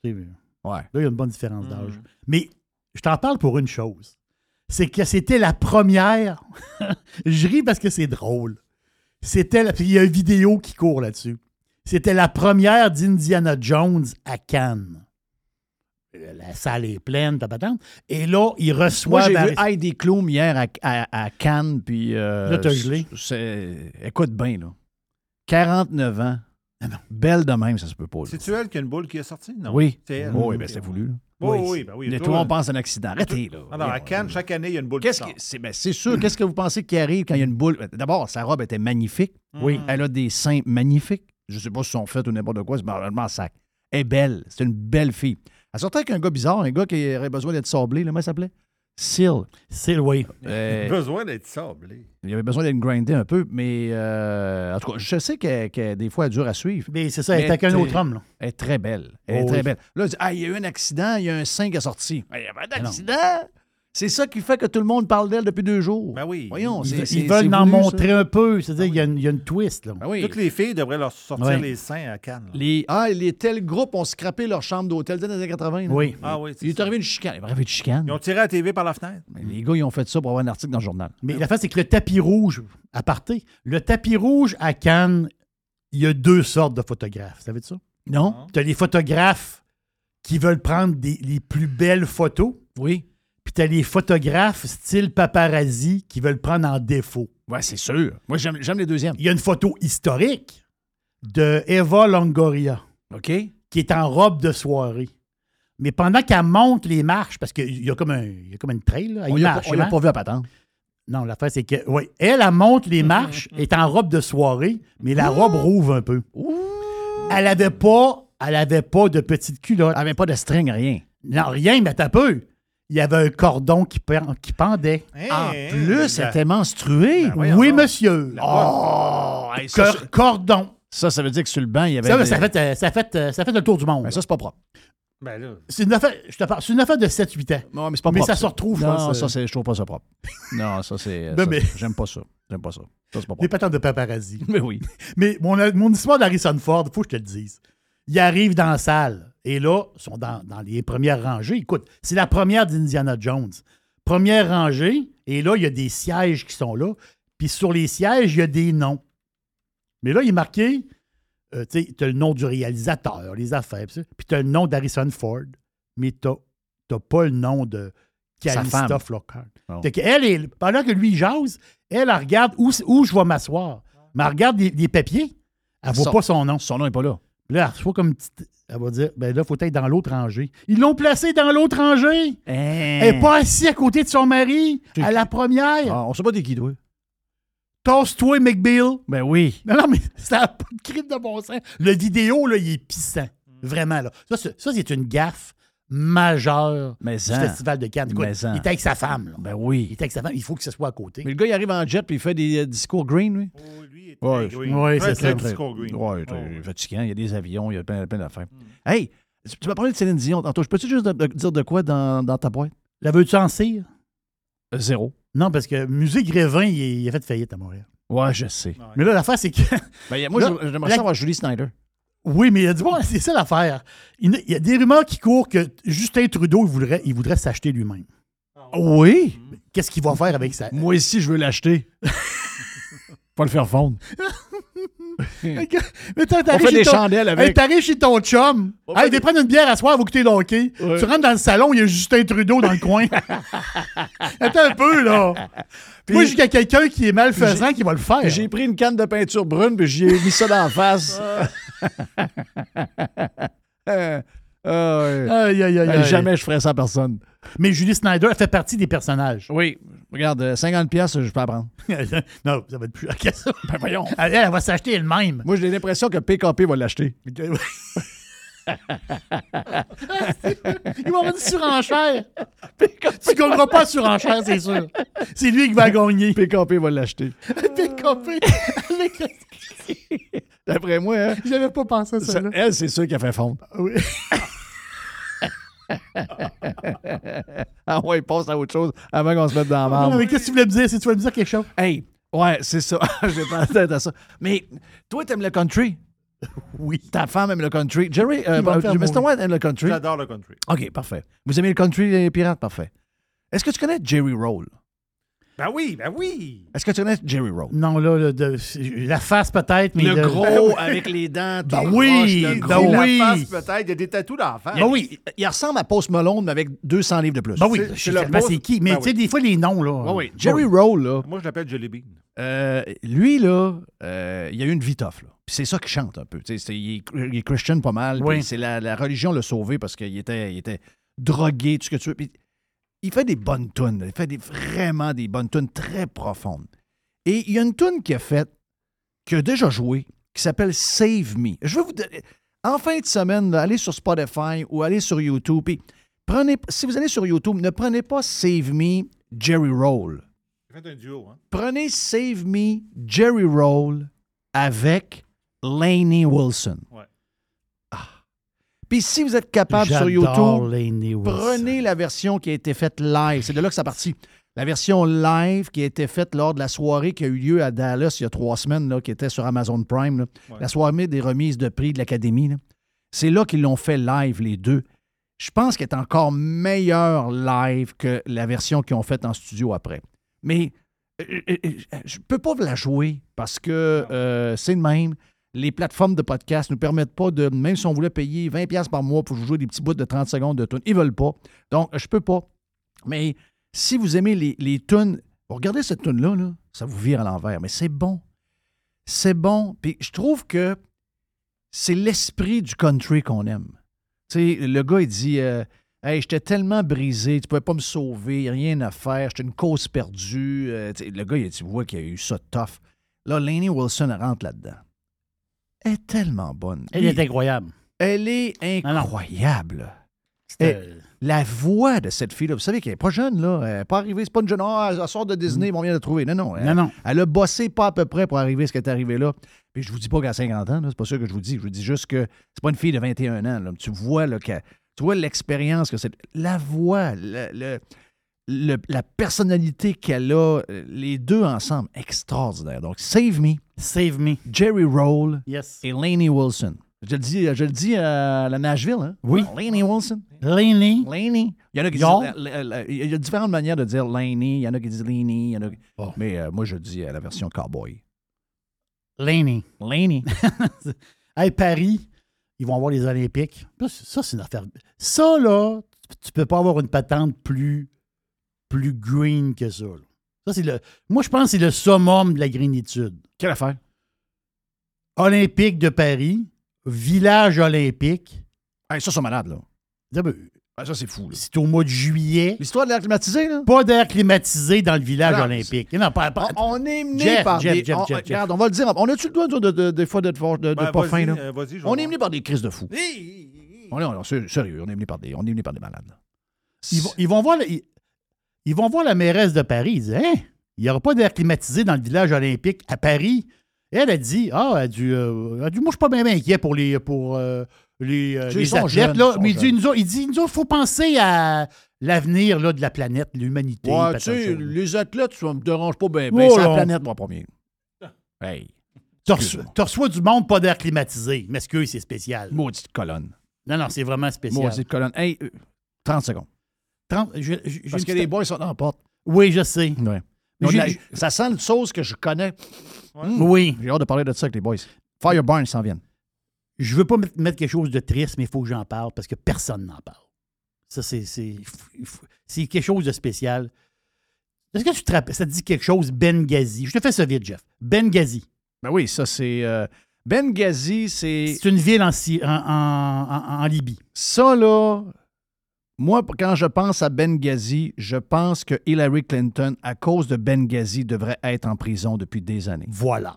C'est-
Ouais.
Là, il y a une bonne différence d'âge. Mais je t'en parle pour une chose. C'est que c'était la première. je ris parce que c'est drôle. C'était la... puis Il y a une vidéo qui court là-dessus. C'était la première d'Indiana Jones à Cannes. Euh, La salle est pleine, patente. Et là, il
Moi,
reçoit...
j'ai vu Heidi Klum hier à, à- à Cannes, puis... euh,
Là, t'as gelé.
c'est- Écoute bien, là. 49 ans.
Ah
Belle de même, ça se peut pas.
Oh
là.
C'est-tu elle qui a une boule qui est sortie? Non.
Oui.
C'est elle.
Oui, ben, c'est voulu. là.
Oui, oui, ben oui.
Mais
toi,
tout le monde
euh,
pense à un accident. Arrêtez, là.
Ah non, à Cannes, chaque année, il y a une boule
Qu'est-ce
qui
que-
sort.
c'est, ben, c'est sûr, qu'est-ce que vous pensez qui arrive quand il y a une boule? D'abord, sa robe était magnifique.
Oui.
Elle a des seins magnifiques. Je sais pas si sont faits ou n'importe quoi, c'est normalement sac. Elle est belle. C'est une belle fille. Elle sortait avec un gars bizarre, un gars qui aurait besoin d'être sablé. Là, comment il s'appelait? Seal.
C'est oui.
Euh,
Besoin d'être sablé.
il avait besoin d'être grindé un peu, mais euh, en tout cas, je sais qu'elle, qu'elle, des fois, elle est dure à suivre.
Mais c'est ça, elle est avec un
très-
autre homme, là.
Elle est très belle. Elle est
Oh
très
oui.
belle. Là, elle dit, ah, il y a eu un accident, il y a un sein qui est sorti. Ah, Il y avait un accident? C'est ça qui fait que tout le monde parle d'elle depuis deux jours.
Ben oui.
Voyons,
Ils,
c'est-
ils
c'est-
veulent
c'est
en
voulu, ça. Ah Ben
montrer un peu. C'est-à-dire, il y a une- il y, a une twist. Là.
Toutes les filles devraient leur sortir
Ouais.
les seins à Cannes.
Les, ah, les tels groupes ont scrappé leur chambre d'hôtel dès les années 80. là.
Oui.
Ah oui, c'est
Il est arrivé une chicane.
Ah
Il est arrivé une chicane.
Ils ont tiré la TV par la fenêtre.
Mais Les gars, ils ont fait ça pour avoir un article dans le journal.
Mais la face, c'est que le tapis rouge, à parté, le tapis rouge à Cannes, il y a deux sortes de photographes. Savais-tu ça?
Non.
Tu as les photographes qui veulent prendre des- les plus belles photos.
Oui.
Puis tu as les photographes style paparazzi qui veulent prendre en défaut.
Ouais, c'est sûr. Moi, j'aime j'aime les deuxièmes.
Il y a une photo historique de Eva Longoria.
OK.
Qui est en robe de soirée. Mais pendant qu'elle monte les marches, parce qu'il y a comme un, il y a comme une trail, là, elle
On l'a
marche,
pas- on l'a
hein?
pas vu à patente.
Non, l'affaire, c'est que, oui, elle, elle monte les marches, est en robe de soirée, mais la robe rouvre un peu. Elle avait pas, elle avait pas de petite culotte. Elle
avait pas de string, rien.
Non, rien, mais t'as peu. Il y avait un cordon qui, pen- qui pendait.
En plus, elle était menstruée.
oui, monsieur. Ah,
Oh! hey, ça,
Cor-
ça-
cordon.
Ça, ça veut dire que sur le banc, il y avait.
Ça,
des-
ça, fait, euh, ça, fait, euh, ça fait le tour du monde.
Mais ça, c'est pas propre.
Ben là.
C'est une affaire, je te parle, c'est une affaire de 7-8 ans.
Non, mais c'est pas
Mais
propre,
ça se retrouve, je
Non,
pense,
ça, hein,
euh,
c'est- je trouve pas ça propre. Non, ça, c'est.
Ben,
ça,
mais-
J'aime pas ça. J'aime pas ça. Ça, c'est pas
Des
propre.
patentes de paparazzi.
Mais oui.
Mais mon, mon histoire d'Harrison Ford, faut que je te le dise. Il arrive dans la salle. Et là, ils sont dans, dans les premières rangées. Écoute, c'est la première d'Indiana Jones. Première rangée. Et là, il y a des sièges qui sont là. Puis sur les sièges, il y a des noms. Mais là, il est marqué, euh, tu sais, t'as le nom du réalisateur, les affaires, pis ça. puis t'as le nom d'Harrison Ford, mais t'as, t'as pas le nom de
Sa
Calista
femme.
Flockhart.
Non.
Fait qu'elle est- pendant que lui jase, elle, elle regarde où, où je vais m'asseoir. Mais elle regarde les, les papiers, elle voit
Son-
pas son nom.
Son nom est pas là.
Puis Là, elle reçoit comme une petite. Elle va dire, ben là, faut être dans l'autre rangée. Ils l'ont placée dans l'autre rangée.
Hein?
Elle n'est pas assise à côté de son mari, à la première.
Ah, on sait pas des qui, toi.
Tosse-toi, McBeal.
Ben oui.
Non, non, mais ça n'a pas de crime de bon sens. Le vidéo, là, il est pissant.
Hmm.
Vraiment, là. Ça, c'est- ça, c'est une gaffe majeure
Mais
du
en.
Festival de Cannes. Écoute,
Mais en.
il était avec sa femme, là.
Ben oui.
Il était avec sa femme. Il faut que ce soit à côté.
Mais le gars, il arrive en jet puis il fait des euh, discours green, lui.
Oh,
Oui,
green.
Ouais,
Très,
c'est
très
ça. Oh,
discours green. Hmm.
Ouais, très fatigant. Il y a des avions, il y a plein, plein d'affaires. Hey, tu m'as parlé de Céline Dion Ah, tantôt. Je peux-tu juste de- de- dire de quoi dans, dans ta boîte?
La veux-tu en cire?
Euh, Zéro.
Non, parce que Musée Grévin, il, est- il a fait faillite à Montréal.
Ouais, je sais.
Mais là, l'affaire, c'est que.
Ben, moi,
Là,
je- j'aimerais
la-
savoir Julie Snyder.
Oui, mais il a dit, bon, c'est ça l'affaire. Il y a- il y a des rumeurs qui courent que Justin Trudeau, il voudrait, il voudrait s'acheter lui-même.
Oui.
Qu'est-ce qu'il va faire avec ça?
Moi ici, je veux l'acheter. pas le faire fondre.
Mais t'as- t'arrives
On fait
chez
des
ton-
chandelles avec.
Hey, T'arrives chez ton chum.
fait
Hey, viens prendre une bière à soir, vous coûter l'hockey.
Ouais.
Tu rentres dans le salon, il y a Justin Trudeau dans le coin. Attends un peu, là. Moi, j'ai quelqu'un qui est malfaisant qui va le faire.
J'ai pris une canne de peinture brune puis j'y ai mis ça dans la face.
Ah.
Euh, ah ouais.
Aïe, aïe, aïe,
Euh,
aïe.
Jamais je ferais ça à personne.
Mais Julie Snyder, elle fait partie des personnages.
Oui. Regarde, euh, 50 pièces, je peux apprendre.
non, ça va être plus cher que ça.
Ben voyons.
Elle, elle va s'acheter elle-même.
Moi, j'ai l'impression que PKP va l'acheter.
Ah, Il va avoir une surenchère. tu gagneras pas la surenchère, c'est sûr. C'est lui qui va gagner.
PKP va l'acheter.
PKP.
D'après moi, hein,
J'avais pas pensé à ça.
ça-
là.
elle, c'est sûr qu'elle fait fondre.
Oui.
ah ouais, passe à autre chose avant qu'on se mette dans la marde.
Non, mais qu'est-ce que tu voulais me dire? Si tu voulais me dire quelque chose.
Hey, ouais, c'est ça. J'ai pas la tête à ça. Mais toi, t'aimes le country.
Oui.
Ta femme aime le country. Jerry, euh,
Il va me faire
euh, Mr.
mourir.
White aime le country.
J'adore le country.
OK, parfait. Vous aimez le country, les pirates? Parfait. Est-ce que tu connais Jerry Roll?
Ben oui, ben oui.
Est-ce que tu connais Jerry Roll?
Non, là, le- de- la face peut-être, mais. de-
avec les dents. tout
Ben
croche,
oui,
le
Ben
gros.
la
oui.
face peut-être, il y a des tatous d'enfants.
Ben oui, il ressemble à Post Malone mais avec 200 livres de plus.
Ah Ben oui,
C'est-
je
c'est
sais
le
pas
beau-
c'est qui, mais
Ben
tu sais, des fois, les noms, là.
Ben oui, Jerry Roll, là,
Moi, je l'appelle Jelly Bean.
Euh, lui, là, euh, il a eu une vie tough. Là. Puis c'est ça qu'il chante un peu. Tu sais, c'est- il, est, il est Christian pas mal.
Oui.
puis C'est la, la religion l'a sauvé parce qu'il était, il était drogué, tout ce que tu veux. Puis il fait des bonnes tunes. là. Il fait des- vraiment des bonnes tunes très profondes. Et il y a une tune qu'il a faite, qu'il a déjà jouée, qui s'appelle Save Me. Je vais vous donner- En fin de semaine, là, allez sur Spotify ou allez sur YouTube. Puis prenez, si vous allez sur YouTube, ne prenez pas Save Me, Jerry Roll
J'ai fait un duo, hein.
prenez Save Me Jerry Roll avec Laney Wilson.
Ouais.
Ah. Puis si vous êtes capable sur
J'adore
YouTube,
Lainey Wilson.
prenez la version qui a été faite live. C'est de là que ça parti. La version live qui a été faite lors de la soirée qui a eu lieu à Dallas il y a trois semaines, là, qui était sur Amazon Prime. là.
Ouais.
La soirée des remises de prix de l'Académie. là. C'est là qu'ils l'ont fait live, les deux. Je pense qu'elle est encore meilleure live que la version qu'ils ont faite en studio après. Mais euh, euh, euh, je peux pas vous la jouer parce que euh, c'est le même. Les plateformes de podcast ne nous permettent pas de, même si on voulait payer 20$ par mois pour jouer des petits bouts de 30 secondes de tunes, ils veulent pas. Donc, je peux pas. Mais si vous aimez les, les tunes, regardez cette tune-là, là, ça vous vire à l'envers, mais c'est bon. C'est bon. Puis je trouve que c'est l'esprit du country qu'on aime. Tu sais, le gars, il dit euh, Hey, j'étais tellement brisé, tu pouvais pas me sauver, y a rien à faire, j'étais une cause perdue. Euh, tu sais, le gars, il, tu vois qu'il a eu ça tough. Là, Laney Wilson elle rentre là-dedans. Elle est tellement bonne.
Elle
Lui,
est incroyable.
Elle est incroyable. Elle- la voix de cette fille-là, vous savez qu'elle n'est pas jeune, là. Elle n'est pas arrivée, c'est pas une jeune. Ah, elle sort de Disney, on vient de la trouver. Non, non. Elle,
non.
elle a bossé pas à peu près pour arriver à ce qu'elle est arrivée là. Puis je vous dis pas qu'à 50 ans, là, c'est pas sûr que je vous dis. Je vous dis juste que c'est pas une fille de 21 ans. là. Tu vois là, qu'elle- tu vois l'expérience que c'est. La voix, le- le- le- la personnalité qu'elle a, euh, les deux ensemble, extraordinaire. Donc, Save Me.
Save Me.
Jerry Roll
Yes.
et Laney Wilson. Je le dis, euh, je le dis à la Nashville, hein?
Oui.
Laney Wilson.
Laney.
Laney. Il y en a qui
Yo.
disent. la- la- la- Il y a différentes manières de dire Laney. Il y en a qui disent Laney. il y en a qui-
Oh.
Mais euh, moi, je dis euh, la version cowboy.
Laney.
Laney.
hey, Paris, ils vont avoir les Olympiques. Là, c'est- ça, c'est une affaire. Ça, là, tu- tu peux pas avoir une patente plus, plus green que ça. là. Ça, c'est le. Moi, je pense que c'est le summum de la greenitude.
Quelle affaire?
Olympique de Paris, village olympique.
Hey, ça, c'est malade, là.
Ah, ben,
ça, c'est fou. là.
C'est au mois de juillet.
L'histoire de l'air climatisé, là? Ah,
Pas d'air climatisé dans le village
Non,
olympique. Non, pas, pas-
On est mené
Jeff,
par
Jeff,
des.
Jeff,
on-
Jeff, Jeff.
Regarde, on va le dire. On a-tu le droit, toi, de, de- des fois, d'être fort- de, de
Ben,
pas
vas-y,
fin, là?
euh, vas-y, je vais
on est
voir.
mené par des crises de
Eh,
fous.
Hi!
On est, on- sérieux, on est mené par des, on est mené par des malades, là.
Ils vont, ils vont voir, le- ils, ils vont voir la mairesse de Paris. Ils disent Hein, il n'y aura pas d'air climatisé dans le village olympique à Paris. Elle a dit Ah, elle a dit, euh, elle a dit, Moi, je suis pas bien bien inquiet pour les, pour, euh, les, euh,
Tu sais,
les
ils sont
athlètes.
jeunes,
là.
ils sont
Mais il dit,
jeunes.
nous autres- il dit Nous autres, il faut penser à l'avenir là, de la planète, de l'humanité.
Ouais, tu
patate
sais,
chaude.
les athlètes, ça me dérange pas bien.
Oh,
c'est la
non.
planète, moi, premier. Hey.
Tu reçois- tu reçois du monde, pas d'air climatisé. Mais ce que c'est spécial.
Maudite colonne.
Non, non, c'est vraiment spécial.
Maudite colonne. Hey, euh, 30 secondes.
30 je- je- j'ai
Parce
une
que
petite-
les boys sont en porte.
Oui, je sais.
Ouais.
Mais
Ils ont de la-
j'ai-
Ça sent une sauce que je connais. Mm.
Oui.
J'ai hâte de parler de ça avec les boys. Fireburn, ils s'en viennent.
je veux pas met- mettre quelque chose de triste, mais il faut que j'en parle parce que personne n'en parle. Ça, c'est- c'est il faut- il faut- c'est quelque chose de spécial. Est-ce que tu te rappelles, ça te dit quelque chose, Benghazi? Je te fais ça vite, Jeff. Benghazi.
Ben oui, ça, c'est. euh, Benghazi, c'est.
C'est une ville en, Sy- en- en- en- en Libye.
Ça, là, moi, quand je pense à Benghazi, je pense que Hillary Clinton, à cause de Benghazi, devrait être en prison depuis des années.
Voilà.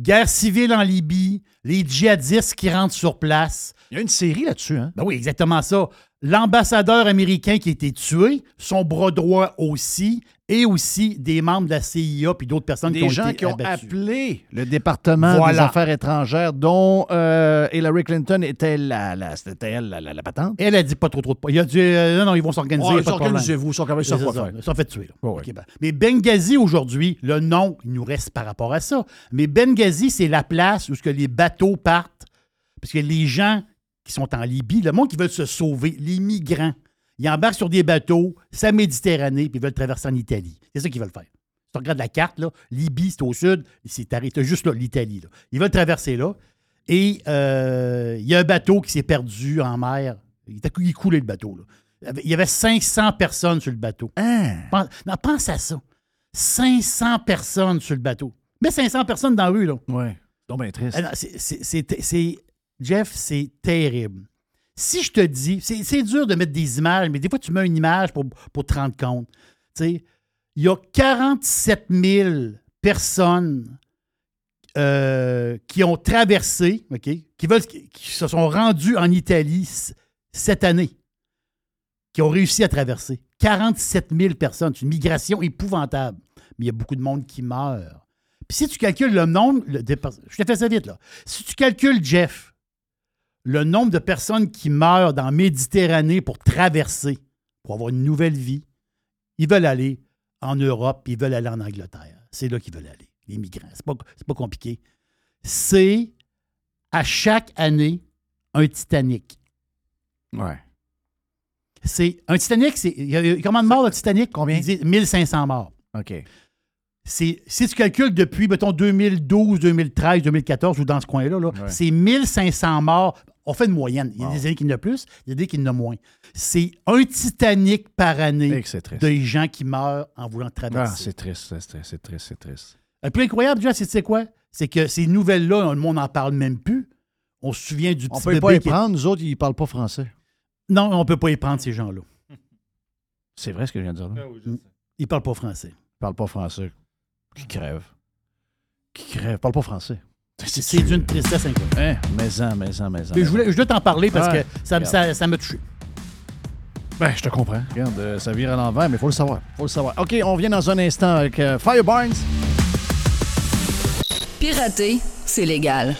Guerre civile en Libye, les djihadistes qui rentrent sur place.
Il y a une série là-dessus, hein?
Ben oui, exactement ça. L'ambassadeur américain qui a été tué, son bras droit aussi, et aussi des membres de la CIA puis d'autres personnes qui
Des
ont
gens
été
qui ont
abattues.
appelé le département des
Voilà.
affaires étrangères dont euh, Hillary Clinton était la, la- c'était elle, la, la- la patente.
Elle a dit pas trop trop de pas. Il a dit euh, non, non, ils vont s'organiser.
Ouais,
pas de problème.
organisez-vous, ils sont capables de
C'est
savoir
ça,
quoi faire.
Ils sont fait tuer. là.
Ouais, ouais.
OK, ben. Mais Benghazi aujourd'hui, le nom, il nous reste par rapport à ça. Mais Benghazi, c'est la place où ce que les bateaux partent. Parce que les gens qui sont en Libye, le monde qui veut se sauver, les migrants, ils embarquent sur des bateaux, sa Méditerranée, puis ils veulent traverser en Italie. C'est ça qu'ils veulent faire. Si tu regardes la carte, là, Libye, c'est au sud, c'est arrêté juste là, l'Italie. là. Ils veulent traverser là. Et euh, il y a un bateau qui s'est perdu en mer. Il, était cou- il coulait le bateau. là. Il y avait 500 personnes sur le bateau. Pense, non, pense à ça. 500 personnes sur le bateau. Mais 500 personnes dans la rue, là.
Ouais. Donc, ben triste.
Ah non, c'est- c'est- c'est- c'est- Jeff, c'est terrible. Si je te dis, c'est c'est dur de mettre des images, mais des fois, tu mets une image pour, pour te rendre compte. Tu sais, il y a 47 000 personnes euh, qui ont traversé, OK, qui, veulent, qui qui se sont rendues en Italie c- cette année, qui ont réussi à traverser. 47 000 personnes. C'est une migration épouvantable. Mais il y a beaucoup de monde qui meurt. Puis si tu calcules le nombre. le- des pers- je te fais ça vite, là. Si tu calcules, Jeff, le nombre de personnes qui meurent dans la Méditerranée pour traverser, pour avoir une nouvelle vie, ils veulent aller en Europe, ils veulent aller en Angleterre. C'est là qu'ils veulent aller, les migrants. C'est pas, c'est pas compliqué. C'est à chaque année un Titanic.
Ouais.
C'est un Titanic, c'est il y a- il y a combien de morts le Titanic Combien 1500 morts.
OK.
C'est si tu calcules depuis mettons 2012, 2013, 2014 ou dans ce coin-là là,
Ouais.
c'est 1500 morts. On fait une moyenne. Il y a des années qui en a plus, il y a des années qui en a moins. C'est un Titanic par année
Et que c'est triste.
des gens qui meurent en voulant
Ah,
traverser.
c'est triste, c'est triste, c'est triste, c'est triste.
Le plus incroyable, déjà, c'est tu sais quoi? C'est que ces nouvelles-là, le monde n'en parle même plus. On se souvient du
On
petit
peut
bébé
pas les
qui-
prendre, nous autres, ils parlent pas français.
Non, on peut pas y prendre ces gens-là.
C'est vrai ce que je viens de dire là?
Ils parlent pas français.
Ils parlent pas français. Qui crève. Qui crève. Parle pas français.
C'est d'une tristesse incroyable.
Hein? Maison, maison, maison.
Puis je voulais, je voulais t'en parler parce
Ouais,
que ça, me-
regarde.
ça, ça m'a touché.
Ben, je te comprends. Regarde, euh, ça vire à l'envers, mais faut le savoir. Faut le savoir. OK, on revient dans un instant avec euh, Fireburns.
Pirater, c'est légal.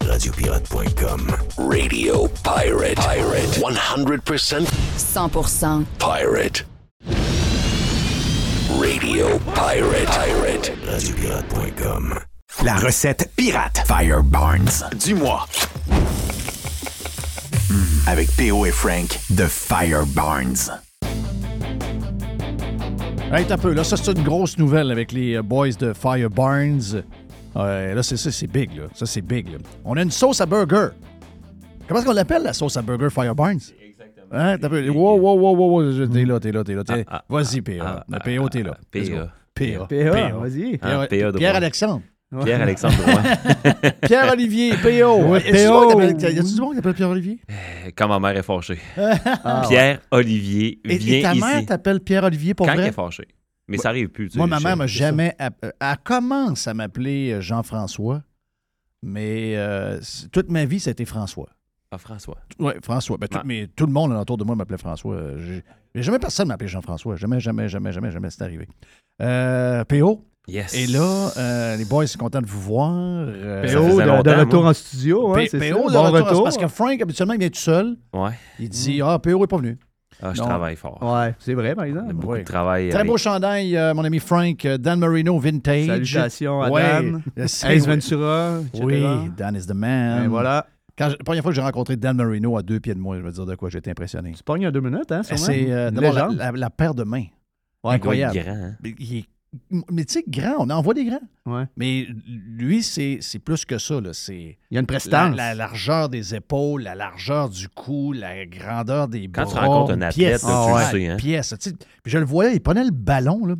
Radiopirate.com. Radio Pirate. Pirate. 100%
100%.
Pirate. Radio Pirate. Pirate. Radiopirate.com.
La recette pirate Fire Barnes du mois. Mm, Avec PO et Frank de Fire Barnes.
Hey, t'as peu. Là, ça, c'est une grosse nouvelle avec les euh, boys de Fireburns. Euh, là, c'est ça, c'est big, là. Ça, c'est big, là. On a une sauce à burger. Comment est-ce qu'on l'appelle, la sauce à burger Fireburns? Exactement. Hein, t'as peu. Wow, wow, wow, wow, wow. je-
Mm.
T'es là, t'es là, t'es là.
Ah,
t'es- Vas-y, PA. PA, t'es là. Let's go. PA.
PA, vas-y.
PA,
Ah, PA droit.
Pierre-Alexandre.
Pierre-Alexandre
ouais. Pierre-Olivier, PO.
Ouais, Ah,
Y a-tu du monde
PO.
qui appelle- Y a-tu du monde qui appelle Pierre-Olivier?
Quand ma mère est fâchée.
Ah, ouais.
Pierre-Olivier
Et,
vient
et ta mère
ici.
t'appelle Pierre-Olivier pour
Quand elle
vrai?
est fâchée. Mais ça arrive plus. tu sais,
Moi, ma
je-
mère m'a
c'est
jamais. app- euh, Elle commence à m'appeler euh, Jean-François, mais euh, c- toute ma vie, c'était François.
ça. Ah, François.
Oui, François. Ben, tout,
Ouais.
mais tout le monde autour de moi m'appelait François. Euh, j'ai- j'ai jamais personne m'appelait Jean-François. Jamais, jamais, jamais, jamais, jamais, c'est arrivé. Euh, PO.
Yes.
Et là, euh, les boys sont contents de vous voir. Euh,
PO Ça faisait de- de longtemps, retour moi. en studio, hein,
P-
c'est
PO
ça,
de
bon
retour.
retour. Mm.
C'est Parce que Frank, habituellement, il vient tout seul.
Ouais.
Il dit Ah, PO n'est pas venu.
Ah, je
Non.
travaille fort.
Ouais, c'est vrai, par exemple.
Beaucoup de travail.
Très
avec-
beau chandail, euh, mon ami Frank. euh, Dan Marino, vintage.
Salutations à
Ouais.
Dan.
Je sais,
Ace
oui.
Ventura, etc.
Oui, Dan is the man.
Et voilà.
Quand je- la première fois que j'ai rencontré Dan Marino à deux pieds de moi, je veux dire de quoi, j'étais impressionné. Tu
pognes à deux minutes, hein, sûrement.
C'est euh,
Une
d'abord la,
légende.
la- la paire de mains.
Ouais,
Incroyable.
il est grand, hein.
Mais il est- Mais tu sais, grand, on en voit des grands. Mais lui, c'est c'est plus que ça. Là. Il
y a une prestance.
La, la largeur des épaules, la largeur du cou, la grandeur des
Quand tu
bras.
rencontres un athlète,
pièce.
là, tu
Ah
le
ouais,
sais, hein.
pièce. Tu sais, puis je le voyais, il prenait le ballon. là.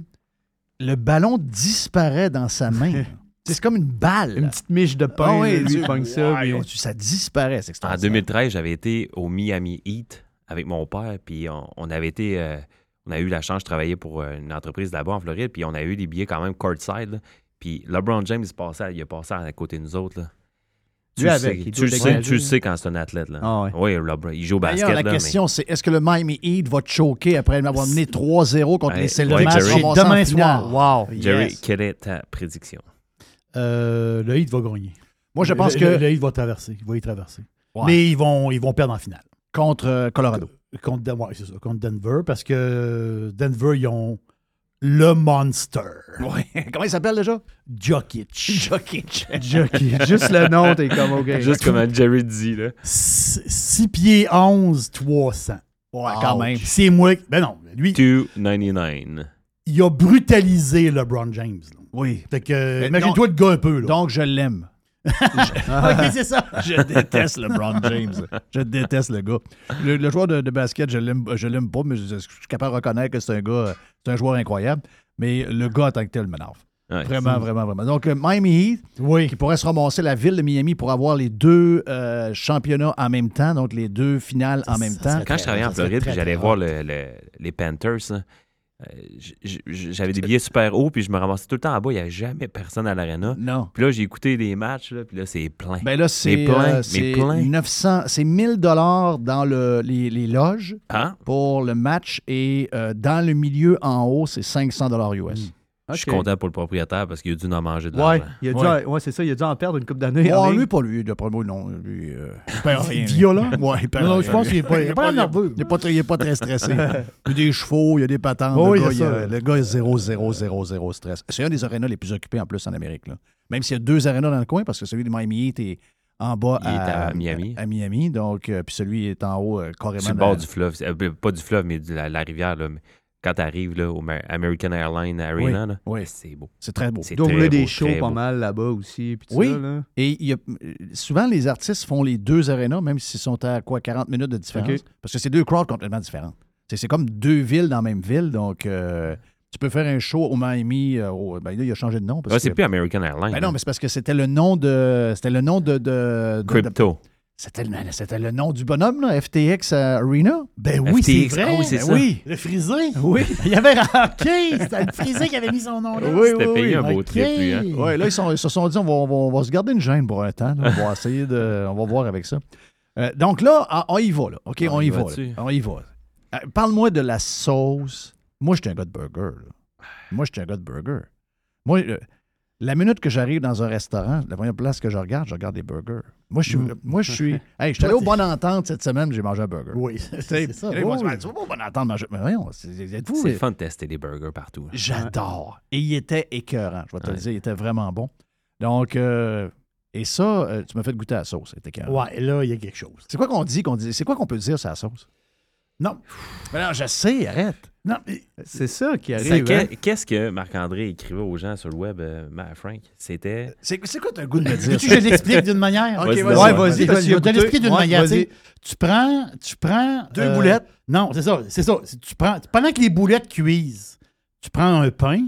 Le ballon disparaît dans sa main. là. C'est comme une balle. Ah Une petite
miche de
pain, là, lui, il pogne ça, puis-
oh, Ça disparaît, c'est
En 2013, j'avais été au Miami Heat avec mon père, puis on, on avait été. euh, on a eu la chance de travailler pour euh, une entreprise là-bas en Floride, puis on a eu des billets quand même courtside. là. Puis LeBron James, il, passait, il a passé à côté de nous autres. Là. Tu,
Lui
le
avec,
sais,
il
tu,
doit
le sais,
dégager,
tu le
là.
sais quand c'est un athlète. Là.
Ah ouais.
Oui, LeBron, il joue au basket.
D'ailleurs, la
là, mais-
question, c'est est-ce que le Miami Heat va te choquer après m'avoir mené 3-0 contre
Ouais,
les
ouais,
Celtics
Jerry.
ramassés en
Demain
finale?
soir.
Oh, Yes.
Jerry, quelle est ta prédiction?
Euh, le Heat va gagner.
Moi, je pense
Le-
que-
Le, le Heat va traverser. Il va y traverser.
Ouais.
Mais ils vont, ils vont perdre en finale.
Contre euh, Colorado.
Contre, Den- ouais, c'est ça, contre Denver, parce que Denver, ils ont le monster.
Comment il s'appelle déjà?
Jokic.
Jokic.
Jokic.
Juste le nom, t'es comme, OK.
Juste comme Jerry dit. Là.
6 pieds 11, 300. Ah
Ouais, quand même.
C'est moi. qui- Ben non, lui,
299.
il a brutalisé LeBron James. là.
Oui.
Fait que, imagine-toi le gars un peu. Là.
Donc, je l'aime.
ok, c'est ça.
Ah. je déteste LeBron James. Je déteste le gars. Le, le joueur de, de basket, je l'aime je l'aime pas, mais je, je suis capable de reconnaître que c'est un gars, c'est un joueur incroyable. Mais le gars en tant que tel m'énerve.
Ouais.
Vraiment, vraiment, vraiment. Donc, euh, Miami Heat, qui pourrait se ramasser la ville de Miami pour avoir les deux euh, championnats en même temps, donc les deux finales en même temps.
Quand je travaillais en
Ça serait
Floride,
très,
puis j'allais
très
voir le- le- les Panthers, hein, euh, j- j- j'avais des billets super hauts, puis je me ramassais tout le temps en bas. Il n'y a jamais personne à l'arena.
Non.
Puis là, j'ai écouté les matchs, là, puis là, c'est plein.
Ben là,
Mais
c'est
plein,
euh,
mais
c'est
plein.
900, c'est 1000 dollars dans le, les, les loges
Hein?
pour le match et euh, dans le milieu en haut, c'est 500 dollars US.
Hmm. Je suis
Ok.
content pour le propriétaire parce qu'il a dû en manger de
Ouais,
l'argent.
il a dû-
Ouais.
ouais. c'est ça, il a dû en perdre une coupe d'années.
Ouais,
en
lui,
ligne.
pas lui, d'après moi, non. Lui, euh, il perd
C'est
rien.
violent?
Ouais, il perd
Non, non,
rien.
je pense qu'il est pas- il est pas
Il est
nerveux.
Il n'est pas, très- il est pas très stressé. Il y a des chevaux, il y a des patentes.
Oh,
le,
il y a
gars, il
ça,
a- le gars est 0, 0, 0, 0 stress. C'est un des arénas les plus occupés en plus en Amérique. là. Même s'il y a deux arénas dans le coin, parce que celui de Miami Heat est en bas
Il est
à,
à Miami.
à Miami. Donc, euh, puis celui est en haut euh, carrément.
Sur le
dans-
bord du fleuve. C'est- euh, pas du fleuve, mais de la, la rivière. Là. Mais Quand tu arrives au Mer- American Airlines Arena, là, c'est beau.
C'est très beau.
C'est
doit
très
rouler des
beau,
shows
très
pas
beau.
mal là-bas aussi. puis tout
Oui.
ça, là.
Et il y a- euh, souvent, les artistes font les deux arénas, même s'ils sont à quoi, 40 minutes de différence.
Ok.
Parce que c'est deux crowds complètement différentes. C'est c'est comme deux villes dans la même ville. Donc, euh, tu peux faire un show au Miami. euh, au- ben là, il a changé de nom. parce
Ouais, Ah, c'est
que-
plus American Airlines.
Ben
là.
non, mais c'est parce que c'était le nom de. C'était le nom de. de- de-
Crypto.
C'était le, c'était le nom du bonhomme, là, FTX Arena.
Eh
Ben oui, c'est
FTX,
vrai.
ah oui, c'est
ben
ça.
Oui.
Le frisé.
Oui.
Il avait raqué. C'était le frisé qui avait mis son nom là.
Oui,
C'était
oui,
payé
oui.
un beau
Ok.
trip, lui, hein.
Ouais, là, ils, sont- ils se sont dit, on va, on va- on va se garder une gêne pour un temps. là. On va essayer de. On va voir avec ça. Euh, donc là, on- on y va. Là. OK, on, y va.
Ah, va-tu?
là. On y va. Euh, Parle-moi de la sauce. Moi, je suis un gars de burger. là. Moi, je suis un gars de burger. Moi, euh, la minute que j'arrive dans un restaurant, la première place que je regarde, je regarde des burgers. Moi, je suis.
Mm.
Moi, je suis. Hey, je suis allé au Bonne Entente cette semaine, j'ai mangé un burger.
Oui, c'est ça.
Et là, ils vont se
oui.
faire, Tu vas pas au Bonne Entente manger. Mais voyons, c'est- c'est- êtes-vous.
C'est le fun de tester des burgers partout. là.
J'adore. Et il était écœurant, je vais te
Ouais.
le dire, il était vraiment bon. Donc, euh, et ça, euh, tu m'as fait goûter à la sauce, c'était écœurant.
Ouais, là, il y a quelque chose.
C'est quoi qu'on dit, qu'on dit, c'est quoi qu'on peut dire sur la sauce?
Non.
Mais non, je sais, arrête.
Non, mais-
C'est ça qui
Ça,
arrive. hein.
qu'est- Qu'est-ce que Marc-André écrivait aux gens sur le web, euh, Ma- Frank? C'était.
C'est c'est quoi ton goût de me dire
Veux-tu
ça?
que je l'explique d'une manière?
Ok, vas-y.
Vas-y, vas-y.
Ouais, vas-y.
vas-y,
Je vais te
goûter.
l'expliquer d'une
Ouais,
manière. tu
vas-y.
sais. Tu prends, tu prends. euh,
Deux boulettes.
Non, c'est ça. C'est ça. C'est- Tu prends, pendant que les boulettes cuisent, tu prends un pain,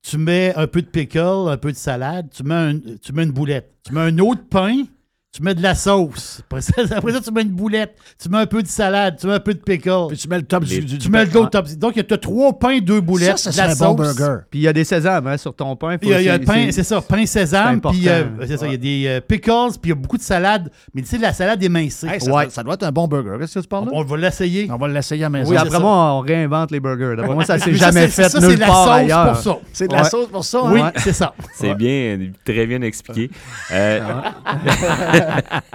tu mets un peu de pickle, un peu de salade, tu mets, un- tu mets une boulette. Tu mets un autre pain, tu mets de la sauce. Après ça, après ça, tu mets une boulette, tu mets un peu de salade, tu mets un peu de pickle.
Puis tu mets le top du, du-
tu
du
mets de l'autre
pain.
top. Donc, tu as trois pains, deux boulettes,
ça,
de
c'est
la
un
sauce.
bon burger.
Puis il y a des sésames hein, sur ton pain. faut-
Il y a, il y a pain, c'est
c'est-
ça, pain sésame,
c'est
puis
important.
euh, c'est ça, il y a des euh, pickles, puis il y a beaucoup de salades, mais tu sais, de la salade émincée.
Hey, ça,
Ouais.
doit- ça doit être un bon burger. Qu'est-ce que tu parles là?
On va l'essayer.
On va l'essayer à la maison.
Oui,
c'est
après
ça.
moi, on réinvente les burgers. D'après moi, ça s'est
Mais ça,
jamais
c'est-
fait
ça, c'est
nulle
de la
part
sauce
Ah.
ailleurs.
pour ça.
C'est de la
Ouais.
sauce pour ça, hein?
Oui,
Ouais.
c'est ça.
C'est bien, très bien expliqué. Euh,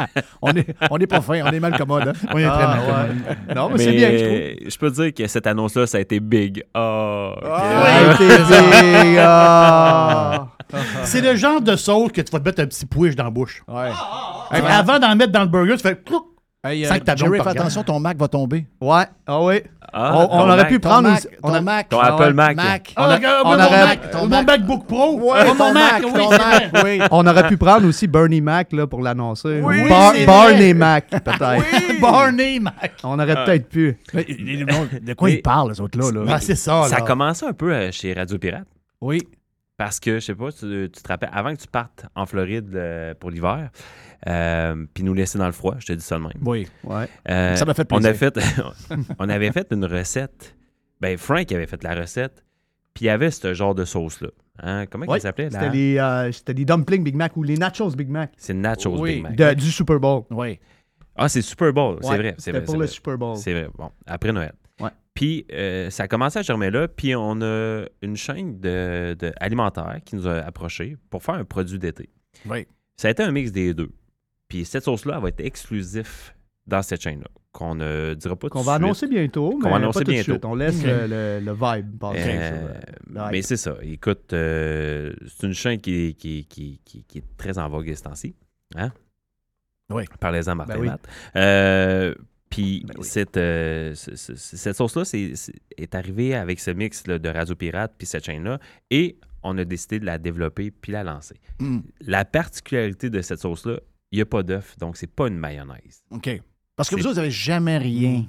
On n'est on est pas fin, on est mal commode. hein?
On est très mal
Ah,
commode.
ouais. Non, mais,
mais
c'est bien, je trouve.
je peux dire que cette annonce-là, ça a été big. Oh, ok.
Ah, t'es dit, ah.
C'est le genre de sauce que tu vas te mettre un petit pouiche dans la bouche. Ah,
Ouais.
Fait que Avant d'en mettre dans le burger, tu fais clouc.
Hey, euh,
Sans que ta blonde
Jerry,
te
fais
regarde.
attention, ton Mac va tomber.
Ouais, ah oui.
Ah,
on, on
ton
aurait
Mac,
pu
Ton
prendre.
Mac,
aussi-
ton
on a-
Mac.
Ton
Ah
Apple
ouais,
Mac.
Ah, regarde, moi,
on
mon
aurait-
Mac,
ton
mon
Mac.
MacBook Pro.
Ouais,
Oh, mon Mac, oui,
ton
c'est
Mac,
vrai.
oui.
on aurait pu prendre aussi Bernie Mac là, pour l'annoncer.
Oui,
Bar-
c'est vrai.
Barney Mac, peut-être.
Barney Mac.
On aurait peut-être pu.
Mais, les- les- de quoi
Mais-
ils parlent, les autres-là? Là?
Ah, c'est ça, là.
Ça a commencé un peu euh, chez Radio Pirate.
Oui.
Parce que, je sais pas, tu, tu te rappelles, avant que tu partes en Floride euh, pour l'hiver, euh, puis nous laisser dans le froid, je te dis ça de même.
Oui.
Ouais.
Euh,
Ça m'a fait
on, a
plaisir.
fait on avait fait une recette. Ben, Frank avait fait la recette, puis il y avait ce genre de sauce-là. Hein, Comment
Ouais,
ça s'appelait? la-
C'était les, euh, c'était les dumplings Big Mac ou les nachos Big Mac
C'est Nachos
Oui.
Big Mac.
de- du Super Bowl.
Oui.
Ah, c'est Super Bowl,
Ouais,
c'est vrai. c'est
C'était
vrai,
pour
c'est
le
vrai.
Super Bowl.
C'est vrai, bon, après Noël.
Ouais.
Puis euh, ça a commencé à germer là, puis on a une chaîne de, de alimentaire qui nous a approchés pour faire un produit d'été.
Oui.
Ça a été un mix des deux. Puis cette sauce-là, elle va être exclusive dans cette chaîne-là, qu'on ne dira pas tout
Qu'on
de
va
suite.
annoncer bientôt, mais
va
pas
annoncer
tout de
bientôt.
suite. On laisse le, le- le vibe passer.
Euh, mais c'est ça. Écoute, euh, c'est une chaîne qui, qui, qui, qui- qui est très en vogue ce temps-ci. Hein?
Ben Oui.
Parlez-en, Martin
oui.
Matt. Euh, Puis
Ben oui.
cette, euh, ce- ce- ce- cette sauce-là c'est- c'est- est arrivée avec ce mix là, de Radio Pirate puis cette chaîne-là. Et on a décidé de la développer puis la lancer.
Hmm.
La particularité de cette sauce-là, il n'y a pas d'œuf, donc c'est pas une mayonnaise.
OK. Parce que vous
C'est- Mhm.
autres, vous n'avez jamais rien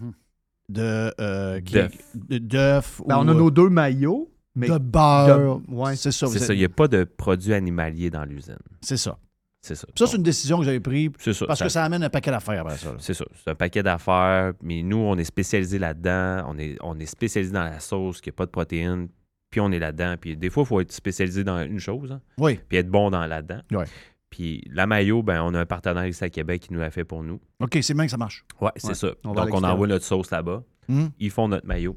de euh, qui-
D'œuf.
de- d'œuf ou euh,
Ben, on a nos deux maillots, mais
de beurre.
de- ouais.
C'est ça. vous
C'est
êtes-
ça, il n'y a pas de produit animalier dans l'usine.
C'est ça.
C'est ça.
Ça, c'est une décision que j'avais prise
C'est ça.
parce
Ça-
que ça amène un paquet d'affaires après ça. là.
C'est ça. C'est un paquet d'affaires, mais nous, on est spécialisé là-dedans. On est, on est spécialisé dans la sauce, qui n'a pas de protéines, puis on est là-dedans. Puis des fois, il faut être spécialisé dans une chose, hein,
Oui.
puis être bon dans là-dedans.
Ouais.
Puis la maillot, ben, on a un partenaire ici à Québec qui nous l'a fait pour nous.
OK, c'est bien que ça marche.
Ouais, c'est
Ouais.
ça.
On va à
Donc, on
l'extérieur.
envoie notre sauce là-bas.
Hum.
Ils font notre maillot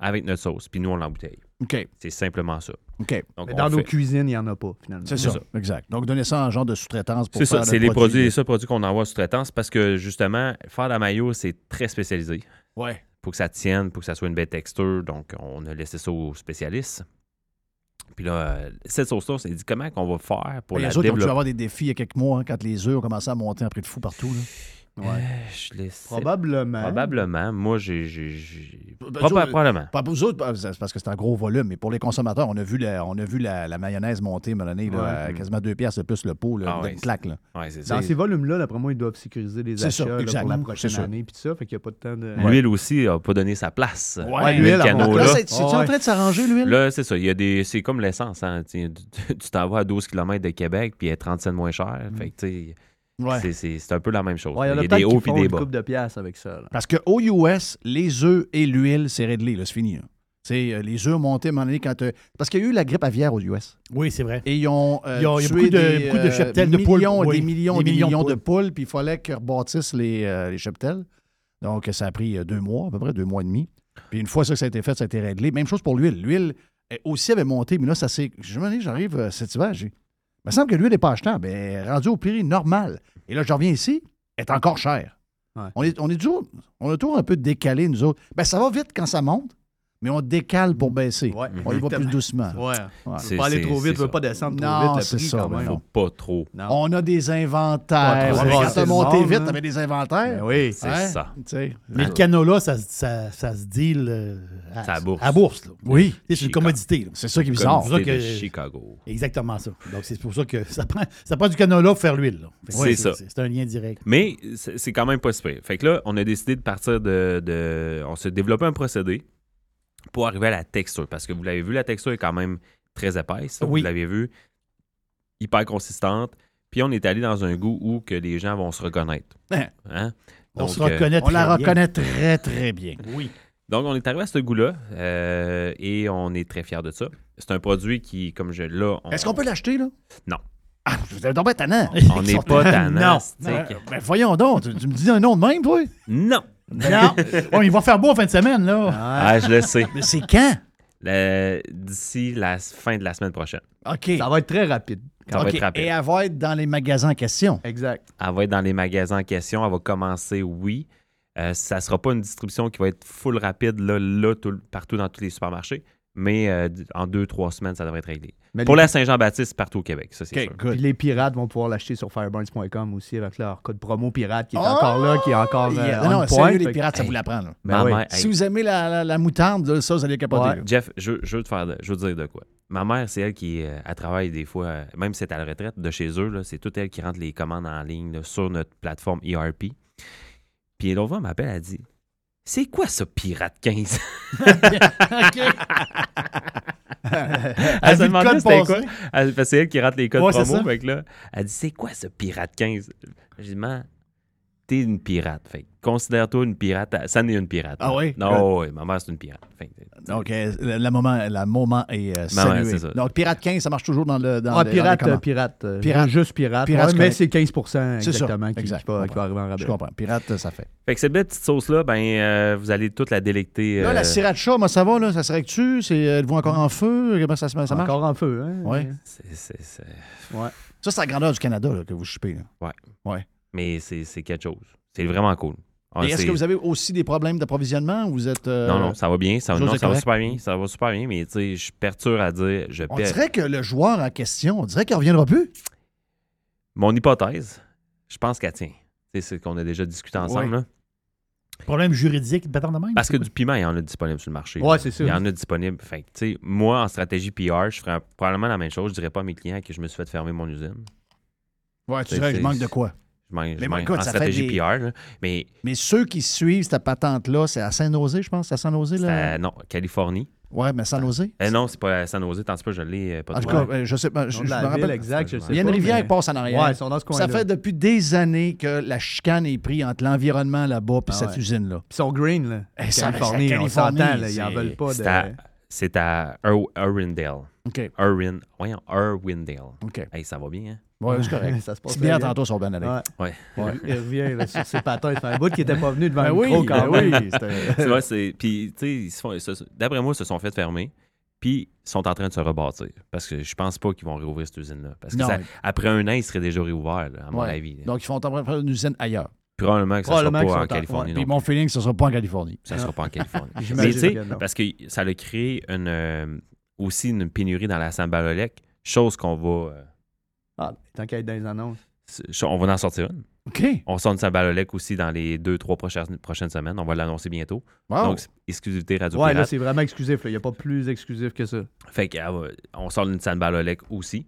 avec notre sauce, puis nous, on l'embouteille.
OK.
C'est simplement ça.
OK.
Donc,
Mais
on
dans nos
fait-
cuisines, il n'y en a pas, finalement.
C'est ça. Exact. Donc, donner ça en genre de sous-traitance pour
C'est ça,
faire
c'est
le
les
produit.
produits, les seuls produits qu'on envoie sous traitance parce que justement, faire la mayo, c'est très spécialisé.
Ouais.
Pour que ça tienne, pour que ça soit une belle texture. Donc, on a laissé ça aux spécialistes. Puis là, euh, cette sauce-là, on s'est dit comment qu'on va faire pour
Et
la
Ben, les autres, ils ont dû
développer.
avoir des défis il y a quelques mois hein, quand les œufs ont commencé à monter en prix de fou partout. là. Ouais.
Euh, je les sais-
Probablement.
Probablement. Moi, j'ai. j'ai- j'ai-
Ben,
Proba-
nous-
Probablement.
Pas pour vous autres, parce c'est parce que c'est un gros volume, mais pour les consommateurs, on a vu la, on a vu la, la mayonnaise monter, à un moment donné, là,
Ouais.
à quasiment deux piastres de plus le pot, là,
Ah
dans
ouais,
une claque. Là.
Ouais, c'est ça.
Dans ces volumes-là, d'après moi, ils doivent sécuriser les
C'est
achats
ça,
là,
exact.
pour la
C'est
prochaine
ça.
année. Puis tout ça, fait qu'il n'y a pas de temps de.
L'huile aussi n'a pas donné sa place.
Ouais, l'huile,
canot,
on-
là.
Là, c'est- c'est-tu en train de s'arranger, l'huile?
Là, c'est ça. Il y a des. C'est comme l'essence, hein. Tu tu- tu t'en vas à 12 km de Québec, puis elle est 30 cents moins chère. Fait que, tu sais,
Ouais.
c'est- c'est c'est un peu la même chose.
Mm. Ouais, il y en
il
a,
y a des
peut-être
hauts
qui
puis
font
des
une
bas.
coupe de pièces avec ça. là.
Parce qu'aux US, les œufs et l'huile, c'est réglé, là, c'est fini. là. C'est, euh, les œufs ont monté à un moment donné quand. euh, parce qu'il y a eu la grippe aviaire aux US.
Oui, c'est vrai.
Et ils ont. euh,
Ils ont- il y a
tué
beaucoup de-
des,
beaucoup de
euh,
cheptels de poules,
millions,
oui.
Des millions et
Des
des
millions
millions de
de
poules, puis il fallait qu'ils rebâtissent les, euh, les cheptels. Donc, ça a pris euh, deux mois, à peu près, deux mois et demi. Puis une fois ça que ça a été fait, ça a été réglé. Même chose pour l'huile. L'huile euh, aussi avait monté, mais là, ça s'est. Je me dis, j'arrive euh, cet hiver, j'ai. Il me semble que l'huile n'est pas achetable. Elle est rendue au prix normal. Et là, je reviens ici, elle est encore chère. On, est, on est toujours, on a toujours un peu décalé, nous autres. Ben, ça va vite quand ça monte, mais on décale pour baisser. on y va plus
exactement.
doucement.
Ouais. Tu
C'est-
veux pas aller
c'est-
trop
c'est
vite, tu veux
ça.
pas descendre trop
Non,
vite le
c'est
prix
ça,
quand
ben
même.
non.
Faut pas trop.
On a des
Pas
Ah,
inventaires.
trop
Ouais, mais
brasser
quand t'as
le
monté
monde,
vite,
hein.
t'avais des inventaires.
Ben oui.
C'est
Hein?
ça.
Tu sais.
Mais le canola, ça, se- ça, ça se deal euh,
C'est à la bourse.
à bourse. là.
Oui.
C'est une
Chicago.
commodité. là.
C'est ça qui est
Comme
bizarre.
pour ça
l'idée de
que-
Chicago.
Exactement ça. Donc, c'est pour ça que ça prend, ça prend du canola pour faire l'huile. là. Fait que
C'est ça.
C'est un lien direct.
Mais c'est c'est quand même pas si pire. Fait que là, on a décidé de partir de. de- on s'est développé un procédé pour arriver à la texture. Parce que vous l'avez vu, la texture est quand même très épaisse.
Oui.
Vous l'avez vu, hyper consistante. Puis on est allé dans un goût où que les gens vont se reconnaître.
Hein.
Hein?
On se
euh,
reconnaît
On la
très bien.
reconnaît très, très bien.
Oui.
Donc, on est arrivé à ce goût-là euh, et on est très fiers de ça. C'est un produit qui, comme je là, on-
Est-ce qu'on peut l'acheter, là?
Non.
Ah, vous êtes donc bien tannant.
on n'est pas tannant.
Non.
c'est-à-dire que-
Ben voyons donc, tu, tu me dis un nom de même, toi?
Non.
Non, Oh, il va faire beau en fin de semaine, là.
Ah, je le sais.
Mais c'est quand?
Le- D'ici la fin de la semaine prochaine.
OK.
Ça va être très rapide.
Ça
OK.
va être rapide.
Et elle va être dans les magasins en question.
Exact.
Elle va être dans les magasins en question. Elle va commencer, oui. Euh, ça ne sera pas une distribution qui va être full rapide là, là, tout- partout dans tous les supermarchés, mais euh, d- en deux, trois semaines, ça devrait être réglé.
Mais
Pour
les-
la Saint-Jean-Baptiste, partout au Québec, ça c'est
OK,
sûr.
Puis
good.
les pirates vont pouvoir l'acheter sur fireburns.com aussi avec leur code promo pirate qui est encore là, qui est encore. euh,
Oh! Ah, Yeah. Ah
on
Non, non,
point.
sérieux, les
Fait que-
pirates, ça vous l'apprend. là.
Ben oui.
Ma mère-
Si
hey,
vous aimez la, la- la moutarde, là, ça, vous allez capoter.
Ouais.
là.
Jeff, je, je veux te faire, de- je veux te dire de quoi. Ma mère, c'est elle qui euh, elle travaille des fois, euh, même si elle est à la retraite, de chez eux, là, c'est toute elle qui rentre les commandes en ligne là, sur notre plateforme ERP. Puis l'autre fois, elle m'appelle, elle dit C'est quoi ça, Pirate 15 Elle se
Avis de
demandait
code
c'était
passé.
quoi. Elle- parce que c'est elle qui rentre les codes
Ouais, c'est
promo.
ça.
Fait que là, elle dit C'est quoi ce pirate 15 Je dis Man, t'es une pirate. Fait que considère-toi une pirate. Ça n'est une pirate.
Ah oui?
Non, oui, ma mère, c'est une pirate. Fait que-
Donc, euh, le, le moment, le moment est euh,
Ben ouais,
salué.
c'est ça.
Donc, Pirate 15, ça marche toujours dans le. Dans
Ah,
les- dans les
pirate, euh,
commandes.
pirate, euh,
Pirate.
Juste pirate.
Pirate,
ouais,
c'est
mais
correct.
c'est 15
C'est ça,
exactement qui,
exact.
qui va, qui va arriver en rabais.
Je comprends. Pirate, ça fait.
Fait que cette belle petite sauce-là, ben, euh, vous allez toute la délecter.
Là,
euh,
la sriracha, moi, ça va, là, ça se règle-tu? C'est- Elle voit encore en feu? Comment ça, se- ça marche?
Encore en feu. Hein?
Ouais.
c'est- c'est- c'est-
Ça, c'est la grandeur du Canada là, que vous chipez. là.
Mais c'est c'est quelque chose. C'est vraiment cool. Ah,
Et est-ce
c'est-
que vous avez aussi des problèmes d'approvisionnement ou vous êtes. euh,
Non, non, ça va bien. Ça,
vous
non,
autres,
ça va
c'est
super bien. Ça va super bien, mais tu sais, je perture à dire. Je
On
per-
dirait que le joueur en question, on dirait qu'il ne reviendra plus.
Mon hypothèse, je pense qu'elle tient. C'est ce qu'on a déjà discuté ensemble. là.
Problème juridique, battant de même.
Parce que du piment, il y en a disponible sur le marché.
Ouais,
là.
c'est sûr.
Il y en a disponible. Fait que, tu sais, moi, en stratégie PR, je ferais probablement la même chose. Je dirais pas à mes clients que je me suis fait fermer mon usine.
Ouais, tu
C'est-
dirais, je
c'est-
manque de quoi.
Je m'en- je
Mais
m'en-
my God,
en
ça fait
stratégie
des-
PR. là. Mais
Mais ceux qui suivent cette patente-là, c'est à Saint-Nosé, je pense. C'est à Saint-Nosé, là?
euh, non, Californie.
Ouais, mais Saint-Nosé.
Eh non, c'est pas à San Jose. Tant que je l'ai euh, pas
En tout
de
cas,
voir.
euh, je sais pas.
Je,
Je, je
de
me
la ville,
rappelle.
exact, je sais
Il y a une
pas,
rivière
mais-
qui passe en
Ouais,
arrière.
ils sont dans ce coin-là.
ça fait depuis des années que la chicane est prise entre l'environnement là-bas et
Ah
cette
ouais.
usine-là.
Ils sont green, là.
Eh, ça-
Californie,
ça-
on
Californie,
s'entend, là. Ils en
c'est-
veulent pas de.
C'est à- C'est à Irwindale.
OK.
Irwin, voyons, Irwindale.
OK.
Hey, ça va bien, hein?
Ouais, c'est correct.
ça se passe
C'est bien,
bien.
tantôt, sur Ben
Ouais.
Ouais.
Il revient là, sur ses patins. Il fait un bout qui n'était pas venu devant
Ben
le
oui,
micro quand
ben
même.
oui. c'était-
Tu vois, c'est. Puis, tu sais, ils se font- se- d'après moi, ils se sont fait fermer. Puis, ils sont en train de se rebâtir. Parce que je pense pas qu'ils vont réouvrir cette usine-là. Parce que
Non,
ça-
mais-
après un an, ils seraient déjà réouverts, là, à mon
Ouais.
avis.
Donc, ils font en train une usine ailleurs.
Probablement que ça sera
Probablement
pas
qu'ils sont
en
en-
Californie.
ouais.
non
Puis mon feeling, ce sera pas en Californie.
ça ne sera pas en Californie. Mais tu
J'imagine
sais,
que non.
parce que ça a créé une, euh, aussi une pénurie dans la Sambalolec, chose qu'on va. euh,
Ah, tant qu'à être dans les annonces.
c'est- cho- on va en sortir une.
OK.
On sort une Sambalolec aussi dans les deux, trois prochaines, prochaines semaines. On va l'annoncer bientôt.
Wow.
Donc, c'est- exclusivité Radio
ouais, là,
Pirate.
c'est vraiment exclusif. là. Il n'y a pas plus exclusif que ça.
Fait que, euh, on sort une Sambalolec aussi.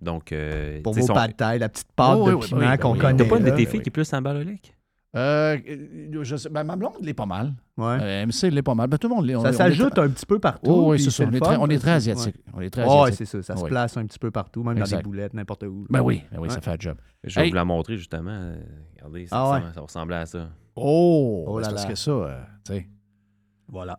Donc, euh,
Pour
tu sais,
vos
son-
pâtes taille, la petite pâte
Oh,
de
oui, oui,
piment
oui, ben
qu'on
oui.
connaît.
T'as pas une de
là.
tes filles qui est plus Sambalolec?
Euh, euh, je sais- ben, ma blonde l'est pas mal.
Ouais.
Euh, MC l'est pas mal. Ben, tout le monde l'est. On- on
Ça
est-
s'ajoute un petit peu partout.
Oh, oui,
puis
c'est ça.
le
On est
fun,
très, on est très
parce que-
asiatique.
ouais.
On est très
Ouais,
asiatique.
c'est ça. Ça se
Oui.
place un petit peu partout, même dans
Exact.
des boulettes, n'importe où. là.
Ben oui, ben oui,
Ouais.
ça fait un job.
Je vais
Hey.
vous la montrer justement. Euh, Regardez, ça,
Ah ouais.
ressemble- ça ressemblait à ça.
Oh,
Oh
oh
là
parce
là.
que ça, euh, tu sais.
Voilà.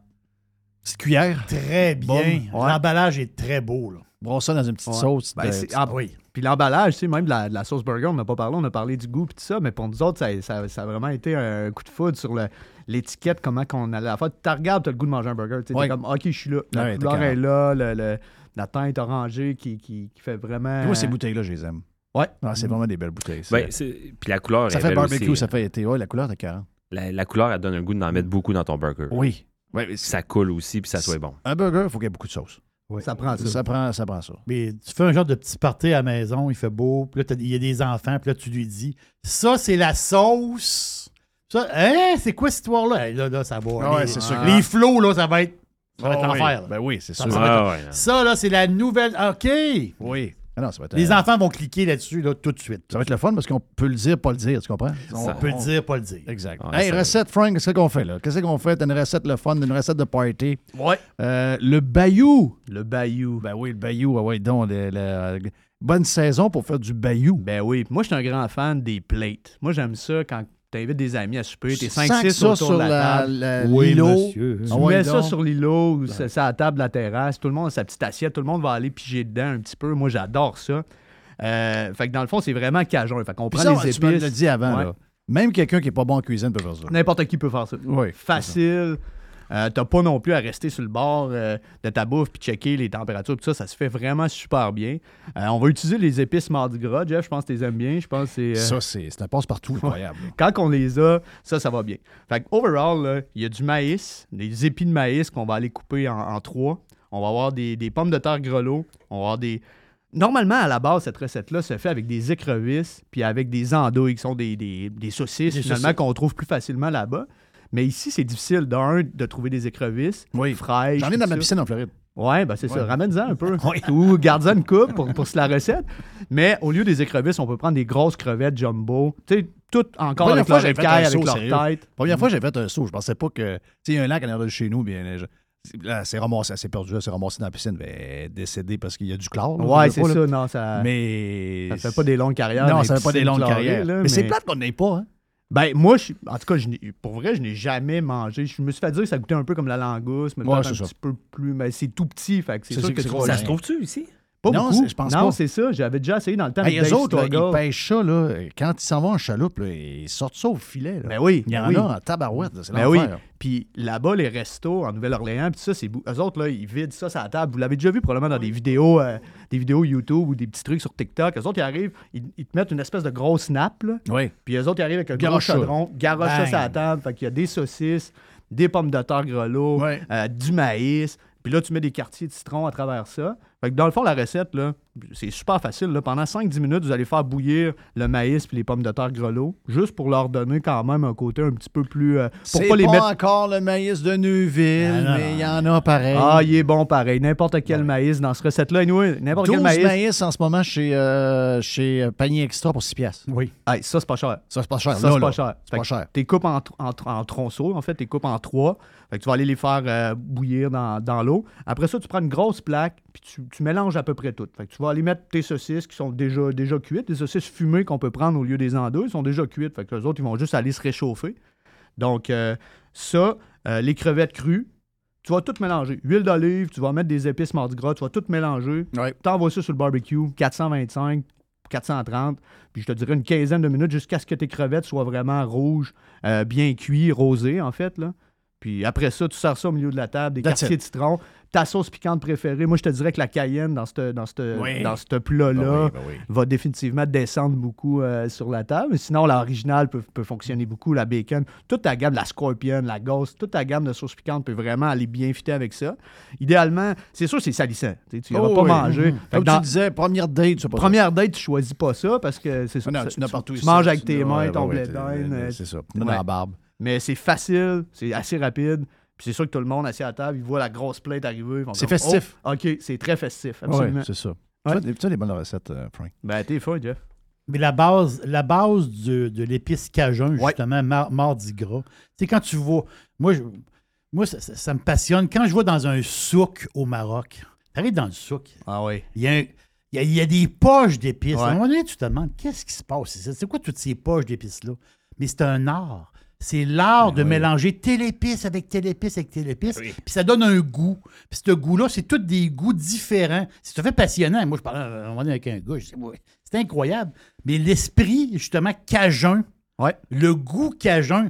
Petite cuillère.
Très bien.
Bon, ouais.
L'emballage est très beau. Là.
Brosse ça dans une petite
Ouais.
sauce.
Ben,
de-
c'est- ah,
oui.
Puis l'emballage, tu sais, même de la, de la sauce burger, on n'a pas parlé, on a parlé du goût et tout ça, mais pour nous autres, ça, ça- ça a vraiment été un coup de foudre sur le- l'étiquette, comment qu'on allait la faire. Tu regardes, tu as le goût de manger un burger. Tu sais, t'es
Ouais.
comme, OK, je suis là. La
Ouais, t'es
couleur est
carré.
là, le- le- la teinte orangée qui, qui, qui fait vraiment.
Moi, ces bouteilles-là, je les aime.
Ouais.
Ah, c'est vraiment des belles bouteilles. ça.
Ben, c'est- puis la couleur
ça
est
fait
belle
barbecue,
aussi.
ça fait été. Ouais, la couleur de 40.
La, la couleur, elle donne un goût d'en mettre beaucoup dans ton burger.
Oui. Ouais, mais c'est-
Ça coule aussi, puis ça soit bon.
Un burger, il faut qu'il y ait beaucoup de sauce.
Ça prend ça.
Ça prend ça. Prend ça.
Mais tu fais un genre de petit party à la maison, il fait beau, puis là, t'as- il y a des enfants, puis là, tu lui dis Ça, c'est la sauce. Ça, hein, c'est quoi cette histoire-là? Hey, là, là, ça va.
Ah ouais,
aller.
c'est sûr que-
Les flots, là, ça va être, ça va être
Ah oui.
l'enfer. là.
Ben oui, c'est
Ça
sûr.
va être-
Ah ouais, non.
Ça, là, c'est la nouvelle. ah, OK.
Oui. Ah non, ça va être
Les
euh,
enfants vont cliquer là-dessus, là, tout de suite.
Ça va être le fun parce qu'on peut le dire, pas le dire, tu comprends?
On
Ça-
peut le dire, pas le dire.
Exact.
Ouais,
hey,
ça-
recette, Frank, qu'est-ce qu'on fait là? Qu'est-ce qu'on fait? T'as une recette le fun, une recette de party.
Ouais.
Euh, le Bayou.
Le bayou.
Ben oui, le Bayou, ah ouais, donc. le- le- Bonne saison pour faire du Bayou.
Ben oui. Puis Moi, je suis un grand fan des plates. Moi, j'aime ça quand tu invites des amis à souper, t'es
Sans
5-6
que ça
autour
sur
de la,
la-
table.
la-
l'îlot.
monsieur.
Tu
Ah ouais,
mets ça
donc.
sur l'îlot ou ça ça à la table de la terrasse, tout le monde sa petite assiette, tout le monde va aller piger dedans un petit peu. Moi, j'adore ça. Euh, fait que dans le fond, c'est vraiment cajun. Fait qu'on
Puis
prend
ça,
les
tu me
épices.
l'as dit avant,
Ouais.
là. Même quelqu'un qui n'est pas bon en cuisine peut faire ça.
N'importe qui peut faire ça.
Oui, c'est
Facile. Euh, T'as pas non plus à rester sur le bord euh, de ta bouffe puis checker les températures, tout ça. Ça se fait vraiment super bien. Euh, on va utiliser les épices Mardi Gras. Jeff, je pense que tu les aimes bien. Je pense que c'est. euh,
Ça, c'est c'est un passe-partout incroyable. là.
quand on les a, ça, ça va bien. Fait que overall, là, il y a du maïs, des épis de maïs qu'on va aller couper en, en trois. On va avoir des, des pommes de terre grelot. On va avoir des. Normalement, à la base, cette recette-là se fait avec des écrevisses puis avec des andouilles qui sont des, des- des saucisses,
Des
finalement,
saucisses.
qu'on trouve plus facilement là-bas. Mais ici, c'est difficile, d'un, de trouver des écrevisses
Oui.
fraîches.
J'en ai
tout
dans ma
ça.
piscine en Floride.
Ouais, ben c'est ça.
Ouais.
Ramène-en un peu. Ou garde-en une coupe pour, pour se la recette. Mais au lieu des écrevisses, on peut prendre des grosses crevettes jumbo. Tu sais, toutes encore
Première
avec
fois,
leur
j'avais fait
écaille,
un
avec
saut,
leur
sérieux.
tête. Mm.
Première fois, j'ai fait un saut. Je pensais pas que. Tu sais, il y a un lac à l'arrière de chez nous, bien. je- Là, c'est ramassé, c'est perdu, là, c'est ramassé dans la piscine. Ben, décédé parce qu'il y a du chlore. là,
Ouais,
je sais
c'est
pas, là.
ça. Non, ça
Mais.
ne fait pas des longues carrières. dans
Non,
les
ça fait pas des
piscines
longues
chlorées,
carrières.
là,
mais c'est plate qu'on n'ait pas, hein?
Ben, moi, je suis- en tout cas, je n'ai- pour vrai, je n'ai jamais mangé. Je me suis fait dire que ça goûtait un peu comme la langouste, mais
Ouais,
peut-être
c'est
un
ça.
petit peu plus. Mais c'est tout petit. Fait que c'est
C'est
sûr
sûr
que
que
tu
c'est
vas-
gros.
Ça se trouve-tu ici?
Pas
Non,
beaucoup.
c'est- je pense
Non,
pas.
c'est ça. J'avais déjà essayé dans le temps.
Hey,
avec
les
Dave
autres, là, ils
Struggle.
pêchent ça, là, quand ils s'en vont en chaloupe, là, ils sortent ça au filet. Là.
Ben oui.
il y en
oui.
a en tabarouette, là, c'est
Ben oui.
l'enfer.
Puis là-bas, les restos en Nouvelle-Orléans, puis ça, c'est bou- eux autres, là, ils vident ça sur la table. Vous l'avez déjà vu probablement dans des vidéos, euh, des vidéos YouTube ou des petits trucs sur TikTok. Eux autres, ils arrivent, ils, ils te mettent une espèce de grosse nappe, là.
Oui.
Puis eux autres, ils arrivent avec un
Garoche
gros
ça.
chaudron, garoche ça
Bang.
sur la table. Fait qu'il y a des saucisses, des pommes de terre grelot,
Ouais.
euh, du maïs. Puis là, tu mets des quartiers de citron à travers ça. Fait que dans le fond, la recette, là, c'est super facile. là. Pendant 5-10 minutes, vous allez faire bouillir le maïs puis les pommes de terre grelot, juste pour leur donner quand même un côté un petit peu plus... euh, pour
C'est
pas les mettre...
encore le maïs de Neuville,
Ah, non,
mais
non.
il y en a pareil.
Ah, il est bon pareil. N'importe quel maïs dans ce recette-là. Anyway, n'importe
12
quel maïs.
maïs. en ce moment chez, euh, chez euh, Panier Extra pour 6 piastres.
Oui.
Hey, ça, c'est pas cher.
Ça, c'est pas cher.
Ça,
là,
c'est pas
là.
cher.
C'est pas cher.
T'es coupes en, tr- en tr- en tronçons, en fait, t'es coupes en trois. Fait que tu vas aller les faire euh, bouillir dans, dans l'eau. Après ça, tu prends une grosse plaque, puis tu, tu mélanges à peu près tout. Fait que tu vas aller mettre tes saucisses qui sont déjà, déjà cuites, des saucisses fumées qu'on peut prendre au lieu des andouilles, sont déjà cuites. Fait que les autres, ils vont juste aller se réchauffer. Donc, euh, ça, euh, les crevettes crues, tu vas tout mélanger. Huile d'olive, tu vas mettre des épices mardi gras, tu vas tout mélanger.
Ouais.
T'envoies ça sur le barbecue, 425, 430, puis je te dirais une quinzaine de minutes jusqu'à ce que tes crevettes soient vraiment rouges, euh, bien cuits, rosées, en fait. Là. Puis après ça, tu sers ça au milieu de la table, des
That's
quartiers
it.
de citron. ta sauce piquante préférée. Moi, je te dirais que la cayenne dans ce dans cette-
Oui.
dans ce
Ah
plat-là
Ben oui, ben oui.
va définitivement descendre beaucoup euh, sur la table. Mais sinon, l'original peut, peut fonctionner beaucoup, la bacon, toute ta gamme, la scorpion, la ghost, toute ta gamme de sauce piquante peut vraiment aller bien fitter avec ça. Idéalement, c'est sûr, c'est salissant. Tu sais, tu
Oh
n'iras pas
oui.
manger.
Mhm.
Fait
Comme
que dans-
tu disais, première date, tu sais pas ça.
Première date, tu choisis pas ça parce que c'est ça.
Non, tu n'as
tu-
partout
tu
ici,
manges avec
tu
tes
n'as-
mains,
ouais,
ton
ouais,
blé
t'es-
d'Inde. euh,
c'est ça. Dans la barbe.
Mais c'est facile, c'est assez rapide. Puis c'est sûr que tout le monde assis à la table, il voit la grosse plate arriver. ils font
C'est
comme,
festif.
Oh, OK, c'est très festif,
Oui,
absolument.
c'est ça.
Ouais.
Tu as des- Tu as des bonnes recettes, euh, Frank.
Ben, t'es fou, Jeff.
Mais la base, la base du- de l'épice cajun, justement, mar- mardi gras, c'est quand tu vois. Moi, je- moi ça, ça- ça me passionne. Quand je vois dans un souk au Maroc, t'arrives dans le souk.
Ah oui.
Il y a, un- il y a- il y a des poches d'épices.
Ouais.
À un moment donné, tu te demandes qu'est-ce qui se passe ici? C'est quoi toutes ces poches d'épices-là? Mais c'est un art. C'est l'art
Ben
de mélanger telle épice avec telle épice avec telle épice. Puis ça donne un goût. Puis ce goût-là, c'est tous des goûts différents. C'est tout à fait passionnant. Moi, je parlais à un moment donné avec un gars. je dis, Ouais, c'est incroyable. Mais l'esprit, justement, cajun, le goût cajun,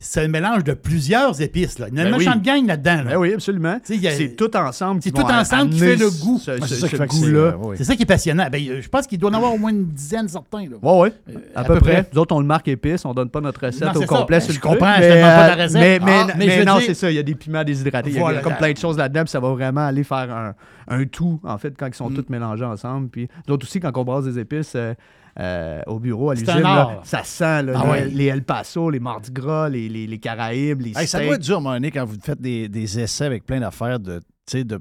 c'est un mélange de plusieurs épices. Là. Il y a une
Ben oui.
méchante gang là-dedans. là.
Ben oui, absolument.
Tu sais, il y a-
C'est tout ensemble qui
C'est tout
vont
ensemble qui fait
amener
le
ce-
goût.
ce-
Ouais,
ce-
c'est ça qui
ce
fait que c'est-
goût-là.
euh, oui. C'est ça qui est passionnant. Ben, euh, je pense qu'il doit en avoir au moins une dizaine certains. là.
Oui, oui.
Euh,
À, peu, près. Nous autres, on le marque épice, on donne pas notre recette
Non,
au
c'est ça.
complet
Ben,
sur
je
le truc,
comprends, je
mais,
te demande pas la
euh,
recette.
Mais, mais-
Ah, mais
mais
je veux
non,
dire-
c'est ça, il y a des piments déshydratés. Il y a
Voilà.
comme plein de choses là-dedans, puis ça va vraiment aller faire un, un tout, en fait, quand ils
Mm.
sont tous mélangés ensemble. Puis d'autres aussi, quand on brasse des épices euh, euh, au bureau, à
C'est
l'usine,
un
là,
art.
ça sent là,
Ah
le-
ouais.
les El Paso, les Mardi Gras, les, les- les Caraïbes, les
Hey, ça
steaks.
doit être dur, mon année, quand vous faites des, des essais avec plein d'affaires, de, tu sais, de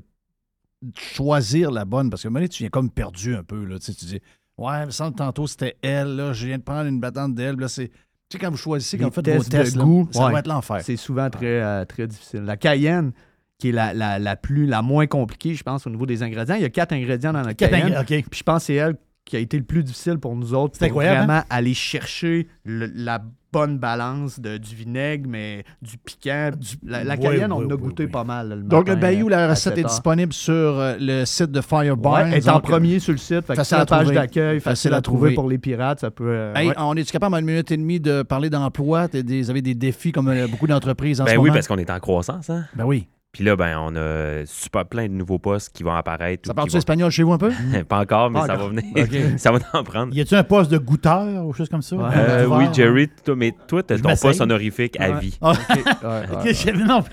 choisir la bonne. Parce que, mon tu viens comme perdu un peu. Là, tu sais, tu dis, ouais, me semble tantôt c'était elle. Là, je viens de prendre une battante d'elle. Là, c'est... Tu sais, quand vous choisissez, quand
Les
vous faites vos
tests
tests,
de
là,
goût,
ça
ouais.
va être l'enfer.
C'est souvent très, euh, très difficile. La cayenne, qui est la, la, la plus, la moins compliquée, je pense, au niveau des ingrédients. Il y a quatre ingrédients dans la
Quatre
cayenne.
ingré- OK.
Puis je pense que c'est elle qui a été le plus difficile pour nous autres.
C'est
pour
incroyable,
vraiment
hein?
aller chercher le- la bonne balance de, du vinaigre, mais du piquant. la la
Oui,
cayenne, on
oui,
en a
oui,
goûté pas mal. là, le
Donc, le
matin,
Bayou,
à
la recette est
7 heures.
disponible euh, sur euh, le site de Fireburn.
Ouais, est en euh, premier sur le site. Fait que sur la page d'accueil, facile à trouver pour les pirates. Ça peut. euh,
Hey,
ouais.
On est capable en une minute et demie de parler d'emploi? T'as des- Vous avez des défis comme euh, beaucoup d'entreprises en
Ben
ce
oui,
moment?
parce qu'on est en croissance, hein?
Ben oui.
Puis là, ben, on a super plein de nouveaux postes qui vont apparaître.
Ça
ou qui
parle-tu
vont-
espagnol chez vous un peu?
Pas encore, mais
Pas
ça
encore.
va venir.
Ok.
ça va en prendre.
Y a-tu un poste de goûteur ou chose comme ça?
Euh,
Goûteur?
oui, Jerry, toi, mais toi, t'as
Je
ton
m'essaye.
poste honorifique à
Ouais.
vie.
Ah.
ouais,
Ok,
ouais.
j'ai- non.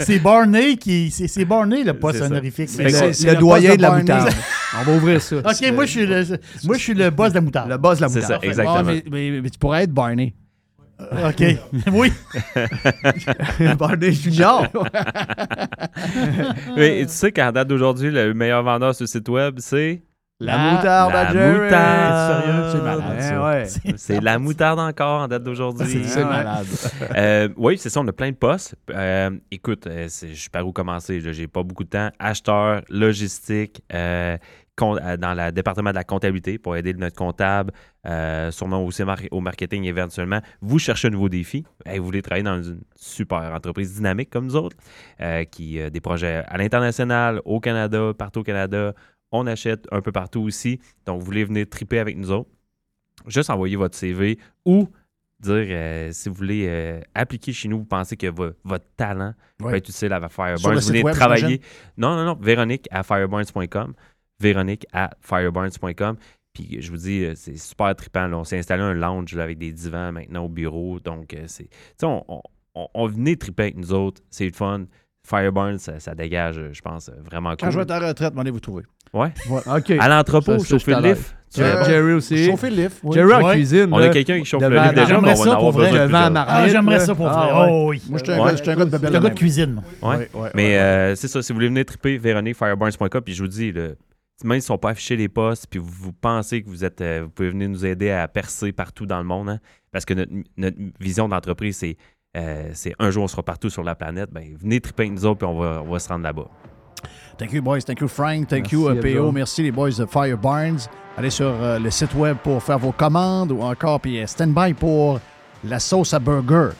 C'est Barney qui. C'est c'est Barney le poste
C'est ça.
honorifique.
C'est le- C'est le le doyen poste de de la Barney. moutarde. On va ouvrir ça.
OK, moi je suis le. Moi je suis le boss de la moutarde. Le
boss de la
C'est moutarde. Euh, ça, exactement.
Ouais, Ah, mais, mais- mais tu pourrais être Barney.
OK. oui.
Euh, Barney Junior.
Mais tu sais qu'à date d'aujourd'hui, le meilleur vendeur sur le site web, c'est.
La moutarde
La
à Jerry.
moutarde.
T'es sérieux? C'est malade,
Eh
ça.
ouais.
C'est
C'est la moutarde encore en date d'aujourd'hui.
C'est- c'est malade.
Euh, oui, c'est ça, on a plein de postes. Euh, écoute, euh, c'est- je sais par où commencer. là, J'ai pas beaucoup de temps. Acheteur, logistique, euh, con- euh, dans le département de la comptabilité pour aider notre comptable, euh, sûrement aussi mar- au marketing éventuellement. Vous cherchez un nouveau défi. Hey, vous voulez travailler dans une super entreprise dynamique comme nous autres, euh, qui euh, des projets à l'international, au Canada, partout au Canada. On achète un peu partout aussi. Donc, vous voulez venir triper avec nous autres juste envoyer votre CV ou dire euh, si vous voulez euh, appliquer chez nous, vous pensez que vo- votre talent
Ouais.
peut être utile à Fireburns.
Sur le
vous
site
voulez
web,
travailler.
j'imagine?
Non, non, non. Véronique à fireburns.com. Véronique à fireburns.com. Puis je vous dis, euh, c'est super trippant. là. On s'est installé un lounge là, avec des divans maintenant au bureau. Donc, euh, c'est. Tu sais, on, on- on- on venait triper avec nous autres. C'est le fun. Fireburns, ça, ça dégage, euh, je pense, euh,
Ah,
vraiment cool.
Quand je vais être en retraite, m'allez vous trouver.
Ouais.
Ouais.
OK.
À l'entrepôt,
Ça, ça,
chauffer
je
le
suis à
lift.
l'aise.
Tu
Euh,
vois.
Jerry aussi.
Chauffer le lift, oui.
Jerry en
Ouais.
cuisine.
On
là,
a quelqu'un qui chauffe le
devant
lift
la-
déjà, mais on va en avoir besoin de plus
Devant la
heures.
marmite,
Ah, j'aimerais
là.
ça pour
Ah,
vrai.
ouais.
Oh oui. Moi,
je suis un gars- je suis un gars de
C'est un gars de cuisine. moi.
Ouais.
Ouais, ouais,
Mais euh, c'est ça, si vous voulez venir triper, Véronique, fireburns.com, puis je vous dis, là, même s'ils ne sont pas affichés les postes, puis vous, vous pensez que vous êtes, euh, vous pouvez venir nous aider à percer partout dans le monde, hein, parce que notre, notre vision d'entreprise, c'est euh, c'est un jour on sera partout sur la planète, ben, venez triper avec nous autres, puis on va, on va se rendre là-bas.
Thank you, boys. Thank you, Frank. Thank
Merci,
you, uh,
Aldo.
PO. Merci, les boys de Fire Barnes. Allez sur euh, le site web pour faire vos commandes ou encore, puis euh, stand-by pour la sauce à burger.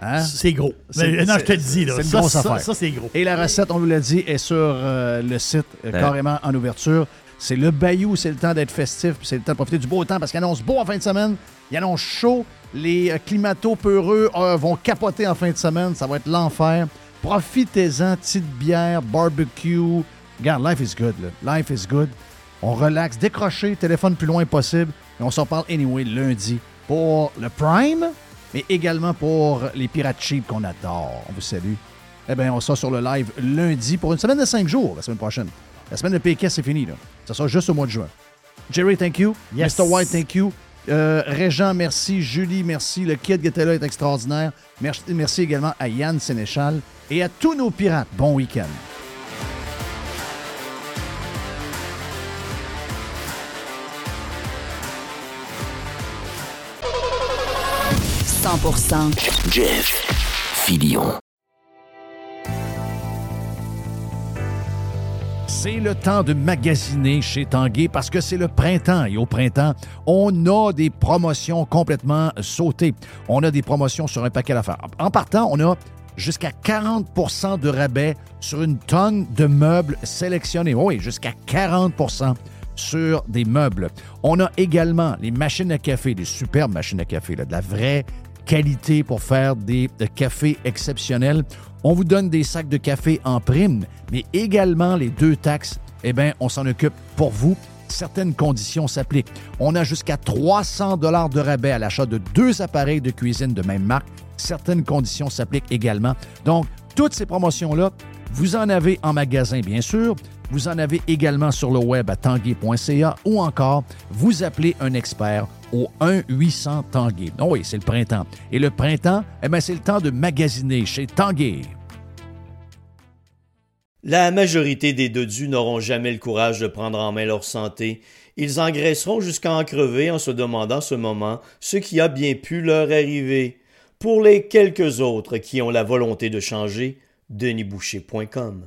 Hein?
C'est gros. Mais, non, je te le dis, là.
C'est une
Ça,
grosse
ça,
affaire.
ça, c'est gros.
Et la recette, on vous l'a dit, est sur euh, le site euh,
Ouais.
carrément en ouverture. C'est le Bayou, c'est le temps d'être festif, puis c'est le temps de profiter du beau temps parce qu'il annonce beau en fin de semaine, il annonce chaud, les euh, climato peureux euh, vont capoter en fin de semaine, ça va être l'enfer. Profitez-en, petite bière, barbecue. Regarde, life is good, là. Life is good. On relaxe, décrochez, téléphone plus loin possible. Et on s'en parle anyway lundi pour le Prime, mais également pour les pirates cheap qu'on adore. On vous salue. Eh bien, on sera sur le live lundi pour une semaine de cinq jours, la semaine prochaine. La semaine de PK, c'est fini, là. Ça sera juste au mois de juin. Jerry, thank you.
Yes.
Mr. White, thank you. Euh, Régent, merci. Julie, merci. Le kid qui était là est extraordinaire. Merci, merci également à Yann Sénéchal et à tous nos pirates. Bon week-end.
Jeff Filion.
C'est le temps de magasiner chez Tanguay parce que c'est le printemps et au printemps, on a des promotions complètement sautées. On a des promotions sur un paquet d'affaires. En partant, on a jusqu'à 40 de rabais sur une tonne de meubles sélectionnés. Oui, jusqu'à 40 sur des meubles. On a également les machines à café, des superbes machines à café, là, de la vraie qualité pour faire des euh, cafés exceptionnels. On vous donne des sacs de café en prime, mais également les deux taxes, eh bien, on s'en occupe pour vous. Certaines conditions s'appliquent. On a jusqu'à 300 dollars de rabais à l'achat de deux appareils de cuisine de même marque. Certaines conditions s'appliquent également. Donc, toutes ces promotions-là, vous en avez en magasin, bien sûr. Vous en avez également sur le web à tanguay.ca ou encore vous appelez un expert au 1-800-TANGUAY. Oh oui, c'est le printemps. Et le printemps, eh bien, c'est le temps de magasiner chez Tanguay.
La majorité des dodus n'auront jamais le courage de prendre en main leur santé. Ils engraisseront jusqu'à en crever en se demandant ce moment ce qui a bien pu leur arriver. Pour les quelques autres qui ont la volonté de changer, denisboucher.com.